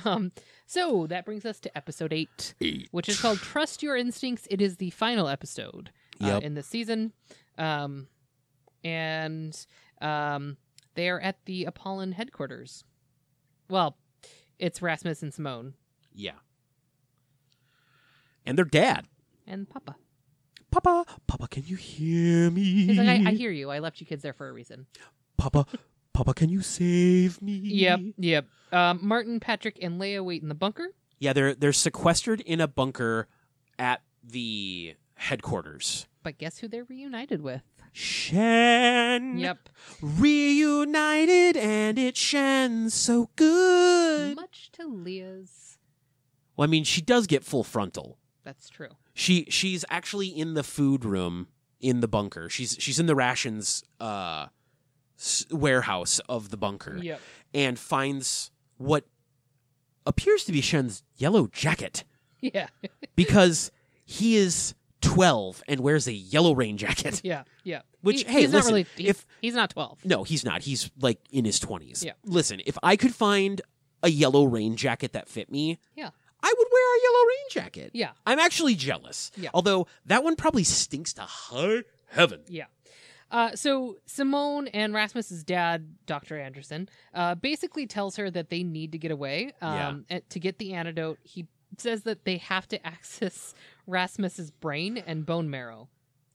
Speaker 1: Um, so that brings us to episode eight, which is called "Trust Your Instincts." It is the final episode uh,
Speaker 2: Yep.
Speaker 1: in the season, um, and um, they are at the Apollon headquarters. Well, it's Rasmus and Simone
Speaker 2: Yeah. And they're dad.
Speaker 1: and Papa.
Speaker 2: Papa, Papa, can you hear me?
Speaker 1: He's like, I, "I hear you. I left you kids there for a reason."
Speaker 2: Papa, Papa, can you save me?
Speaker 1: Yep, yep. Um, Martin, Patrick, and Leia wait in the bunker.
Speaker 2: Yeah, they're they're sequestered in a bunker at the headquarters.
Speaker 1: But guess who they're reunited with?
Speaker 2: Shen.
Speaker 1: Yep.
Speaker 2: Reunited and it Shen's so good.
Speaker 1: Much to Leah's.
Speaker 2: Well, I mean, she does get full frontal.
Speaker 1: That's true.
Speaker 2: She she's actually in the food room in the bunker. She's she's in the rations uh s- warehouse of the bunker
Speaker 1: Yep.
Speaker 2: and finds what appears to be Shen's yellow jacket.
Speaker 1: Yeah.
Speaker 2: because he is 12 and wears a yellow rain jacket.
Speaker 1: Yeah, yeah.
Speaker 2: Which,
Speaker 1: He-
Speaker 2: hey,
Speaker 1: he's not
Speaker 2: listen,
Speaker 1: really. He's,
Speaker 2: if-
Speaker 1: he's not twelve,
Speaker 2: No, he's not. He's like in his 20s.
Speaker 1: Yeah.
Speaker 2: Listen, if I could find a yellow rain jacket that fit me,
Speaker 1: Yeah.
Speaker 2: I would wear a yellow rain jacket.
Speaker 1: yeah,
Speaker 2: I'm actually jealous.
Speaker 1: Yeah.
Speaker 2: Although that one probably stinks to high heaven.
Speaker 1: yeah. Uh, so Simone and Rasmus's dad, Doctor Anderson, uh, basically tells her that they need to get away. Um, and to get the antidote, he says that they have to access Rasmus's brain and bone marrow,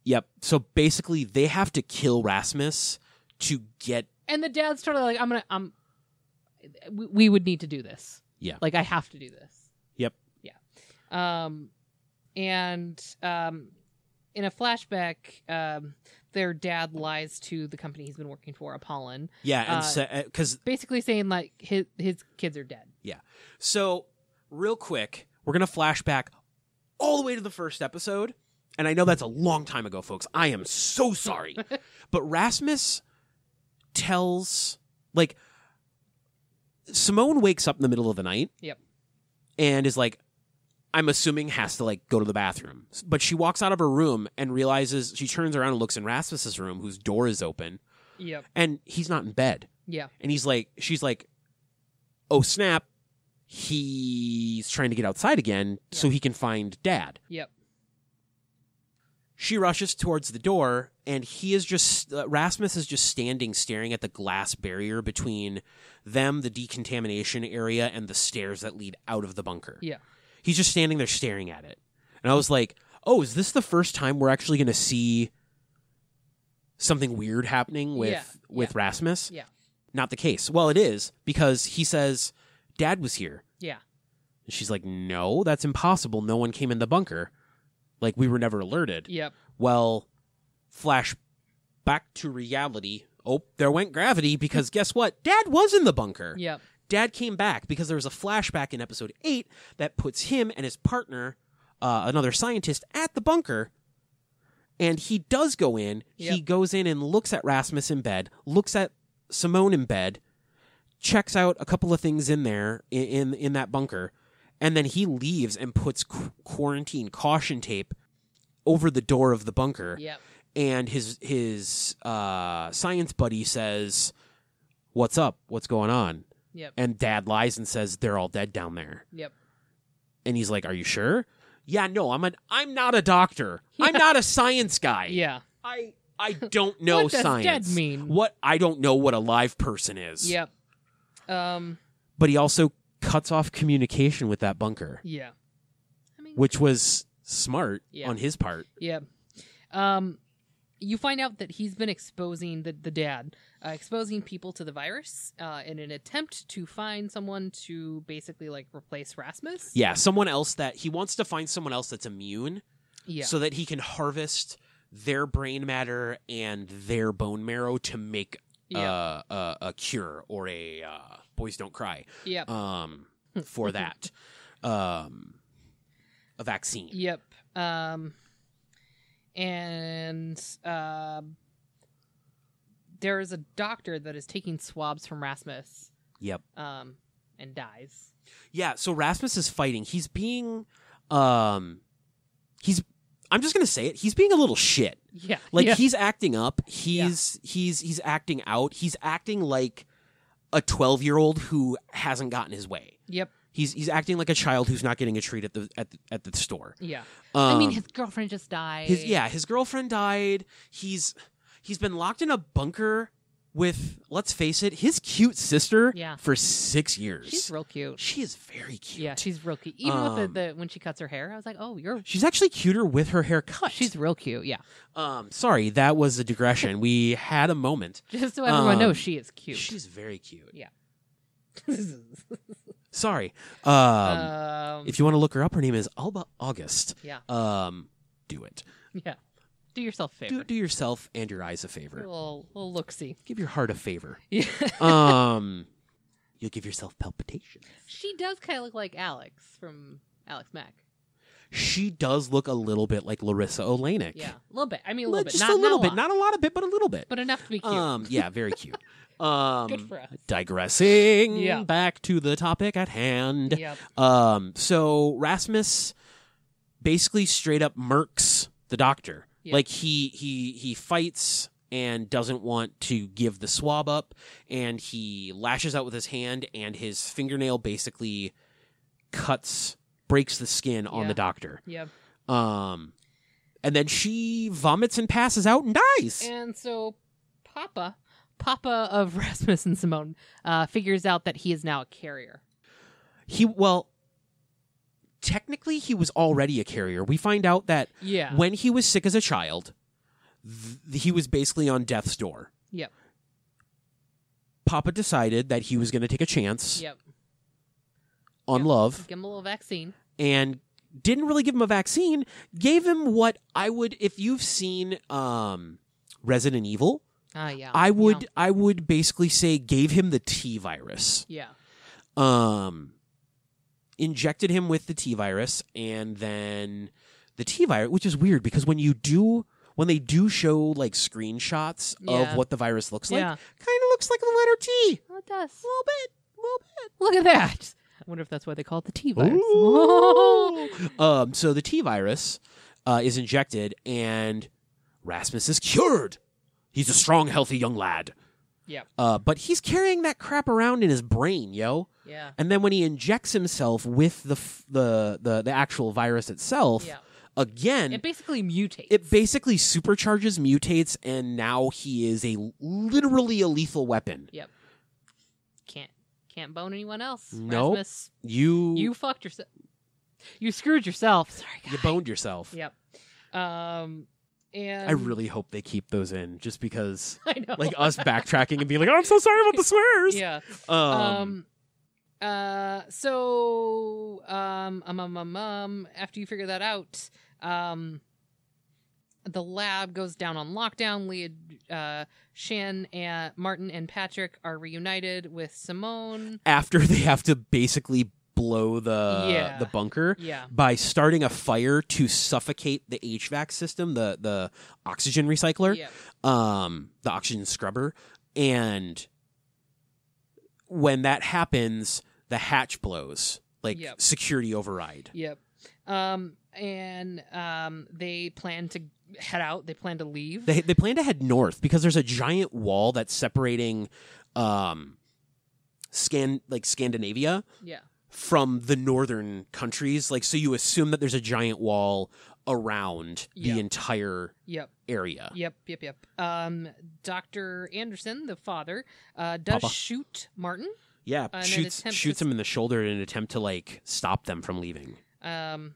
Speaker 2: Yep. So basically, they have to kill Rasmus to get.
Speaker 1: and the dad's totally like, "I'm gonna, I'm, we, we would need to do this.
Speaker 2: Yeah.
Speaker 1: like I have to do this.
Speaker 2: Yep.
Speaker 1: Yeah. Um, and um, in a flashback, um, their dad lies to the company he's been working for, Apollon,
Speaker 2: Yeah.
Speaker 1: Uh,
Speaker 2: And because
Speaker 1: basically saying like his his kids are dead.
Speaker 2: so real quick, we're going to flash back all the way to the first episode. And I know that's a long time ago, folks. I am so sorry. but Rasmus tells, like, Simone wakes up in the middle of the night.
Speaker 1: Yep.
Speaker 2: And is like, I'm assuming has to like go to the bathroom. S- But she walks out of her room and realizes she turns around and looks in Rasmus's room, whose door is open,
Speaker 1: Yep.
Speaker 2: and he's not in bed.
Speaker 1: Yeah.
Speaker 2: And he's like, she's like, oh snap, he's trying to get outside again so he can find dad.
Speaker 1: Yep.
Speaker 2: She rushes towards the door, and he is just, uh, Rasmus is just standing staring at the glass barrier between them, the decontamination area, and the stairs that lead out of the bunker.
Speaker 1: Yeah.
Speaker 2: He's just standing there staring at it. And I was like, oh, is this the first time we're actually going to see something weird happening with
Speaker 1: Yeah,
Speaker 2: with Rasmus?
Speaker 1: Yeah.
Speaker 2: Not the case. Well, it is because he says dad was here.
Speaker 1: Yeah.
Speaker 2: And she's like, "No, that's impossible. No one came in the bunker. Like we were never alerted."
Speaker 1: Yep.
Speaker 2: Well, flash back to reality. Oh, there went gravity because guess what? Dad was in the bunker.
Speaker 1: Yep.
Speaker 2: Dad came back because there was a flashback in episode eight that puts him and his partner, uh, another scientist, at the bunker. And he does go in. He
Speaker 1: Yep.
Speaker 2: goes in and looks at Rasmus in bed, looks at Simone in bed, checks out a couple of things in there i- in in, that bunker, and then he leaves and puts qu- quarantine caution tape over the door of the bunker
Speaker 1: Yep.
Speaker 2: and his his uh, science buddy says, "What's up? What's going on?"
Speaker 1: Yep.
Speaker 2: And Dad lies and says they're all dead down there.
Speaker 1: Yep.
Speaker 2: And he's like, "Are you sure?" Yeah, no, I'm an I'm not a doctor. I'm not a science guy.
Speaker 1: Yeah.
Speaker 2: I I don't know
Speaker 1: What does dead
Speaker 2: science.
Speaker 1: mean?
Speaker 2: What I don't know what a live person is.
Speaker 1: Yep. Um.
Speaker 2: But he also cuts off communication with that bunker,
Speaker 1: Yeah. I mean.
Speaker 2: which was smart
Speaker 1: Yeah.
Speaker 2: on his part.
Speaker 1: Yeah. Um, you find out that he's been exposing the, the dad, uh, exposing people to the virus uh, in an attempt to find someone to basically like replace Rasmus.
Speaker 2: Yeah, someone else that he wants to find someone else that's immune
Speaker 1: Yeah.
Speaker 2: so that he can harvest their brain matter and their bone marrow to make
Speaker 1: yeah.
Speaker 2: uh, a, a cure or a uh, boys don't cry
Speaker 1: yep.
Speaker 2: um,
Speaker 1: Hmm.
Speaker 2: for that um, a vaccine
Speaker 1: yep. Um, and um, there is a doctor that is taking swabs from Rasmus.
Speaker 2: Yep.
Speaker 1: Um, and dies.
Speaker 2: yeah so rasmus is fighting he's being um, he's i'm just gonna say it he's being a little shit
Speaker 1: Yeah.
Speaker 2: like
Speaker 1: yeah.
Speaker 2: he's acting up he's he's he's acting out he's acting like a 12 year old who hasn't gotten his way
Speaker 1: Yep.
Speaker 2: He's he's acting like a child who's not getting a treat at the at the, at the store.
Speaker 1: Yeah.
Speaker 2: Um,
Speaker 1: I mean, his girlfriend just died.
Speaker 2: his yeah, his girlfriend died. He's he's been locked in a bunker with let's face it, his cute sister
Speaker 1: Yeah.
Speaker 2: for six years.
Speaker 1: She's real cute.
Speaker 2: she is very cute.
Speaker 1: Yeah, she's real cute. Even
Speaker 2: Um,
Speaker 1: with the, the when she cuts her hair, I was like, "Oh, you're
Speaker 2: She's actually cuter with her hair cut.
Speaker 1: she's real cute." Yeah,
Speaker 2: um sorry, that was a digression. we had a moment.
Speaker 1: just so everyone
Speaker 2: Um,
Speaker 1: knows, she is cute.
Speaker 2: She's very cute.
Speaker 1: um,
Speaker 2: Sorry. Um, if you want to look her up, her name is Alba August.
Speaker 1: yeah,
Speaker 2: Um do it.
Speaker 1: yeah, do yourself a
Speaker 2: Do
Speaker 1: favor.
Speaker 2: do yourself and your eyes a favor.
Speaker 1: little little look see.
Speaker 2: give your heart a favor.
Speaker 1: Yeah,
Speaker 2: Um, you'll give yourself palpitations.
Speaker 1: she does kind of look like Alex from Alex Mack.
Speaker 2: She does look a little bit like Larissa Olenek.
Speaker 1: Yeah, a little bit. I mean, a
Speaker 2: Li-
Speaker 1: little bit,
Speaker 2: just
Speaker 1: not,
Speaker 2: a little
Speaker 1: not
Speaker 2: bit,
Speaker 1: lot,
Speaker 2: not a lot of bit, but a little bit.
Speaker 1: but enough to be cute.
Speaker 2: um, yeah, very cute. Um,
Speaker 1: Good for us.
Speaker 2: digressing
Speaker 1: Yeah.
Speaker 2: back to the topic at hand.
Speaker 1: Yep.
Speaker 2: Um, so Rasmus basically straight up murks the doctor.
Speaker 1: Yeah.
Speaker 2: Like he he he fights and doesn't want to give the swab up and he lashes out with his hand and his fingernail basically cuts breaks the skin on
Speaker 1: Yeah.
Speaker 2: the doctor.
Speaker 1: Yep.
Speaker 2: Um and then she vomits and passes out and dies.
Speaker 1: And so, Papa, Papa of Rasmus and Simone, uh, figures out that he is now a carrier.
Speaker 2: he well technically he was already a carrier. We find out that
Speaker 1: Yeah.
Speaker 2: when he was sick as a child, th- he was basically on death's door.
Speaker 1: Yep.
Speaker 2: Papa decided that he was going to take a chance
Speaker 1: Yep.
Speaker 2: on
Speaker 1: Yep.
Speaker 2: love
Speaker 1: Give him a little vaccine.
Speaker 2: and didn't really give him a vaccine, gave him what I would if you've seen um Resident Evil,
Speaker 1: Ah, yeah.
Speaker 2: I would I would basically say gave him the T virus.
Speaker 1: Yeah.
Speaker 2: Um injected him with the T virus, and then the T virus, which is weird because when you do when they do show like screenshots
Speaker 1: Yeah.
Speaker 2: of what the virus looks like,
Speaker 1: Yeah.
Speaker 2: kind of looks like the letter T,
Speaker 1: Well, Oh, it does.
Speaker 2: a little bit, a little bit.
Speaker 1: Look at that. I wonder if that's why they call it the T virus.
Speaker 2: Ooh. um, so the T virus uh, is injected, and Rasmus is cured. He's a strong, healthy young lad.
Speaker 1: Yep.
Speaker 2: Uh, but he's carrying that crap around in his brain, yo.
Speaker 1: yeah.
Speaker 2: And then when he injects himself with the f- the, the the actual virus itself,
Speaker 1: Yeah.
Speaker 2: again,
Speaker 1: It basically mutates.
Speaker 2: it basically supercharges, mutates, and now he is a literally a lethal weapon.
Speaker 1: yep. Can't can't bone anyone else.
Speaker 2: Nope.
Speaker 1: Rasmus,
Speaker 2: You
Speaker 1: you fucked yourself. You screwed yourself. Sorry, guys.
Speaker 2: you boned yourself.
Speaker 1: Yep. Um. And
Speaker 2: I really hope they keep those in, just because.
Speaker 1: I know.
Speaker 2: like us backtracking and being like, "Oh, I'm so sorry about the swears."
Speaker 1: yeah.
Speaker 2: Um,
Speaker 1: Um, uh so um um um um, um, after you figure that out um the lab goes down on lockdown Leah uh Shan and Martin and Patrick are reunited with Simone
Speaker 2: after they have to basically blow the
Speaker 1: Yeah.
Speaker 2: the bunker
Speaker 1: yeah
Speaker 2: by starting a fire to suffocate the HVAC system, the the oxygen recycler,
Speaker 1: yeah
Speaker 2: um, the oxygen scrubber, and when that happens, the hatch blows, like
Speaker 1: Yep.
Speaker 2: security override.
Speaker 1: yep um and um they plan to head out they plan to leave
Speaker 2: They they plan to head north because there's a giant wall that's separating, um, scan like Scandinavia.
Speaker 1: yeah
Speaker 2: from the northern countries. Like, so you assume that there's a giant wall around
Speaker 1: Yeah.
Speaker 2: the entire
Speaker 1: yep
Speaker 2: area.
Speaker 1: Yep, yep, yep. Um, Doctor Anderson, the father, uh, does
Speaker 2: Papa.
Speaker 1: shoot Martin.
Speaker 2: Yeah,
Speaker 1: An
Speaker 2: shoots
Speaker 1: attempt
Speaker 2: shoots
Speaker 1: to-
Speaker 2: him in the shoulder in an attempt to like stop them from leaving.
Speaker 1: Um,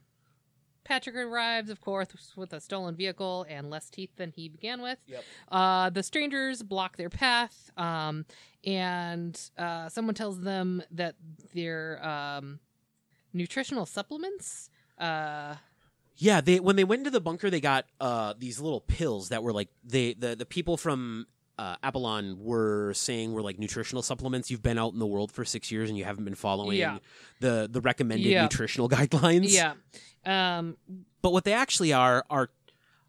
Speaker 1: Patrick arrives, of course, with a stolen vehicle and less teeth than he began with.
Speaker 2: Yep.
Speaker 1: Uh, the strangers block their path, um, and uh, someone tells them that their um, nutritional supplements. Uh,
Speaker 2: Yeah, they when they went into the bunker, they got uh these little pills that were like they the the people from. Uh, Apollon were saying were like nutritional supplements. You've been out in the world for six years and you haven't been following
Speaker 1: Yeah.
Speaker 2: the the recommended
Speaker 1: Yeah.
Speaker 2: nutritional guidelines.
Speaker 1: yeah. Um,
Speaker 2: But what they actually are are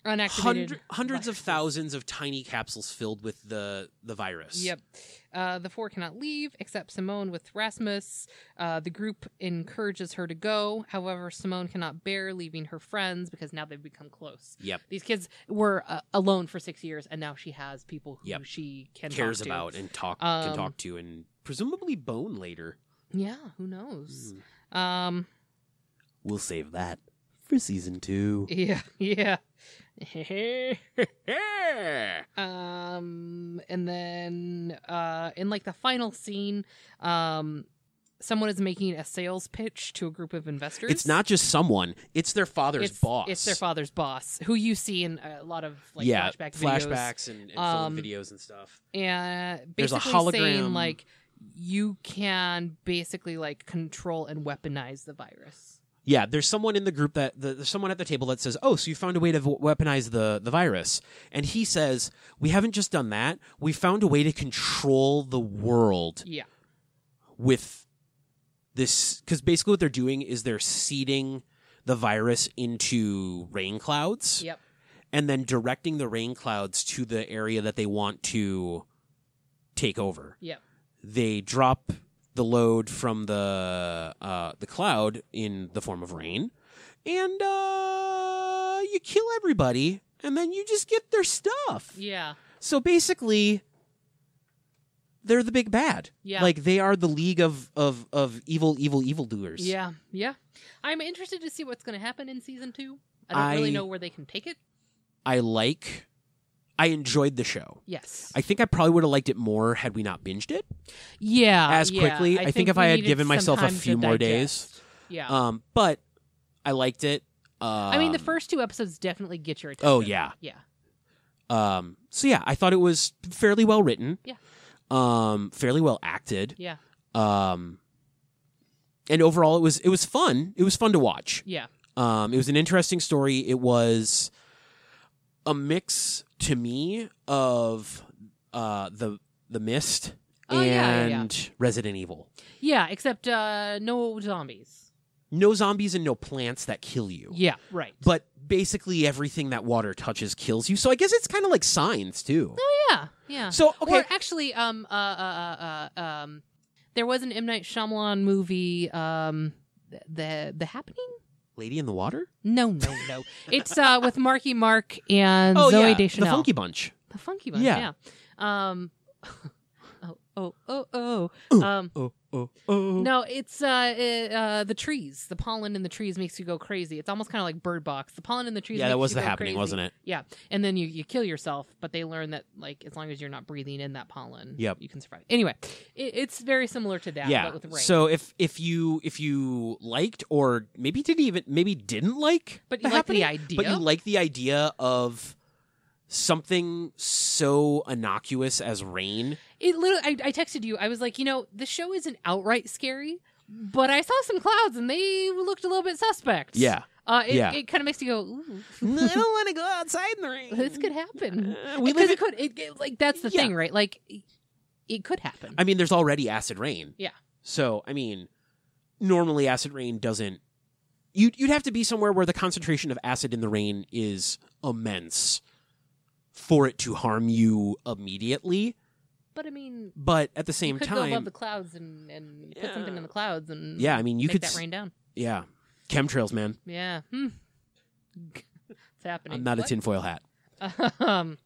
Speaker 1: unactivated.
Speaker 2: Hundred, hundreds of
Speaker 1: viruses.
Speaker 2: thousands of tiny capsules filled with the the virus.
Speaker 1: Yep. Uh, the four cannot leave except Simone with Rasmus. Uh, the group encourages her to go. However, Simone cannot bear leaving her friends because now they've become close.
Speaker 2: Yep.
Speaker 1: These kids were uh, alone for six years, and now she has people who
Speaker 2: Yep.
Speaker 1: she can talk
Speaker 2: Cares
Speaker 1: to.
Speaker 2: about and talk
Speaker 1: Um,
Speaker 2: can talk to and presumably bone later. Hmm.
Speaker 1: Yeah, who knows?
Speaker 2: Mm.
Speaker 1: Um,
Speaker 2: We'll save that for season two.
Speaker 1: yeah, yeah.
Speaker 2: Yeah.
Speaker 1: Um, and then uh, in like the final scene, um, someone is making a sales pitch to a group of investors.
Speaker 2: It's not just someone; it's their father's
Speaker 1: it's,
Speaker 2: boss.
Speaker 1: It's their father's boss, who you see in a lot of like
Speaker 2: yeah,
Speaker 1: flashback videos.
Speaker 2: flashbacks and, and
Speaker 1: Um,
Speaker 2: film videos and stuff.
Speaker 1: And
Speaker 2: There's a
Speaker 1: basically saying
Speaker 2: hologram.
Speaker 1: like you can basically like control and weaponize the virus.
Speaker 2: Yeah, there's someone in the group that the, there's someone at the table that says, "Oh, so you found a way to v- weaponize the the virus?" And he says, "We haven't just done that. We found a way to control the world
Speaker 1: Yeah.
Speaker 2: with this because basically what they're doing is they're seeding the virus into rain clouds
Speaker 1: Yep.
Speaker 2: and then directing the rain clouds to the area that they want to take over.
Speaker 1: Yep.
Speaker 2: They drop the load from the uh, the cloud in the form of rain, and uh, you kill everybody, and then you just get their stuff.
Speaker 1: Yeah.
Speaker 2: So basically, they're the big bad.
Speaker 1: Yeah.
Speaker 2: Like they are the league of of of evil, evil, evil doers.
Speaker 1: Yeah. Yeah. I'm interested to see what's going to happen in season two. I don't really
Speaker 2: I-
Speaker 1: know where they can take it.
Speaker 2: I like. I enjoyed the show.
Speaker 1: Yes.
Speaker 2: I think I probably would have liked it more had we not binged it.
Speaker 1: yeah.
Speaker 2: as
Speaker 1: yeah.
Speaker 2: quickly. I think if
Speaker 1: we
Speaker 2: I had
Speaker 1: needed
Speaker 2: given
Speaker 1: some
Speaker 2: myself a
Speaker 1: time to
Speaker 2: few more days.
Speaker 1: digest. Yeah.
Speaker 2: Um, but I liked it. Um,
Speaker 1: I mean, the first two episodes definitely get your attention.
Speaker 2: Oh yeah.
Speaker 1: Yeah.
Speaker 2: Um, so yeah, I thought it was fairly well written.
Speaker 1: Yeah.
Speaker 2: Um, fairly well acted.
Speaker 1: Yeah.
Speaker 2: Um, and overall, it was it was fun. It was fun to watch.
Speaker 1: Yeah.
Speaker 2: Um, it was an interesting story. It was a mix to me of uh the the mist
Speaker 1: Oh, yeah, yeah, yeah.
Speaker 2: and Resident Evil.
Speaker 1: Yeah, except uh, no zombies.
Speaker 2: no zombies and no plants that kill you.
Speaker 1: Yeah, right.
Speaker 2: But basically everything that water touches kills you. So I guess it's kind of like signs too.
Speaker 1: yeah, Oh, yeah.
Speaker 2: So okay,
Speaker 1: Or actually, um, uh, uh, uh, uh, um, there was an M Night Shyamalan movie, um, th- the the happening.
Speaker 2: Lady in the Water?
Speaker 1: No, no, no. it's uh with Marky Mark and
Speaker 2: oh
Speaker 1: Zoe
Speaker 2: yeah,
Speaker 1: Deschanel.
Speaker 2: the Funky Bunch.
Speaker 1: The funky one.
Speaker 2: Yeah.
Speaker 1: Yeah. Um. oh, oh, oh, oh.
Speaker 2: Ooh.
Speaker 1: Um.
Speaker 2: Oh oh oh.
Speaker 1: No, it's uh, uh, uh, the trees. The pollen in the trees makes you go crazy. It's almost kind of like Bird Box. The pollen in the trees.
Speaker 2: yeah,
Speaker 1: makes
Speaker 2: that was
Speaker 1: you
Speaker 2: the
Speaker 1: go
Speaker 2: happening,
Speaker 1: crazy.
Speaker 2: wasn't it?
Speaker 1: Yeah, and then you you kill yourself. But they learn that like as long as you're not breathing in that pollen,
Speaker 2: Yep.
Speaker 1: you can survive. Anyway, it, it's very similar to that.
Speaker 2: yeah.
Speaker 1: but with rain.
Speaker 2: So if if you if you liked or maybe didn't even maybe didn't like
Speaker 1: but
Speaker 2: the
Speaker 1: you like
Speaker 2: happening,
Speaker 1: the idea.
Speaker 2: but you like the idea of something so innocuous as rain.
Speaker 1: It literally, I, I texted you. I was like, you know, the show isn't outright scary, but I saw some clouds and they looked a little bit suspect. Uh, it
Speaker 2: Yeah.
Speaker 1: it kind of makes you go, ooh,
Speaker 2: I don't want to go outside in the rain.
Speaker 1: this could happen.
Speaker 2: Uh, we
Speaker 1: Because
Speaker 2: live
Speaker 1: it could. It, it- like, that's the
Speaker 2: Yeah.
Speaker 1: thing, right? Like, it- it could happen.
Speaker 2: I mean, there's already acid rain.
Speaker 1: Yeah.
Speaker 2: So I mean, normally acid rain doesn't. You'd you'd have to be somewhere where the concentration of acid in the rain is immense for it to harm you immediately.
Speaker 1: but I mean,
Speaker 2: But at the same
Speaker 1: you could go
Speaker 2: time,
Speaker 1: above the clouds and, and put
Speaker 2: Yeah.
Speaker 1: something in the clouds and
Speaker 2: yeah, I mean, you
Speaker 1: make
Speaker 2: could.
Speaker 1: that
Speaker 2: s-
Speaker 1: rain down.
Speaker 2: Yeah, chemtrails, man.
Speaker 1: Yeah. Hmm. it's happening.
Speaker 2: I'm not a
Speaker 1: What?
Speaker 2: tinfoil hat.
Speaker 1: Um,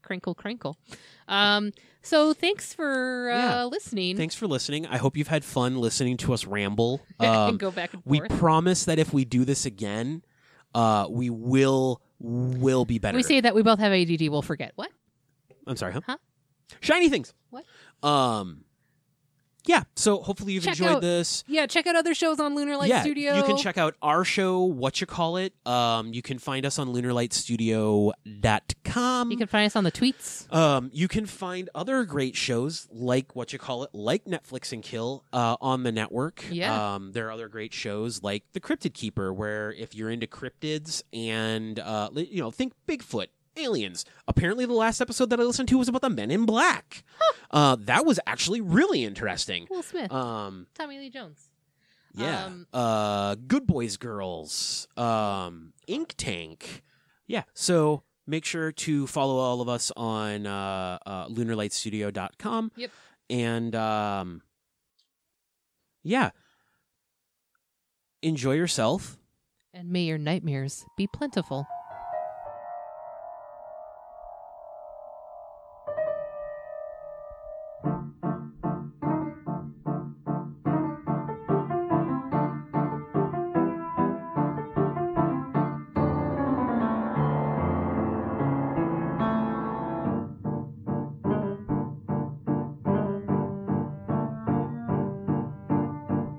Speaker 1: crinkle, crinkle. Um, so thanks for uh,
Speaker 2: Yeah.
Speaker 1: listening.
Speaker 2: Thanks for listening. I hope you've had fun listening to us ramble. Um,
Speaker 1: and go back and
Speaker 2: we
Speaker 1: forth.
Speaker 2: promise that if we do this again, uh, we will will be better.
Speaker 1: We say that we both have ADD. We'll forget what.
Speaker 2: I'm sorry, huh?
Speaker 1: Huh?
Speaker 2: Shiny things.
Speaker 1: What?
Speaker 2: Um. Yeah. So hopefully you've
Speaker 1: Check
Speaker 2: enjoyed
Speaker 1: out
Speaker 2: this.
Speaker 1: Yeah, check out other shows on Lunar Light
Speaker 2: yeah,
Speaker 1: Studio.
Speaker 2: you can check out our show, what you call it. Um, you can find us on lunarlightstudio.com.
Speaker 1: You can find us on the tweets.
Speaker 2: um, you can find other great shows like what you call it, like Netflix and Kill uh, on the network.
Speaker 1: Yeah.
Speaker 2: Um, there are other great shows like The Cryptid Keeper, where if you're into cryptids and uh, li- you know, think Bigfoot, aliens. Apparently, the last episode that I listened to was about the Men in Black. Uh, that was actually really interesting.
Speaker 1: Will Smith,
Speaker 2: Um,
Speaker 1: Tommy Lee Jones.
Speaker 2: yeah.
Speaker 1: Um,
Speaker 2: uh, Good Boys Girls, um, Ink Tank. Yeah. So make sure to follow all of us on uh, uh, lunarlightstudio.com.
Speaker 1: Yep.
Speaker 2: And um, yeah. Enjoy yourself.
Speaker 1: And may your nightmares be plentiful.
Speaker 3: Lunar Light Studio.